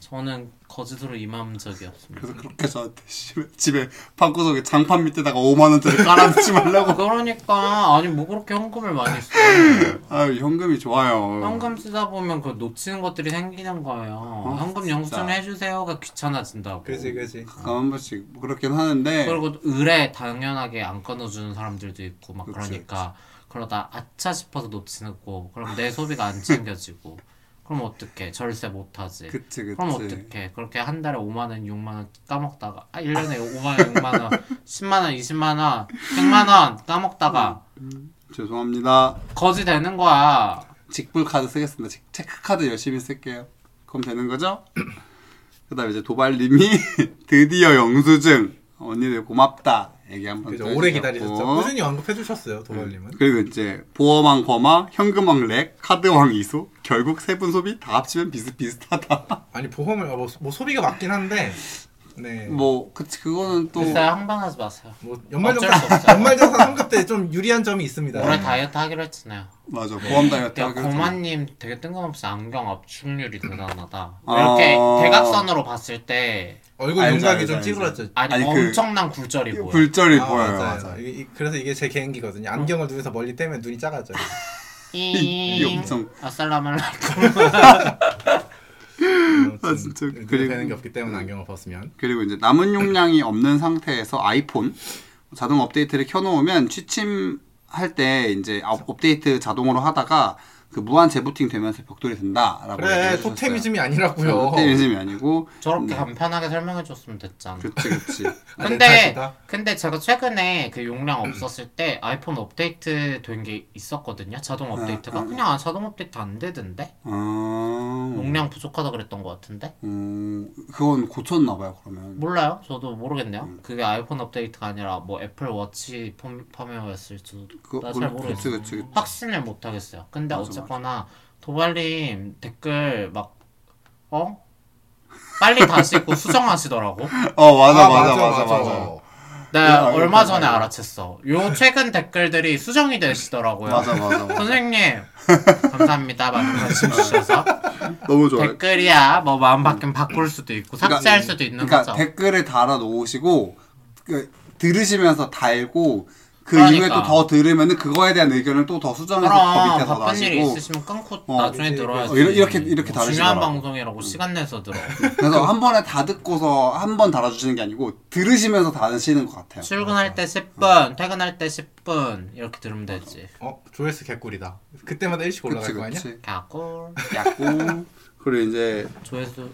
[SPEAKER 2] 저는 거짓으로 이맘적이 없습니다.
[SPEAKER 3] 그래서 그렇게 저한테 집에, 집에 방구석에 장판 밑에다가 5만 원짜리 깔아놓지 말라고.
[SPEAKER 2] 그러니까 아니 뭐 그렇게 현금을 많이 써.
[SPEAKER 3] 아, 현금이 좋아요.
[SPEAKER 2] 현금 쓰다 보면 그 놓치는 것들이 생기는 거예요.
[SPEAKER 3] 아,
[SPEAKER 2] 현금 영수증 해주세요가 귀찮아진다고.
[SPEAKER 1] 그지 그지.
[SPEAKER 3] 가끔 한 번씩 뭐 그렇긴 하는데.
[SPEAKER 2] 그리고 또 의뢰 당연하게 안 끊어주는 사람들도 있고 막
[SPEAKER 3] 그치,
[SPEAKER 2] 그러니까 그러다 아차 싶어서 놓치고 그럼 내 소비가 안 챙겨지고 그럼 어떡해 절세 못하지
[SPEAKER 3] 그치 그치.
[SPEAKER 2] 그럼 어떡해 그렇게 한 달에 5만원 6만원 까먹다가 아 1년에 5만원 6만원 10만원 20만원 100만원 까먹다가
[SPEAKER 3] 죄송합니다.
[SPEAKER 2] 거지 되는 거야
[SPEAKER 3] 직불 카드 쓰겠습니다. 직- 체크 카드 열심히 쓸게요. 그럼 되는 거죠? 그다음에 이제 도발님이 드디어 영수증 언니들 고맙다 얘기 한번
[SPEAKER 1] 그죠.
[SPEAKER 3] 또
[SPEAKER 1] 오래
[SPEAKER 3] 해주셨고.
[SPEAKER 1] 기다리셨죠. 꾸준히 언급해 주셨어요 도발님은.
[SPEAKER 3] 그리고 이제 보험왕 거마, 현금왕 렉, 카드왕 이소 결국 세 분 소비 다 합치면 비슷비슷하다.
[SPEAKER 1] 아니 보험을 뭐, 소- 뭐 소비가 맞긴 한데. 네. 뭐,
[SPEAKER 3] 뭐 그치 그거는 또
[SPEAKER 2] 글쎄 항방하지 마세요 어쩔 수
[SPEAKER 1] 연말정산
[SPEAKER 2] 없죠.
[SPEAKER 1] 연말정산 환급 때 좀 유리한 점이 있습니다.
[SPEAKER 2] 올해 다이어트 하기로 했잖아요
[SPEAKER 3] 네. 맞아 그렇죠. 보험 다이어트
[SPEAKER 2] 야,
[SPEAKER 3] 하기로 했잖아.
[SPEAKER 2] 고만님 되게 뜬금없이 안경 압축률이 대단하다.
[SPEAKER 3] 아.
[SPEAKER 2] 이렇게 대각선으로 봤을 때
[SPEAKER 1] 얼굴
[SPEAKER 3] 알죠,
[SPEAKER 1] 윤곽이
[SPEAKER 3] 알죠,
[SPEAKER 1] 좀
[SPEAKER 3] 알죠.
[SPEAKER 1] 찌그러져.
[SPEAKER 2] 아니,
[SPEAKER 3] 아니, 그-
[SPEAKER 2] 엄청난 굴절이 보여.
[SPEAKER 3] 불절이
[SPEAKER 1] 아,
[SPEAKER 3] 보여요.
[SPEAKER 1] 맞아요.
[SPEAKER 3] 맞아.
[SPEAKER 1] 이게- 이- 그래서 이게 제
[SPEAKER 2] 어.
[SPEAKER 1] 개인기거든요. 안경을 눈에서 멀리 떼면 눈이 작아져요.
[SPEAKER 3] 이게 엄청- 음.
[SPEAKER 2] 아살라말라이쿰.
[SPEAKER 1] 아무튼
[SPEAKER 3] 진짜.
[SPEAKER 1] 눈에
[SPEAKER 3] 그리고-
[SPEAKER 1] 되는 게 없기 때문에 안경을 벗으면
[SPEAKER 3] 그리고 이제 남은 용량이 없는 상태에서 아이폰 자동 업데이트를 켜놓으면 취침할 때 이제 아,
[SPEAKER 2] 그렇죠.
[SPEAKER 3] 업데이트 자동으로 하다가 그 무한 재부팅 되면서 벽돌이 된다라고
[SPEAKER 1] 그래
[SPEAKER 3] 얘기해 주셨어요.
[SPEAKER 1] 토테미즘이 아니라고요.
[SPEAKER 3] 토테미즘이 아니고
[SPEAKER 2] 어. 저렇게
[SPEAKER 3] 네.
[SPEAKER 2] 간편하게 설명해줬으면 됐잖아.
[SPEAKER 3] 그치 그치
[SPEAKER 1] 아,
[SPEAKER 2] 근데
[SPEAKER 1] 렌탈이다?
[SPEAKER 2] 근데 제가 최근에 그 용량 없었을 때 아이폰 업데이트 된 게 있었거든요. 자동 업데이트가
[SPEAKER 3] 아, 아.
[SPEAKER 2] 그냥 자동 업데이트 안 되던데
[SPEAKER 3] 아,
[SPEAKER 2] 용량 부족하다 그랬던 것 같은데
[SPEAKER 3] 음, 그건 고쳤나봐요 그러면
[SPEAKER 2] 몰라요. 저도
[SPEAKER 3] 음.
[SPEAKER 2] 모르겠네요. 그게 아이폰 업데이트가 아니라 뭐 애플 워치 펌- 펌웨어였을지도
[SPEAKER 3] 그,
[SPEAKER 2] 나
[SPEAKER 3] 그,
[SPEAKER 2] 잘
[SPEAKER 3] 그치
[SPEAKER 2] 모르겠어요.
[SPEAKER 3] 그치 그치
[SPEAKER 2] 확신을 못 하겠어요. 근데
[SPEAKER 3] 맞아,
[SPEAKER 2] 어쨌거나 도발님 댓글 막 어? 빨리 다시 읽고 수정하시더라고.
[SPEAKER 3] 어 맞아
[SPEAKER 1] 아,
[SPEAKER 3] 맞아 맞아 맞아,
[SPEAKER 2] 나
[SPEAKER 3] 야,
[SPEAKER 2] 얼마
[SPEAKER 3] 이거
[SPEAKER 2] 전에
[SPEAKER 3] 봐요.
[SPEAKER 2] 알아챘어. 요 최근 댓글들이 수정이 되시더라고요.
[SPEAKER 3] 맞아 맞아, 맞아.
[SPEAKER 2] 선생님 감사합니다 많은 관심 주셔서
[SPEAKER 3] 너무 좋아요
[SPEAKER 2] 댓글이야 뭐 마음 바뀌면 바꿀 수도 있고
[SPEAKER 3] 그러니까-
[SPEAKER 2] 삭제할 수도 있는
[SPEAKER 3] 그러니까
[SPEAKER 2] 거죠.
[SPEAKER 3] 댓글을 달아 놓으시고 그, 들으시면서 달고 그
[SPEAKER 2] 그러니까.
[SPEAKER 3] 이후에 또 더 들으면은 그거에 대한 의견을 또 더 수정해서 더
[SPEAKER 2] 그럼
[SPEAKER 3] 밑에 더
[SPEAKER 2] 바쁜 일이
[SPEAKER 3] 달고
[SPEAKER 2] 있으시면 끊고
[SPEAKER 3] 어,
[SPEAKER 2] 나중에
[SPEAKER 1] 그치.
[SPEAKER 2] 들어야지.
[SPEAKER 3] 어, 이렇- 이렇게- 이렇게
[SPEAKER 2] 뭐 중요한
[SPEAKER 3] 다루시더라고.
[SPEAKER 2] 방송이라고 시간 내서 들어.
[SPEAKER 3] 그래서 한 번에 다 듣고서 한 번 달아주시는 게 아니고 들으시면서 달으시는 것 같아요.
[SPEAKER 2] 출근할 때 10분, 퇴근할 때 10분 이렇게 들으면 되지.
[SPEAKER 1] 어 조회수 개꿀이다. 그때마다 일씩 올라갈 거 아니야?
[SPEAKER 2] 개꿀
[SPEAKER 3] 약고 그리고 이제
[SPEAKER 2] 조회수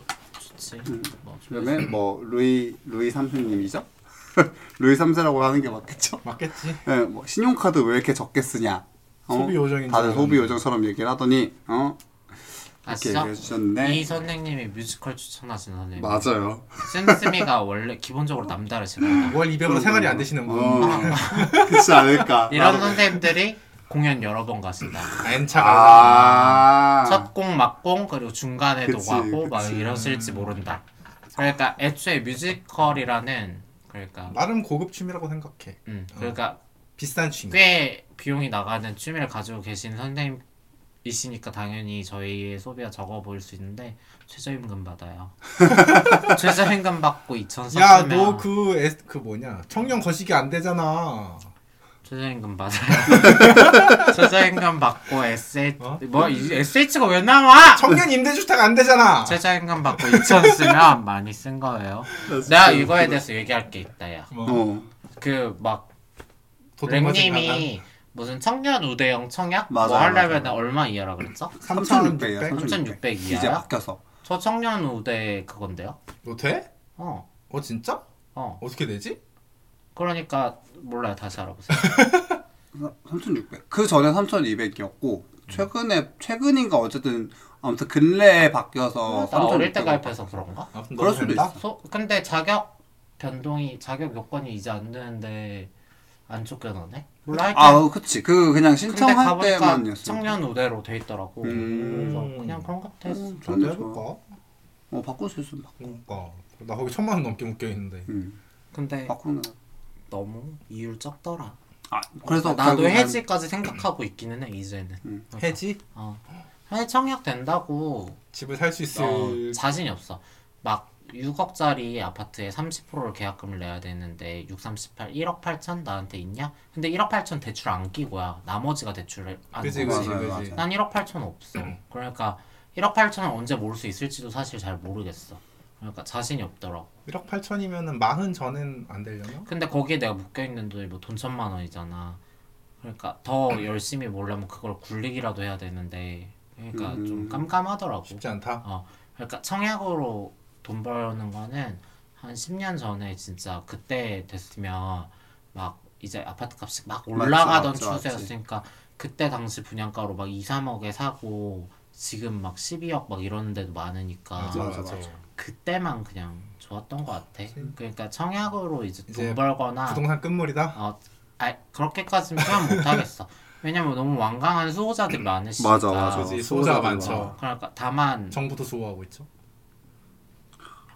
[SPEAKER 2] 좋지. 뭐 조회수.
[SPEAKER 3] 그다음에 뭐 루이 루이 삼세님이죠? 루이 삼세라고 하는 게 맞겠죠?
[SPEAKER 1] 맞겠지.
[SPEAKER 3] 예, 뭐 신용카드 왜 이렇게 적게 쓰냐? 어?
[SPEAKER 1] 소비 요정인
[SPEAKER 3] 다들
[SPEAKER 1] 줄
[SPEAKER 3] 소비
[SPEAKER 1] 알았는데.
[SPEAKER 3] 요정처럼 얘기를 하더니 어 이렇게 네.
[SPEAKER 2] 아시죠?
[SPEAKER 3] 얘기해 주셨는데
[SPEAKER 2] 이 선생님이 뮤지컬 추천하시는 선생님.
[SPEAKER 3] 맞아요.
[SPEAKER 2] 센스미가 원래 기본적으로 남다르시거든요.
[SPEAKER 1] 월 200으로 생활이 안 되시는 분.
[SPEAKER 3] 어, 그렇지 않을까.
[SPEAKER 2] 아. 이런
[SPEAKER 3] 나도-
[SPEAKER 2] 선생님들이 공연 여러 번 가신다.
[SPEAKER 1] N차가.
[SPEAKER 3] 아.
[SPEAKER 2] 첫 공, 막공, 그리고 중간에도
[SPEAKER 3] 그치,
[SPEAKER 2] 가고 막
[SPEAKER 3] 그치.
[SPEAKER 2] 이러실지 모른다. 그러니까 애초에 뮤지컬이라는 그러니까
[SPEAKER 1] 나름 고급 취미라고 생각해.
[SPEAKER 2] 음, 그러니까
[SPEAKER 1] 비싼 취미.
[SPEAKER 2] 꽤 비용이 나가는 취미를 가지고 계신 선생님이시니까 당연히 저희의 소비가 적어 보일 수 있는데 최저임금 받아요. 최저임금 받고 2,300원.
[SPEAKER 1] 야, 너 그그 그 뭐냐? 청년 거시기 안 되잖아.
[SPEAKER 2] 최저임금 받아요. 최저임금 받고 SH
[SPEAKER 1] 어? 아.
[SPEAKER 2] 뭐 이- SH가 왜
[SPEAKER 3] 아.
[SPEAKER 2] 나와?
[SPEAKER 1] 청년 임대주택 안 되잖아.
[SPEAKER 2] 최저임금 받고 2천 쓰면 많이 쓴 거예요.
[SPEAKER 1] 그
[SPEAKER 2] 내가 이거에 대해서 얘기할 게 있다 야.
[SPEAKER 1] 뭐,
[SPEAKER 3] 어.
[SPEAKER 2] 그막
[SPEAKER 1] 도둑 맞은 나간
[SPEAKER 2] 랭님이 무슨 청년 우대형 청약 뭐
[SPEAKER 3] 맞아요,
[SPEAKER 2] 하려면
[SPEAKER 3] 맞아요.
[SPEAKER 2] 얼마 이하라 그랬죠?
[SPEAKER 1] 3,600.
[SPEAKER 3] 3,600.
[SPEAKER 2] 3,600
[SPEAKER 3] 이제
[SPEAKER 2] 이하야?
[SPEAKER 3] 바뀌어서.
[SPEAKER 2] 저 청년 우대 그건데요.
[SPEAKER 1] 너 돼?
[SPEAKER 2] 어,
[SPEAKER 1] 어 진짜?
[SPEAKER 2] 어.
[SPEAKER 1] 어떻게 되지?
[SPEAKER 2] 그러니까 몰라요. 다시 알아보세요.
[SPEAKER 3] 3,600. 그 전에 3,200이었고 최근에 최근인가 어쨌든 아무튼 근래에 바뀌어서
[SPEAKER 2] 아, 나 어릴 때
[SPEAKER 3] 3,600.
[SPEAKER 2] 가입해서 그런가?
[SPEAKER 1] 아무튼
[SPEAKER 3] 그럴
[SPEAKER 1] 너무
[SPEAKER 3] 수도
[SPEAKER 1] 된다?
[SPEAKER 3] 있어.
[SPEAKER 2] 소, 근데 자격 변동이 자격 요건이 이제 안 되는데 안 쫓겨나네? 몰라 하여튼
[SPEAKER 3] 아, 그치. 그 그냥
[SPEAKER 2] 근데
[SPEAKER 3] 신청할
[SPEAKER 2] 가보니까
[SPEAKER 3] 때만이었어.
[SPEAKER 2] 청년 우대로 돼 있더라고.
[SPEAKER 3] 음.
[SPEAKER 2] 그래서 그냥 그런 것 같아.
[SPEAKER 3] 음,
[SPEAKER 1] 나도
[SPEAKER 3] 좋네, 좋아.
[SPEAKER 1] 해볼까?
[SPEAKER 3] 어, 바꿀 수 있으면 바꿔.
[SPEAKER 1] 그러니까 나 거기 천만 원 넘게 묶여 있는데.
[SPEAKER 3] 음.
[SPEAKER 2] 근데
[SPEAKER 3] 바꾸는.
[SPEAKER 2] 너무 이율 적더라.
[SPEAKER 3] 아, 그래서
[SPEAKER 2] 나도
[SPEAKER 3] 결국엔-
[SPEAKER 2] 해지까지 생각하고 있기는 해 이제는.
[SPEAKER 3] 음.
[SPEAKER 2] 그러니까,
[SPEAKER 1] 해지?
[SPEAKER 2] 어. 해외 청약 된다고
[SPEAKER 1] 집을 살 수 있을.
[SPEAKER 2] 어, 자신이 없어. 막 6억짜리 아파트에 30%를 계약금을 내야 되는데 6, 38, 1억 8천 나한테 있냐? 근데 1억 8천 대출 안 끼고야. 나머지가 대출을 안
[SPEAKER 1] 그지
[SPEAKER 2] 거지.
[SPEAKER 1] 그지
[SPEAKER 3] 맞아요,
[SPEAKER 1] 그지.
[SPEAKER 3] 맞아요.
[SPEAKER 2] 난 1억 8천 없어. 그러니까 1억 8천을 언제 모을 수 있을지도 사실 잘 모르겠어. 그러니까 자신이 없더라고.
[SPEAKER 1] 1억 8천이면은 마흔 전엔 안 되려나?
[SPEAKER 2] 근데 거기에 내가 묶여 있는 돈이 뭐 돈 천만 원이잖아. 그러니까 더 열심히 모려면 그걸 굴리기라도 해야 되는데 그러니까 좀
[SPEAKER 3] 음.
[SPEAKER 2] 깜깜하더라고.
[SPEAKER 1] 쉽지 않다.
[SPEAKER 2] 어. 그러니까 청약으로 돈 버는 거는 한 10년 전에 진짜 그때 됐으면 막 이제 아파트 값이 막 올라가던
[SPEAKER 3] 맞지, 맞지,
[SPEAKER 2] 추세였으니까 그때 당시 분양가로 막 2, 3억에 사고 지금 막 12억 막 이런 데도 많으니까
[SPEAKER 3] 맞아, 맞아.
[SPEAKER 2] 그때만 그냥 좋았던 것 같아. 그러니까 청약으로 이제 돈
[SPEAKER 1] 이제
[SPEAKER 2] 벌거나
[SPEAKER 1] 아. 부동산 끝물이다.
[SPEAKER 2] 어, 아 그렇게까지는 표현 못 하겠어. 왜냐면 너무 완강한 수호자들이 많으시니까.
[SPEAKER 3] 맞아, 맞아.
[SPEAKER 1] 그지 소자가
[SPEAKER 3] 소자가
[SPEAKER 1] 많죠.
[SPEAKER 3] 많아.
[SPEAKER 2] 그러니까 다만
[SPEAKER 1] 정부도 수호하고 있죠.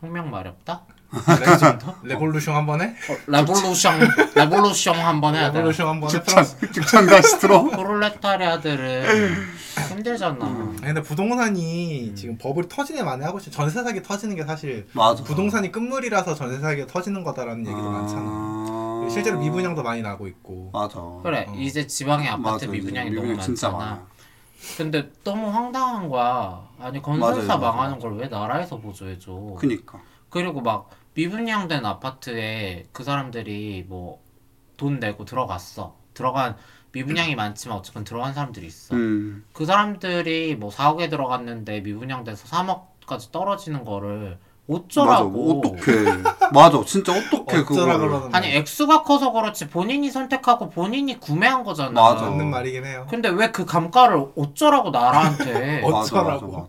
[SPEAKER 2] 혁명 마렵다.
[SPEAKER 1] 레- 레볼루션 한번 해?
[SPEAKER 2] 어, 레볼루션 레볼루션 한번 해야 돼.
[SPEAKER 1] 레볼루션 한번 해? 프랑스.
[SPEAKER 3] 극찬 다시 들어.
[SPEAKER 2] 프롤레타리아들은 힘들잖아.
[SPEAKER 1] 아니, 근데 부동산이 지금 버블이 터지네 많이 하고 있어. 전세 사기 터지는 게 사실
[SPEAKER 3] 맞아.
[SPEAKER 1] 부동산이 끝물이라서 전세 사기가 터지는 거다라는 얘기도 많잖아.
[SPEAKER 3] 많잖아.
[SPEAKER 1] 실제로 미분양도 많이 나고 있고.
[SPEAKER 3] 맞아.
[SPEAKER 2] 그래
[SPEAKER 1] 어.
[SPEAKER 2] 이제 지방에
[SPEAKER 3] 맞아,
[SPEAKER 2] 아파트
[SPEAKER 3] 이제
[SPEAKER 2] 미분양이 너무
[SPEAKER 3] 미분양 진짜
[SPEAKER 2] 많잖아.
[SPEAKER 3] 많아.
[SPEAKER 2] 근데 너무 황당한 거야. 아니 건설사
[SPEAKER 3] 맞아요, 맞아요.
[SPEAKER 2] 망하는 걸 왜 나라에서 보조해줘?
[SPEAKER 3] 그니까.
[SPEAKER 2] 그리고 막 미분양된 아파트에 그 사람들이 뭐 돈 내고 들어갔어. 들어간 미분양이 많지만 어쨌건 들어간 사람들이 있어.
[SPEAKER 3] 음.
[SPEAKER 2] 그 사람들이 뭐 4억에 들어갔는데 미분양돼서 3억까지 떨어지는 거를
[SPEAKER 3] 맞아.
[SPEAKER 2] 어쩌라고.
[SPEAKER 3] 뭐 어떡해. 맞아. 진짜 어떡해 그거.
[SPEAKER 1] 어쩌라 그러는
[SPEAKER 2] 아니
[SPEAKER 1] 거
[SPEAKER 2] 액수가 커서 그렇지 본인이 선택하고 본인이 구매한 거잖아.
[SPEAKER 3] 맞아.
[SPEAKER 1] 맞는 말이긴 해요.
[SPEAKER 2] 근데 왜 그 감가를 어쩌라고 나한테?
[SPEAKER 1] 어-
[SPEAKER 3] 맞아, 맞아.
[SPEAKER 1] 어쩌라고.
[SPEAKER 3] 맞아.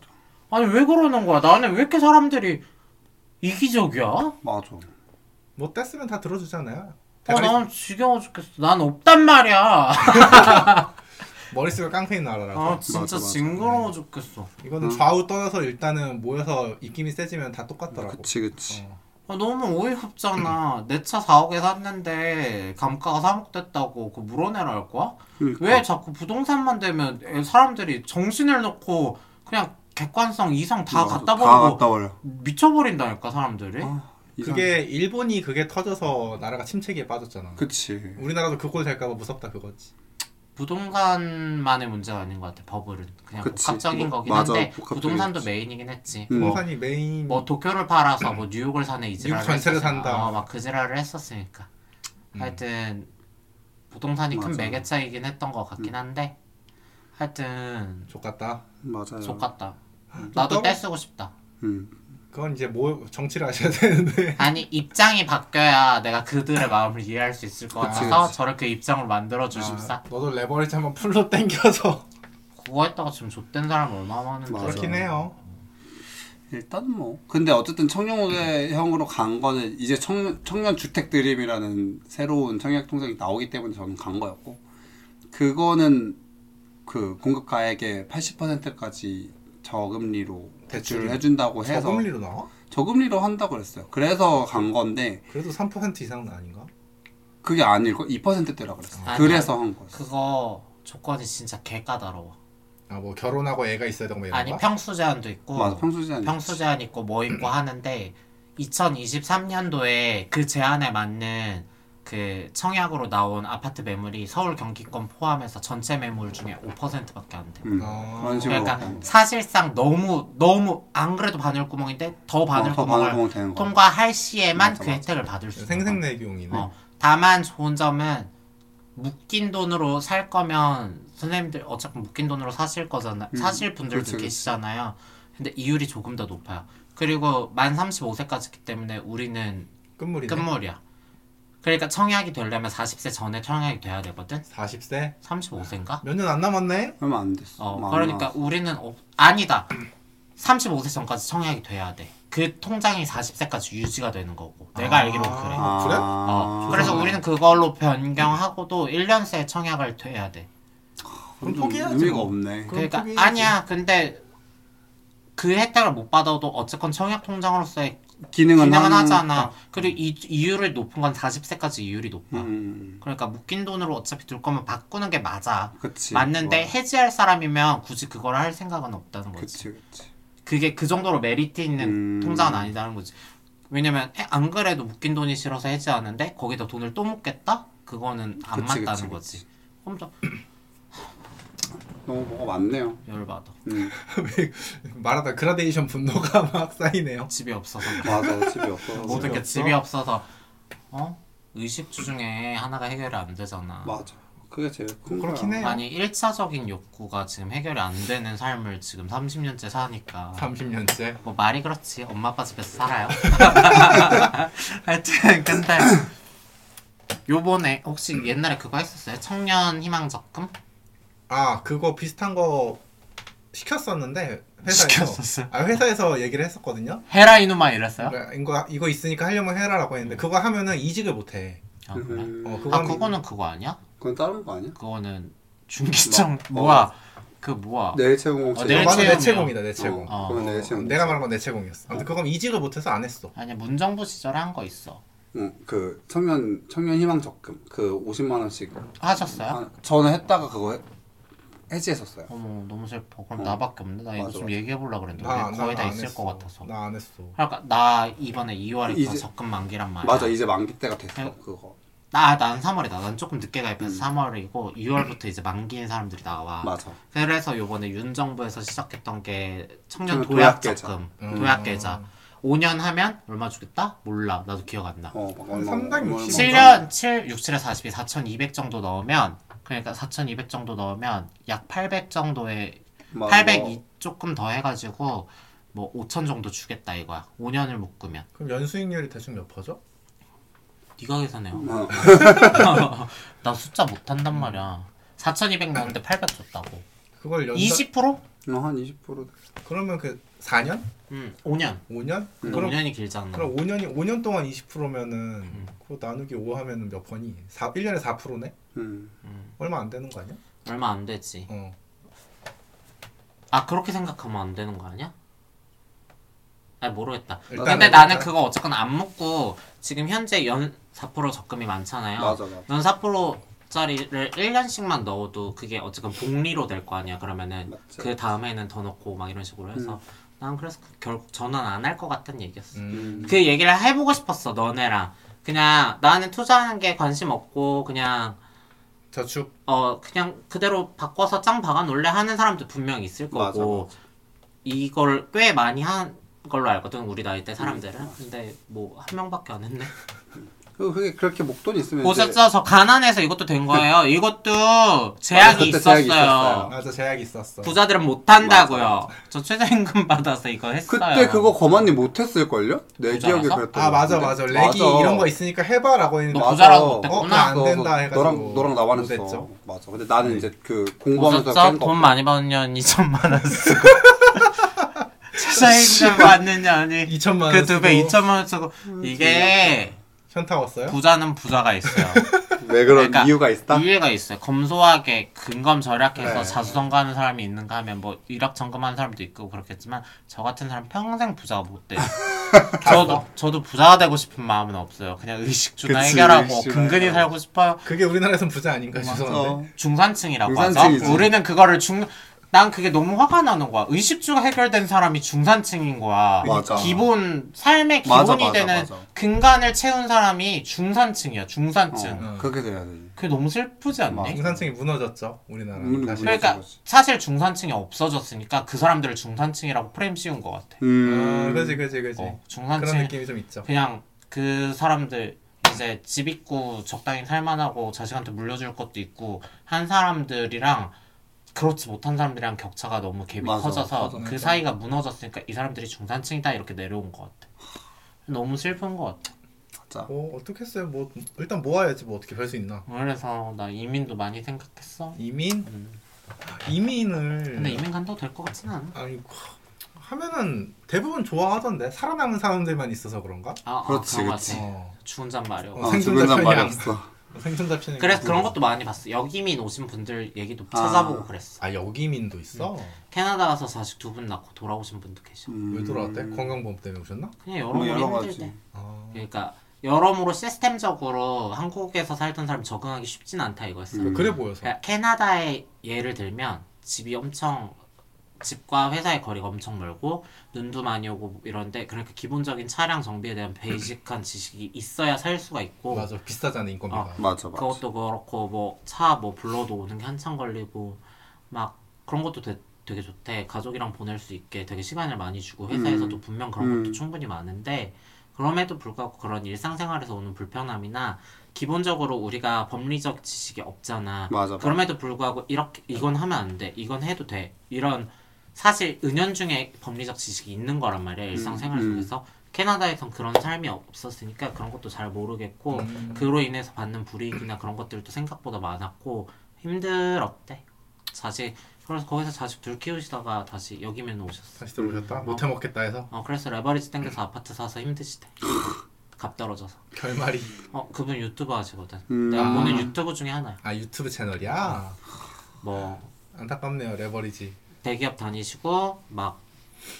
[SPEAKER 2] 아니 왜 그러는 거야? 나는 왜 이렇게 사람들이 이기적이야?
[SPEAKER 3] 맞아.
[SPEAKER 1] 뭐 뗐으면 다 들어주잖아요.
[SPEAKER 2] 어,
[SPEAKER 1] 대가리
[SPEAKER 2] 난 지겨워 죽겠어. 난 없단 말이야.
[SPEAKER 1] 머릿속에 깡패인 나라라서
[SPEAKER 2] 아, 진짜
[SPEAKER 3] 맞아, 맞아.
[SPEAKER 2] 징그러워 죽겠어.
[SPEAKER 1] 이거는
[SPEAKER 3] 음.
[SPEAKER 1] 좌우 떠나서 일단은 모여서 입김이 세지면 다 똑같더라고.
[SPEAKER 3] 그치 그치.
[SPEAKER 1] 어.
[SPEAKER 2] 아, 너무 어이없잖아. 내 차 4억에 샀는데 감가가 3억 됐다고 그거 물어내라 할 거야?
[SPEAKER 3] 그러니까.
[SPEAKER 2] 왜 자꾸 부동산만 되면 사람들이 정신을 놓고 그냥 객관성 이상 다
[SPEAKER 3] 맞아.
[SPEAKER 2] 갖다
[SPEAKER 3] 그러니까. 다
[SPEAKER 2] 버리고
[SPEAKER 3] 갖다 버려.
[SPEAKER 2] 미쳐버린다니까 사람들이.
[SPEAKER 3] 아, 이상해.
[SPEAKER 1] 그게 일본이 그게 터져서 나라가 침체기에 빠졌잖아.
[SPEAKER 3] 그치.
[SPEAKER 1] 우리나라도 그꼴 될까봐 무섭다 그거지.
[SPEAKER 2] 부동산만의 문제가 아닌 것 같아. 버블은 그냥
[SPEAKER 3] 그치.
[SPEAKER 2] 복합적인
[SPEAKER 3] 뭐,
[SPEAKER 2] 거긴
[SPEAKER 3] 맞아,
[SPEAKER 2] 한데
[SPEAKER 3] 복합적인
[SPEAKER 2] 부동산도
[SPEAKER 3] 거지.
[SPEAKER 2] 메인이긴 했지.
[SPEAKER 3] 음.
[SPEAKER 1] 부동산이 메인
[SPEAKER 2] 뭐 도쿄를 팔아서 뭐 뉴욕을 사네 이 지랄을
[SPEAKER 1] 뉴욕 전체를
[SPEAKER 2] 했었잖아.
[SPEAKER 1] 산다. 음.
[SPEAKER 2] 어, 막그 지랄을 했었으니까 하여튼 부동산이 큰
[SPEAKER 3] 맞아. 음.
[SPEAKER 2] 매개차이긴 했던 것 같긴 한데 하여튼
[SPEAKER 1] 족같다.
[SPEAKER 3] 맞아요.
[SPEAKER 2] 속 같다 나도
[SPEAKER 1] 또 떨어-
[SPEAKER 2] 떼쓰고 싶다
[SPEAKER 3] 음.
[SPEAKER 1] 그건 이제 뭐 정치를 하셔야 되는데
[SPEAKER 2] 아니 입장이 바뀌어야 내가 그들의 마음을 이해할 수 있을 것
[SPEAKER 3] 그치,
[SPEAKER 2] 같아서
[SPEAKER 3] 그치.
[SPEAKER 2] 저렇게 입장을 만들어 주십사
[SPEAKER 1] 아, 너도 레버리지 한번 풀로 땡겨서
[SPEAKER 2] 그거 했다가 지금 좆된 사람 얼마나 많은데
[SPEAKER 3] 맞아.
[SPEAKER 1] 그렇긴 해요.
[SPEAKER 3] 일단 뭐. 근데 어쨌든 청년우대형으로 간 거는 이제 청년 청년 주택 드림이라는 새로운 청약 통장이 나오기 때문에 저는 간 거였고 그거는 그 공급가액의 80%까지 저금리로 대출을
[SPEAKER 1] 대출을
[SPEAKER 3] 해준다고 뭐 해서
[SPEAKER 1] 저금리로 나와?
[SPEAKER 3] 저금리로 한다고 그랬어요. 그래서 간 건데
[SPEAKER 1] 그래도 3% 이상은 아닌가?
[SPEAKER 3] 그게 아니고 2%대라 그랬어요.
[SPEAKER 2] 아니야. 네.
[SPEAKER 3] 그래서 한 거였어요.
[SPEAKER 2] 그거 조건이 진짜 개 까다로워
[SPEAKER 1] 아 뭐 결혼하고 애가 있어야 되고 뭐 이런
[SPEAKER 2] 아니
[SPEAKER 1] 거?
[SPEAKER 2] 평수 제한도 있고
[SPEAKER 3] 맞아. 평수 제한이
[SPEAKER 2] 어, 평수 제한 있고 뭐 있고 하는데 2023년도에 그 제한에 맞는 그 청약으로 나온 아파트 매물이 서울 경기권 포함해서 전체 매물 중에 5%밖에 안 돼.
[SPEAKER 3] 음.
[SPEAKER 1] 아.
[SPEAKER 3] 그런 식으로
[SPEAKER 2] 그러니까
[SPEAKER 3] 간 거예요.
[SPEAKER 2] 사실상 너무 너무 안 그래도 바늘구멍인데 더
[SPEAKER 3] 더 반을
[SPEAKER 2] 바늘구멍을
[SPEAKER 3] 보면 되는 거예요.
[SPEAKER 2] 통과할 시에만
[SPEAKER 3] 맞아,
[SPEAKER 2] 그
[SPEAKER 3] 맞아.
[SPEAKER 2] 혜택을 받을 수 있는 거야.
[SPEAKER 1] 생생내기용이네.
[SPEAKER 2] 어, 다만 좋은 점은 묶인 돈으로 살 거면 선생님들 어차피 묶인 돈으로 사실 거잖아
[SPEAKER 3] 음,
[SPEAKER 2] 사실 분들도
[SPEAKER 3] 그렇지, 그렇지.
[SPEAKER 2] 계시잖아요. 근데 이율이 조금 더 높아요. 그리고 만 35세까지기 때문에 우리는
[SPEAKER 1] 끝물이네.
[SPEAKER 2] 끝물이야. 그러니까 청약이 되려면 40세 전에 청약이 돼야 되거든.
[SPEAKER 1] 40세
[SPEAKER 2] 35세인가?
[SPEAKER 1] 몇 년 안 남았네.
[SPEAKER 3] 얼마 안 됐어.
[SPEAKER 2] 어,
[SPEAKER 3] 얼마 안
[SPEAKER 2] 그러니까 우리는 어, 아니다. 35세 전까지 청약이 돼야 돼. 그 통장이 40세까지 유지가 되는 거고. 내가
[SPEAKER 1] 아.
[SPEAKER 2] 알기로는 그래.
[SPEAKER 1] 아, 그래?
[SPEAKER 2] 어, 그래서 우리는 그걸로 변경하고도 1년 새 청약을 돼야 돼.
[SPEAKER 1] 그럼
[SPEAKER 3] 좀
[SPEAKER 1] 포기해야지
[SPEAKER 3] 의미가
[SPEAKER 1] 뭐.
[SPEAKER 3] 없네.
[SPEAKER 1] 그럼
[SPEAKER 2] 그러니까
[SPEAKER 1] 포기해야지.
[SPEAKER 2] 아니야. 근데 그 혜택을 못 받아도 어쨌건 청약 통장으로서의
[SPEAKER 3] 기능은,
[SPEAKER 2] 기능은
[SPEAKER 3] 하는-
[SPEAKER 2] 하잖아. 그리고 이 이율을 높은 건 40세까지 이율이 높아.
[SPEAKER 3] 음,
[SPEAKER 2] 그러니까 묶인 돈으로 어차피 둘 거면 바꾸는 게 맞아.
[SPEAKER 3] 그치.
[SPEAKER 2] 맞는데
[SPEAKER 3] 뭐,
[SPEAKER 2] 해지할 사람이면 굳이 그걸 할 생각은 없다는 거지.
[SPEAKER 3] 그치, 그치.
[SPEAKER 2] 그게 그 정도로 메리트
[SPEAKER 3] 음.
[SPEAKER 2] 있는 통장은 아니다는 거지. 왜냐면 해- 안 그래도 묶인 돈이 싫어서 해지하는데 거기다 돈을 또 묶겠다? 그거는 안
[SPEAKER 3] 그치, 그치,
[SPEAKER 2] 맞다는 거지. 엄청
[SPEAKER 3] 너무 뭐가 많네요.
[SPEAKER 2] 열받아.
[SPEAKER 3] 음,
[SPEAKER 1] 말하다 그라데이션 분노가 막 쌓이네요.
[SPEAKER 2] 집이 없어서
[SPEAKER 3] 맞아. 집이 없어.
[SPEAKER 2] 모든 게
[SPEAKER 1] 없어?
[SPEAKER 2] 집이 없어서 어 의식주 중에 하나가 해결이 안 되잖아.
[SPEAKER 3] 맞아. 그게 제일 큰 거야. 음.
[SPEAKER 1] 그렇긴 해요.
[SPEAKER 2] 아니 1차적인 욕구가 지금 해결이 안 되는 삶을 지금 30년째 사니까
[SPEAKER 1] 30년째.
[SPEAKER 2] 뭐 말이 그렇지 엄마 아빠 집에서 살아요 하여튼 근데 요번에 혹시 옛날에 그거 했었어요? 청년 희망 적금?
[SPEAKER 1] 아 그거 비슷한 거 시켰었는데 회사에서
[SPEAKER 2] 시켰었어요?
[SPEAKER 1] 아 회사에서 얘기를 했었거든요.
[SPEAKER 2] 헤라 이누마 이랬어요?
[SPEAKER 1] 그래, 이거 이거 있으니까 하려면 해라라고 했는데 그거 하면은 이직을 못 해.
[SPEAKER 2] 아, 그래?
[SPEAKER 3] 음,
[SPEAKER 1] 어 그거
[SPEAKER 2] 음. 아 그거는 그거 아니야?
[SPEAKER 3] 그건 다른 거 아니야?
[SPEAKER 2] 그거는 중기청
[SPEAKER 3] 뭐, 네.
[SPEAKER 2] 뭐야 그 뭐야
[SPEAKER 3] 내일 채용 공채.
[SPEAKER 2] 어, 내일
[SPEAKER 1] 맞아
[SPEAKER 2] 채용이요.
[SPEAKER 1] 내체공이다 내체공.
[SPEAKER 2] 어.
[SPEAKER 3] 그건 내일 채용.
[SPEAKER 1] 내가 말한 건 내체공이었어. 아무튼 그건 이직을 못해서 안 했어.
[SPEAKER 2] 아니 문정부 시절에 한 거 있어
[SPEAKER 3] 응, 그 청년 청년 희망 적금 그 50만 원씩.
[SPEAKER 2] 하셨어요?
[SPEAKER 3] 아, 저는 했다가 그거 해, 해지했었어요.
[SPEAKER 2] 어머 너무 슬퍼 그럼
[SPEAKER 3] 어.
[SPEAKER 2] 나밖에 없네 나 이거
[SPEAKER 3] 맞아,
[SPEAKER 2] 좀
[SPEAKER 3] 맞아.
[SPEAKER 2] 얘기해 보려고 그랬는데
[SPEAKER 1] 나-
[SPEAKER 2] 우리 거의
[SPEAKER 1] 나
[SPEAKER 2] 다
[SPEAKER 1] 안
[SPEAKER 2] 있을
[SPEAKER 1] 했어.
[SPEAKER 2] 것 같아서
[SPEAKER 1] 나 안 했어.
[SPEAKER 2] 그러니까 나 이번에 2월에
[SPEAKER 3] 이제-
[SPEAKER 2] 적금 만기란 말이야
[SPEAKER 3] 맞아, 이제 만기 때가 됐어.
[SPEAKER 2] 응.
[SPEAKER 3] 그거.
[SPEAKER 2] 나난 3월이다 난 조금 늦게
[SPEAKER 3] 음.
[SPEAKER 2] 가입해서 3월이고 2월부터 이제 만기인 사람들이 나와
[SPEAKER 3] 맞아.
[SPEAKER 2] 그래서 요번에 윤 정부에서 시작했던 게 청년
[SPEAKER 3] 청년 도약
[SPEAKER 2] 도약
[SPEAKER 3] 계좌.
[SPEAKER 2] 적금
[SPEAKER 1] 음.
[SPEAKER 2] 도약 계좌 5년 하면 얼마 주겠다? 몰라. 나도 기억 안 나.
[SPEAKER 3] 어, 막 얼마-
[SPEAKER 1] 상당히
[SPEAKER 3] 얼마-
[SPEAKER 2] 7년 7 6 7에 42 4200 정도 넣으면 그러니까 4200 정도 넣으면 약 800 정도의
[SPEAKER 3] 막
[SPEAKER 2] 802
[SPEAKER 3] 뭐,
[SPEAKER 2] 조금 더 해가지고 뭐 5천 정도 주겠다 이거야. 5년을 묶으면.
[SPEAKER 1] 그럼 연수익률이 대충 몇 퍼죠?
[SPEAKER 2] 네가 계산해요.
[SPEAKER 3] 어,
[SPEAKER 2] 나 숫자
[SPEAKER 3] 음.
[SPEAKER 2] 못한단 말이야. 4200 넣었는데 800 줬다고.
[SPEAKER 1] 그걸 연수
[SPEAKER 2] 20%?
[SPEAKER 3] 어. 한 20%
[SPEAKER 1] 그러면 그 4년?
[SPEAKER 2] 응. 5년.
[SPEAKER 1] 5년?
[SPEAKER 2] 근데
[SPEAKER 1] 그럼
[SPEAKER 2] 음. 5년이 음. 길잖아.
[SPEAKER 1] 그럼 5년이 5년 동안 20%면은 그거 나누기 5 하면은 몇 번이? 4 1년에 4%네?
[SPEAKER 3] 음.
[SPEAKER 1] 얼마 안 되는 거 아니야?
[SPEAKER 2] 얼마 안 되지.
[SPEAKER 1] 어.
[SPEAKER 2] 아 그렇게 생각하면 안 되는 거 아니야? 아 모르겠다.
[SPEAKER 1] 일단은
[SPEAKER 2] 근데
[SPEAKER 1] 일단-
[SPEAKER 2] 나는 그거 어쨌거나 안 묶고 지금 현재 연 4% 적금이 많잖아요.
[SPEAKER 3] 맞아 맞아
[SPEAKER 2] 연 4%짜리를 1년씩만 넣어도 그게 어쨌건 복리로 될 거 아니야. 그러면은
[SPEAKER 3] 맞지.
[SPEAKER 2] 그 다음에는 더 넣고 막 이런 식으로 해서 난 그래서 그- 결국 전환 안 할 것 같은 얘기였어.
[SPEAKER 1] 음.
[SPEAKER 2] 그 얘기를 해보고 싶었어 너네랑. 그냥 나는 투자하는 게 관심 없고 그냥
[SPEAKER 1] 저축
[SPEAKER 2] 어 그냥 그대로 바꿔서 짱 박아 놀래 하는 사람도 분명 있을
[SPEAKER 3] 맞아,
[SPEAKER 2] 거고 이걸 꽤 많이 한 걸로 알거든 우리 나이 때 사람들은
[SPEAKER 3] 음.
[SPEAKER 2] 근데 뭐 한 명밖에 안 했네
[SPEAKER 3] 그- 그게 그렇게 목돈이 있으면 이제-
[SPEAKER 2] 보셨죠 저 가난해서 이것도 된 거예요 이것도 제약이
[SPEAKER 3] 그때 제약이
[SPEAKER 2] 있었어요
[SPEAKER 3] 있었어요.
[SPEAKER 1] 맞아 제약이 있었어.
[SPEAKER 2] 부자들은 못 한다고요 저 최저임금 받아서 이거 했어요
[SPEAKER 3] 그때 그거 거만님 못했을 걸요? 내
[SPEAKER 2] 부자라서?
[SPEAKER 3] 기억에 그랬던
[SPEAKER 1] 아 맞아
[SPEAKER 3] 것
[SPEAKER 1] 맞아
[SPEAKER 3] 같은데.
[SPEAKER 1] 렉이 이런 거 있으니까 해봐라고 했는데
[SPEAKER 2] 너
[SPEAKER 3] 맞아.
[SPEAKER 2] 부자라고
[SPEAKER 1] 어,
[SPEAKER 2] 못했구나 음.
[SPEAKER 1] 나안 된다
[SPEAKER 3] 그,
[SPEAKER 1] 해가지고
[SPEAKER 3] 너랑 너랑 나만
[SPEAKER 1] 못
[SPEAKER 3] 했어.
[SPEAKER 1] 했죠.
[SPEAKER 3] 맞아. 근데 나는 이제 그 공부하면서
[SPEAKER 2] 보셨죠?
[SPEAKER 3] 거
[SPEAKER 2] 돈 많이 버는 년 2천만 원 쓰고 최저임금 받는 년이
[SPEAKER 1] 2천만 원.
[SPEAKER 2] 그 두 배
[SPEAKER 1] 쓰고
[SPEAKER 2] 2천만 원 쓰고
[SPEAKER 3] 음,
[SPEAKER 2] 이게
[SPEAKER 1] 현타 왔어요?
[SPEAKER 2] 부자는 부자가 있어요.
[SPEAKER 3] 왜 그런
[SPEAKER 2] 그러니까
[SPEAKER 3] 이유가 있다?
[SPEAKER 2] 이유가 있어요. 검소하게 근검 절약해서
[SPEAKER 3] 네.
[SPEAKER 2] 자수성가하는 사람이 있는가 하면 뭐 일확천금하는 사람도 있고 그렇겠지만 저 같은 사람 평생 부자가 못 돼요. 저도 저도 부자가 되고 싶은 마음은 없어요. 그냥
[SPEAKER 3] 아,
[SPEAKER 2] 의식주나
[SPEAKER 3] 뭐? 그치,
[SPEAKER 2] 해결하고
[SPEAKER 3] 의식주나
[SPEAKER 2] 근근히
[SPEAKER 3] 해결하고.
[SPEAKER 2] 살고 싶어요.
[SPEAKER 1] 그게 우리나라에선 부자
[SPEAKER 2] 어.
[SPEAKER 1] 아닌가 죄송한데.
[SPEAKER 2] 중산층이라고
[SPEAKER 3] 중산층이지.
[SPEAKER 2] 하죠. 우리는 그거를 중, 난 그게 너무 화가 나는 거야. 의식주가 해결된 사람이 중산층인 거야.
[SPEAKER 3] 맞아.
[SPEAKER 2] 기본, 삶의 기본이
[SPEAKER 3] 맞아, 맞아, 어,
[SPEAKER 2] 되는
[SPEAKER 3] 맞아.
[SPEAKER 2] 근간을 채운 사람이 중산층이야, 중산층.
[SPEAKER 3] 어,
[SPEAKER 1] 응.
[SPEAKER 3] 그렇게 돼야 되지.
[SPEAKER 1] 아,
[SPEAKER 2] 그게 너무 슬프지 않니?
[SPEAKER 3] 맞아.
[SPEAKER 1] 중산층이 무너졌죠 우리나라.
[SPEAKER 3] 음,
[SPEAKER 1] 사실.
[SPEAKER 3] 무너졌어.
[SPEAKER 2] 그러니까
[SPEAKER 3] 그렇지.
[SPEAKER 2] 사실 중산층이 없어졌으니까 그 사람들을 중산층이라고 프레임 씌운 것 같아.
[SPEAKER 1] 음,
[SPEAKER 3] 음.
[SPEAKER 1] 그지 그지 그지.
[SPEAKER 2] 어,
[SPEAKER 1] 그런
[SPEAKER 2] 중산층
[SPEAKER 1] 느낌이 좀 있죠.
[SPEAKER 2] 그냥 그 사람들 이제 집 있고 적당히 살만하고 자식한테 물려줄 것도 있고 한 사람들이랑 그렇지 못한 사람들이랑 격차가 너무 갭이
[SPEAKER 3] 맞아,
[SPEAKER 2] 커져서
[SPEAKER 3] 맞아,
[SPEAKER 2] 그
[SPEAKER 3] 맞아.
[SPEAKER 2] 사이가 무너졌으니까 이 사람들이 중산층이다 이렇게 내려온 것 같아. 너무 슬픈 것 같아.
[SPEAKER 3] 맞아.
[SPEAKER 1] 뭐 어떻게 했어요? 뭐 일단 모아야지 뭐 어떻게 할 수 있나.
[SPEAKER 2] 그래서 나 이민도 많이 생각했어.
[SPEAKER 1] 이민 아, 이민을
[SPEAKER 2] 음. 근데 이민 간다고 될 것 같진 않아.
[SPEAKER 1] 아니 그, 하면은 대부분 좋아하던데 살아남은 사람들만 있어서 그런가?
[SPEAKER 2] 아,
[SPEAKER 3] 그렇지,
[SPEAKER 2] 아, 그런 것
[SPEAKER 3] 그렇지.
[SPEAKER 2] 같아.
[SPEAKER 1] 어.
[SPEAKER 2] 추운 잠 마려워.
[SPEAKER 1] 어,
[SPEAKER 3] 어, 주변 사람 말이
[SPEAKER 1] 생존자
[SPEAKER 3] 없어.
[SPEAKER 1] 생존 잡히는
[SPEAKER 2] 그래서
[SPEAKER 1] 게
[SPEAKER 2] 그런
[SPEAKER 1] 뭐.
[SPEAKER 2] 것도 많이 봤어. 여기민 오신 분들 얘기도
[SPEAKER 3] 네. 아.
[SPEAKER 2] 찾아보고 그랬어.
[SPEAKER 1] 아 여기민도 있어?
[SPEAKER 2] 캐나다 가서 자식 두 분 낳고 돌아오신 분도 계셔.
[SPEAKER 1] 왜 돌아왔대?
[SPEAKER 2] 음.
[SPEAKER 1] 건강보험 때문에 오셨나?
[SPEAKER 2] 그냥
[SPEAKER 3] 음. 뭐
[SPEAKER 2] 여러모로
[SPEAKER 3] 여러
[SPEAKER 2] 힘들대.
[SPEAKER 3] 가지.
[SPEAKER 1] 아,
[SPEAKER 2] 그러니까 여러모로 시스템적으로 한국에서 살던 사람 적응하기 쉽진 않다 이거였어.
[SPEAKER 3] 음.
[SPEAKER 1] 그래 보여서
[SPEAKER 2] 그러니까 캐나다의 예를 들면 집이 엄청 집과 회사의 거리가 엄청 멀고 눈도 많이 오고 이런데 그러니까 기본적인 차량 정비에 대한 베이직한 지식이 있어야 살 수가 있고
[SPEAKER 1] 맞아 비싸잖아 인건비가
[SPEAKER 2] 어.
[SPEAKER 3] 맞아 맞아.
[SPEAKER 2] 그것도 그렇고 뭐 차 뭐 불러도 오는 게 한참 걸리고 막 그런 것도 되, 되게 좋대 가족이랑 보낼 수 있게 되게 시간을 많이 주고 회사에서도 분명 그런
[SPEAKER 3] 음.
[SPEAKER 2] 것도 충분히 많은데 그럼에도 불구하고 그런 일상생활에서 오는 불편함이나 기본적으로 우리가 법리적 지식이 없잖아
[SPEAKER 3] 맞아. 맞아.
[SPEAKER 2] 그럼에도 불구하고 이렇게 이건 하면 안 돼 이건 해도 돼 이런 사실 은연중에 법리적 지식이 있는 거란 말이야 일상생활
[SPEAKER 3] 음.
[SPEAKER 2] 속에서 캐나다에선 그런 삶이 없었으니까 그런 것도 잘 모르겠고
[SPEAKER 1] 음.
[SPEAKER 2] 그로 인해서 받는 불이익이나 그런 것들도 생각보다 많았고 힘들었대 자식 그래서 거기서 자식 둘 키우시다가 다시 여기면 오셨어
[SPEAKER 1] 다시 들어오셨다? 못해 먹겠다 해서
[SPEAKER 2] 어 그래서 레버리지 땡겨서 아파트 사서 힘드시대 값 떨어져서
[SPEAKER 1] 결말이
[SPEAKER 2] 어 그분 유튜브 하시거든
[SPEAKER 3] 음.
[SPEAKER 2] 내가
[SPEAKER 1] 아.
[SPEAKER 2] 보는 유튜브 중에 하나야
[SPEAKER 1] 아 유튜브 채널이야?
[SPEAKER 2] 뭐
[SPEAKER 1] 안타깝네요 레버리지
[SPEAKER 2] 대기업 다니시고 막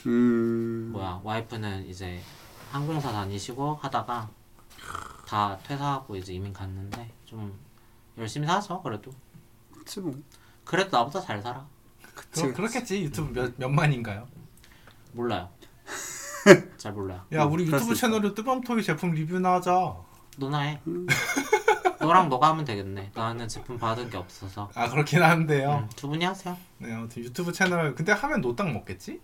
[SPEAKER 3] 음.
[SPEAKER 2] 뭐야 와이프는 이제 항공사 다니시고 하다가 다 퇴사하고 이제 이민 갔는데 좀 열심히 사죠 그래도
[SPEAKER 3] 그치 뭐.
[SPEAKER 2] 그래도 나보다 잘 살아
[SPEAKER 1] 그, 그렇겠지 유튜브 몇, 몇만인가요?
[SPEAKER 2] 몰라요 잘 몰라요
[SPEAKER 1] 야 우리
[SPEAKER 3] 그럴 수
[SPEAKER 1] 유튜브
[SPEAKER 3] 있어.
[SPEAKER 1] 채널로 뜨밤토이 제품 리뷰나 하자
[SPEAKER 2] 누나 해 너랑 너가 하면 되겠네 나는 제품 받은 게 없어서
[SPEAKER 1] 아 그렇긴 한데요
[SPEAKER 2] 음, 두 분이 하세요
[SPEAKER 1] 네 아무튼 유튜브 채널 근데 하면 노딱 먹겠지?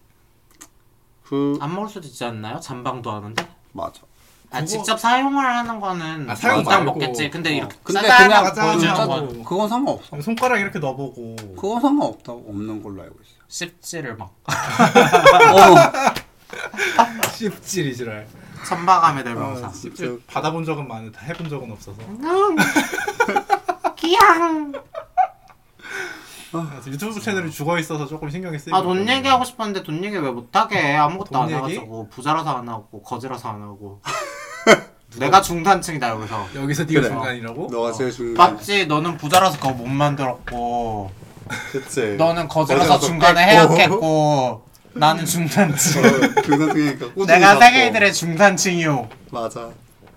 [SPEAKER 3] 그
[SPEAKER 2] 안 먹을 수도 있지 않나요? 잠방도 하는데?
[SPEAKER 3] 맞아.
[SPEAKER 2] 아
[SPEAKER 1] 그거-
[SPEAKER 2] 직접 사용을 하는 거는
[SPEAKER 1] 아, 사용
[SPEAKER 2] 일단
[SPEAKER 1] 말고.
[SPEAKER 2] 먹겠지. 근데
[SPEAKER 3] 어.
[SPEAKER 2] 이렇게
[SPEAKER 3] 근데
[SPEAKER 2] 짜잘한
[SPEAKER 3] 그냥
[SPEAKER 2] 거 보여주는
[SPEAKER 1] 짜잘한
[SPEAKER 2] 건
[SPEAKER 1] 거. 뭐.
[SPEAKER 3] 그건 상관없어.
[SPEAKER 1] 손가락 이렇게 넣어보고
[SPEAKER 3] 그건 상관없다. 없는 걸로 알고 있어.
[SPEAKER 2] 씹지를 막
[SPEAKER 3] 어.
[SPEAKER 1] 씹질이 지랄
[SPEAKER 2] 천박함의
[SPEAKER 1] 아,
[SPEAKER 3] 어.
[SPEAKER 2] 대명사.
[SPEAKER 1] 씹질 받아본 적은 많은데 해본 적은 없어서
[SPEAKER 2] 음. 끼양.
[SPEAKER 1] 그래서 유튜브 채널이 죽어 있어서 조금 신경이 쓰이고
[SPEAKER 2] 아돈
[SPEAKER 1] 있거든요.
[SPEAKER 2] 얘기하고 싶었는데 돈 얘기 왜 못하게 아무것도
[SPEAKER 1] 돈
[SPEAKER 2] 안
[SPEAKER 1] 얘기?
[SPEAKER 2] 해가지고 부자라서 안 하고 거지라서 안 하고 내가 중단층이다 여기서
[SPEAKER 1] 여기서 네가
[SPEAKER 3] 그래.
[SPEAKER 1] 중간이라고?
[SPEAKER 3] 너가 제일 중간.
[SPEAKER 2] 맞지 너는 부자라서 그거 못 만들었고
[SPEAKER 3] 그치.
[SPEAKER 2] 너는 거지라서
[SPEAKER 3] 네. 거지라서
[SPEAKER 2] 중간에
[SPEAKER 3] 뺐고.
[SPEAKER 2] 해약했고 나는 중단층
[SPEAKER 3] 중간중이니까 어, 그 꾸준히
[SPEAKER 2] 내가
[SPEAKER 3] 잡고.
[SPEAKER 2] 세계들의 중단층이요
[SPEAKER 3] 맞아.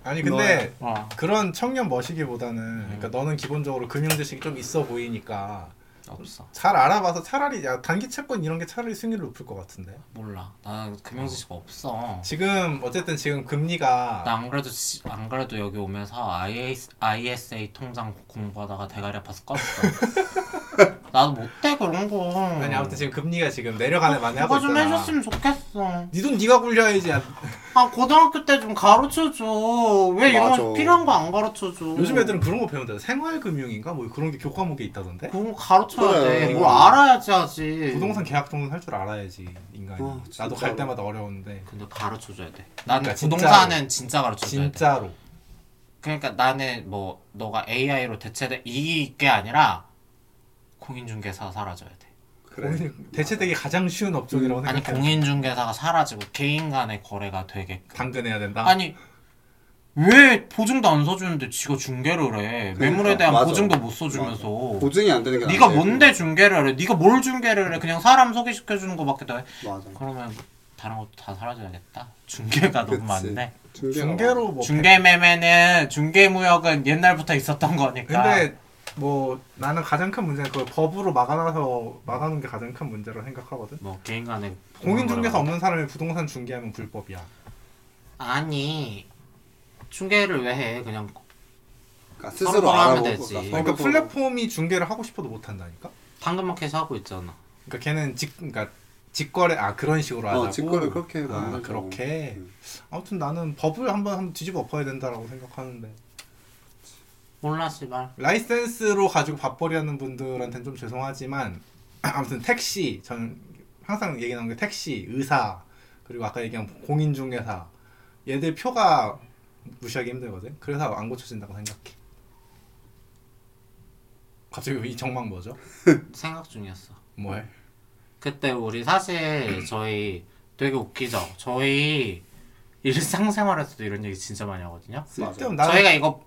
[SPEAKER 1] 아니 근데
[SPEAKER 2] 어.
[SPEAKER 1] 그런 청년 머시기보다는
[SPEAKER 2] 음.
[SPEAKER 1] 그러니까 너는 기본적으로 금융 지식이 좀 있어 보이니까
[SPEAKER 2] 없어
[SPEAKER 1] 잘 알아봐서 차라리 야 단기 채권 이런 게 차라리 수익률 높을 것 같은데
[SPEAKER 2] 몰라 나는 금융지식 없어
[SPEAKER 1] 지금 어쨌든 지금 금리가
[SPEAKER 2] 나 안 그래도 지- 안 그래도 여기 오면서 IS, ISA 통장 공부하다가 대가리 아파서 껐어. 나도 못해 그런 거.
[SPEAKER 1] 아니 아무튼 지금 금리가 지금 내려가는 많이 하고
[SPEAKER 2] 음. 어, 그거 좀
[SPEAKER 1] 있잖아
[SPEAKER 2] 해줬으면 좋겠어.
[SPEAKER 1] 네돈 네가 굴려야지 야.
[SPEAKER 2] 아 고등학교 때 좀 가르쳐줘. 왜 이런 거
[SPEAKER 3] 맞아.
[SPEAKER 2] 필요한 거 안 가르쳐줘?
[SPEAKER 1] 요즘 애들은 그런 거 배운다 생활금융인가 뭐 그런 게 교과목에 있다던데
[SPEAKER 2] 그런 거 가르쳐야
[SPEAKER 3] 그래.
[SPEAKER 2] 돼. 뭘 알아야지 하지.
[SPEAKER 1] 부동산 계약 정도는 할 줄 알아야지 인간이
[SPEAKER 3] 어,
[SPEAKER 1] 나도
[SPEAKER 3] 예. 진짜로.
[SPEAKER 1] 갈 때마다 어려웠는데
[SPEAKER 2] 근데 가르쳐줘야 돼. 난
[SPEAKER 1] 그러니까 진짜로.
[SPEAKER 2] 부동산은 진짜 가르쳐줘야 돼.
[SPEAKER 1] 진짜로
[SPEAKER 2] 그러니까 나는 뭐 너가 AI로 대체돼 이게 아니라 공인중개사 사라져야 돼.
[SPEAKER 3] 그래.
[SPEAKER 1] 공인- 대체되기 가장 쉬운 업종이라고
[SPEAKER 2] 아니
[SPEAKER 1] 생각해
[SPEAKER 2] 공인중개사가 사라지고 개인 간의 거래가 되게
[SPEAKER 1] 당근해야 된다
[SPEAKER 2] 아니 왜 보증도 안 써주는데 지가 중개를 해 매물에 대한
[SPEAKER 3] 맞아.
[SPEAKER 2] 보증도 못 써주면서
[SPEAKER 3] 보증이 안 되는 게
[SPEAKER 2] 어. 네가
[SPEAKER 3] 낫지.
[SPEAKER 2] 뭔데 중개를 해 네가 뭘 중개를 해 그냥 사람 소개시켜주는 거밖에 더해
[SPEAKER 3] 맞아.
[SPEAKER 2] 그러면 다른 것도 다 사라져야겠다 중개가 너무
[SPEAKER 3] 그치.
[SPEAKER 2] 많네
[SPEAKER 3] 중개가
[SPEAKER 1] 중개로 뭐
[SPEAKER 2] 중개 매매는 중개 무역은 옛날부터 있었던 거니까
[SPEAKER 1] 근데 뭐 나는 가장 큰 문제는 그 법으로 막아놔서 막아놓은 게 가장 큰 문제로 생각하거든.
[SPEAKER 2] 뭐 개인 간의
[SPEAKER 1] 공인중개사 없는 사람이 부동산 중개하면
[SPEAKER 2] 어,
[SPEAKER 1] 불법이야.
[SPEAKER 2] 아니 중개를 왜 해 그냥
[SPEAKER 3] 그러니까
[SPEAKER 2] 서로
[SPEAKER 3] 스스로
[SPEAKER 2] 하면
[SPEAKER 3] 알아보고
[SPEAKER 2] 되지.
[SPEAKER 3] 그러니까
[SPEAKER 1] 그러니까
[SPEAKER 3] 서로 보고.
[SPEAKER 1] 플랫폼이 중개를 하고 싶어도 못 한다니까.
[SPEAKER 2] 당근마켓이 하고 있잖아
[SPEAKER 1] 그러니까 걔는 직 그러니까 직거래 아 그런 식으로 하자고.
[SPEAKER 3] 어, 직거래 그렇게
[SPEAKER 1] 아,
[SPEAKER 3] 만들죠.
[SPEAKER 1] 그렇게.
[SPEAKER 3] 음.
[SPEAKER 1] 아무튼 나는 법을 한번 한번 뒤집어 엎어야 된다라고 생각하는데
[SPEAKER 2] 몰라 씨발
[SPEAKER 1] 라이센스로 가지고 밥벌이하는 분들한테는 좀 죄송하지만 아무튼 택시 저는 항상 얘기 나오는 게 택시 의사 그리고 아까 얘기한 공인중개사 얘들 표가 무시하기 힘들거든 그래서 안 고쳐진다고 생각해 갑자기 이 정막 뭐죠
[SPEAKER 2] 생각 중이었어
[SPEAKER 1] 뭐해
[SPEAKER 2] 그때 우리 사실 저희 되게 웃기죠. 저희 일상생활에서도 이런 얘기 진짜 많이 하거든요.
[SPEAKER 1] 쓸데없는 나는
[SPEAKER 2] 저희가 이거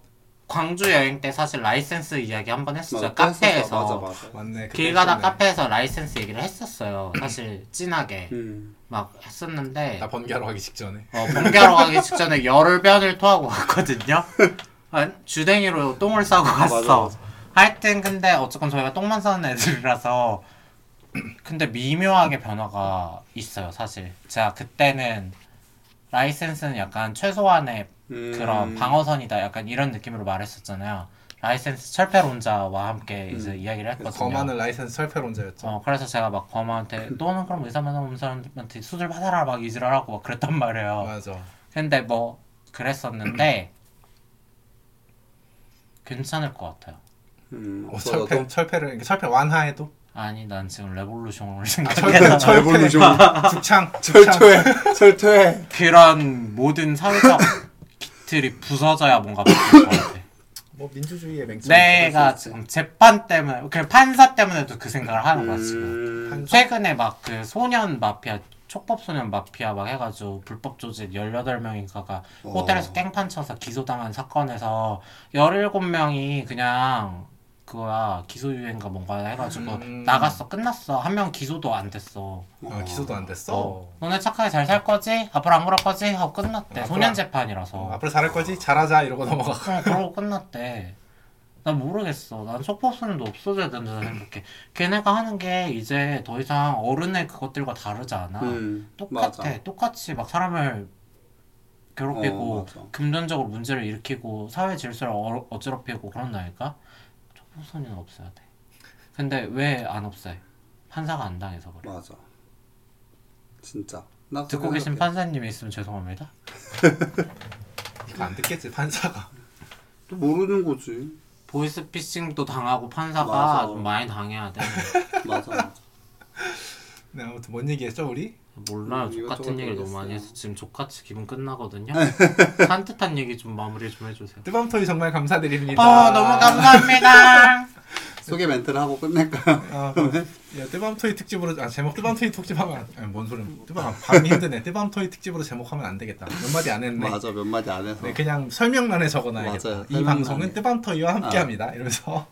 [SPEAKER 2] 광주 여행 때 사실 라이센스 이야기 한 번 했었죠.
[SPEAKER 3] 맞아,
[SPEAKER 2] 카페에서
[SPEAKER 3] 맞아 맞아.
[SPEAKER 1] 맞네
[SPEAKER 2] 길 가다 카페에서 라이센스 얘기를 했었어요. 사실 진하게
[SPEAKER 3] 음.
[SPEAKER 2] 막 했었는데
[SPEAKER 1] 나 번개하러 가기 직전에
[SPEAKER 2] 어, 번개하러 가기 직전에 열흘 변을 토하고 갔거든요. 아, 주댕이로 똥을 싸고 갔어.
[SPEAKER 3] 맞아, 맞아.
[SPEAKER 2] 하여튼 근데 어쨌건 저희가 똥만 싸는 애들이라서 근데 미묘하게 변화가 있어요, 사실. 제가 그때는 라이센스는 약간 최소한의
[SPEAKER 3] 음.
[SPEAKER 2] 그런 방어선이다, 약간 이런 느낌으로 말했었잖아요. 라이센스 철폐론자와 함께
[SPEAKER 3] 음.
[SPEAKER 2] 이제 이야기를 했거든요.
[SPEAKER 1] 거만은 라이센스 철폐론자였죠
[SPEAKER 2] 어, 그래서 제가 막 범한테 너는 그럼 의사 만나면 사람한테 수술 받아라 막 이질하라고 막 그랬단 말이에요.
[SPEAKER 1] 맞아
[SPEAKER 2] 근데 뭐 그랬었는데 괜찮을 것 같아요.
[SPEAKER 3] 음.
[SPEAKER 1] 어, 철폐 철폐를 그러니까 철폐 완화해도 아,
[SPEAKER 2] 아니 난 지금 레볼루션을
[SPEAKER 1] 철폐
[SPEAKER 2] 생각해서
[SPEAKER 3] 철폐.
[SPEAKER 1] 철폐 죽창 죽창
[SPEAKER 3] 철퇴. 철퇴.
[SPEAKER 2] 그런 모든 사회적 기틀이 부서져야 뭔가 바뀔 것 같아.
[SPEAKER 1] 뭐 민주주의의 맹점
[SPEAKER 2] 내가 지금 재판 때문에 그 판사 때문에도 그 생각을 하는 거야 지금.
[SPEAKER 3] 음.
[SPEAKER 2] 최근에 막 그 소년 마피아 촉법 소년 마피아 막 해가지고 불법 조직 18명인가가
[SPEAKER 3] 어.
[SPEAKER 2] 호텔에서 깽판 쳐서 기소당한 사건에서 17명이 그냥 그거야 기소유예인가 뭔가 해가지고
[SPEAKER 1] 음.
[SPEAKER 2] 나갔어 끝났어 한 명 기소도 안 됐어
[SPEAKER 1] 아, 기소도 안 됐어.
[SPEAKER 2] 어. 너네 착하게 잘 살 거지? 앞으로 안 그럴 거지? 하고 끝났대
[SPEAKER 1] 아,
[SPEAKER 2] 소년
[SPEAKER 1] 그럼.
[SPEAKER 2] 재판이라서
[SPEAKER 1] 어, 앞으로 잘할 거지? 잘하자 이러고 넘어가.
[SPEAKER 2] 어, 그러고 끝났대. 난 모르겠어. 난 속보수는도 없어져야 된다 생각해. 걔네가 하는 게 이제 더 이상 어른의 그것들과 다르지 않아.
[SPEAKER 3] 음.
[SPEAKER 2] 똑같아. 네,
[SPEAKER 3] 맞아.
[SPEAKER 2] 똑같이 막 사람을 괴롭히고
[SPEAKER 3] 어, 맞아.
[SPEAKER 2] 금전적으로 문제를 일으키고 사회 질서를 어, 어지럽히고 그런 나니까 속보수는 없어야 돼. 근데 왜 안 없어요? 판사가 안 당해서 그래.
[SPEAKER 3] 맞아. 진짜. 나
[SPEAKER 2] 듣고 계신
[SPEAKER 3] 생각해.
[SPEAKER 2] 판사님이 있으면 죄송합니다.
[SPEAKER 1] 이거 안 듣겠지 판사가.
[SPEAKER 3] 또 모르는 거지.
[SPEAKER 2] 보이스피싱도 당하고 판사가
[SPEAKER 3] 맞아.
[SPEAKER 2] 좀 많이 당해야 돼.
[SPEAKER 3] 맞아. 맞아.
[SPEAKER 1] 네 아무튼 뭔 얘기했죠 우리?
[SPEAKER 2] 몰라요.
[SPEAKER 3] 음,
[SPEAKER 2] 족 같은
[SPEAKER 3] 이것저것
[SPEAKER 2] 얘기를 너무
[SPEAKER 3] 모르겠어요. 네.
[SPEAKER 2] 많이 해서 지금 족같이 기분 끝나거든요. 산뜻한 얘기 좀 마무리 좀 해주세요.
[SPEAKER 1] 뜨밤토이 정말 아, 감사드립니다.
[SPEAKER 3] 아,
[SPEAKER 2] 어 너무 감사합니다.
[SPEAKER 3] 소개 멘트를 하고 끝낼까요?
[SPEAKER 1] 아, 그럼 야, 뜨밤토이 특집으로 아 제목 뜨밤토이 특집하면 아니, 뭔 소리야? 뜨밤 밤이 힘드네. 뜨밤토이 특집으로 제목하면 안 되겠다. 몇 마디 안 했네.
[SPEAKER 3] 맞아 몇 마디 안 해서.
[SPEAKER 1] 네, 그냥 설명란에 적어놔야겠다.
[SPEAKER 3] 맞아요.
[SPEAKER 1] 이 방송은
[SPEAKER 3] 설명란에.
[SPEAKER 1] 뜨밤토이와
[SPEAKER 3] 아.
[SPEAKER 1] 함께합니다. 이러면서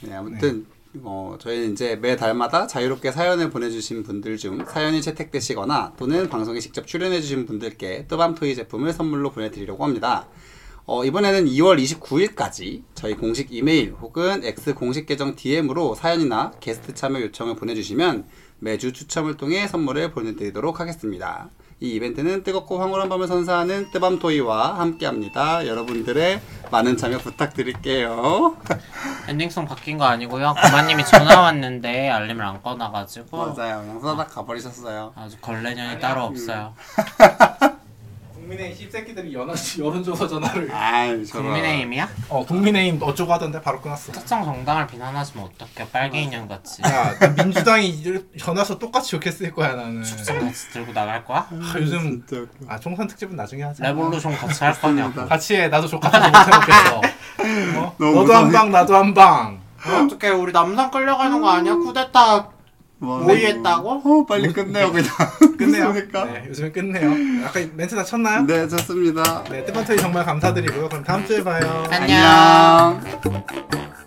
[SPEAKER 3] 네, 아무튼 어, 저희는 이제 매 달마다 자유롭게 사연을 보내주신 분들 중 사연이 채택되시거나 또는 방송에 직접 출연해주신 분들께 뜨밤토이 제품을 선물로 보내드리려고 합니다. 어, 이번에는 2월 29일까지 저희 공식 이메일 혹은 X 공식 계정 DM으로 사연이나 게스트 참여 요청을 보내주시면 매주 추첨을 통해 선물을 보내드리도록 하겠습니다. 이 이벤트는 뜨겁고 황홀한 밤을 선사하는 뜨밤토이와 함께합니다. 여러분들의 많은 참여 부탁드릴게요.
[SPEAKER 2] 엔딩송 바뀐 거 아니고요. 고마님이 전화 왔는데 알림을 안 꺼놔가지고
[SPEAKER 3] 맞아요. 그냥 후다닥 가버리셨어요.
[SPEAKER 2] 아주 걸레년이 따로 없어요.
[SPEAKER 1] 국민의힘 씹새끼들이 연론조사 전화를
[SPEAKER 3] 아이,
[SPEAKER 2] 음.
[SPEAKER 3] 저런.
[SPEAKER 2] 국민의힘이야?
[SPEAKER 1] 어 국민의힘 어쩌고 하던데 바로 끊었어.
[SPEAKER 2] 특정 정당을 비난하시면 어떡해. 빨개 인형 같이.
[SPEAKER 1] 야 민주당이 이를- 전화서 똑같이 이렇게 쓸 거야 나는.
[SPEAKER 2] 축성 같이 들고 나갈 거야?
[SPEAKER 1] 아, 요즘
[SPEAKER 3] 음, 진짜.
[SPEAKER 1] 아 총선 특집은 나중에 하자.
[SPEAKER 2] 레볼루션 같이 할 거냐고.
[SPEAKER 1] 같이 해. 나도 조카한테 못해먹겠어. 어?
[SPEAKER 3] 너무
[SPEAKER 1] 너도 한 방, 나도 한 방.
[SPEAKER 2] 어떻게 우리 남산 끌려가는 거 아니야? 쿠데타
[SPEAKER 3] 뭐,
[SPEAKER 2] 모의했다고?
[SPEAKER 3] 어, 빨리 끝내요 그냥.
[SPEAKER 1] 끝내요.
[SPEAKER 3] 그러니까.
[SPEAKER 1] 네, 요즘에 끝내요. 아까 멘트 다 쳤나요?
[SPEAKER 3] 네, 좋습니다.
[SPEAKER 1] 네, 뜨번터이 정말 감사드리고요. 그럼 다음 주에 봐요.
[SPEAKER 2] 안녕.
[SPEAKER 3] 안녕.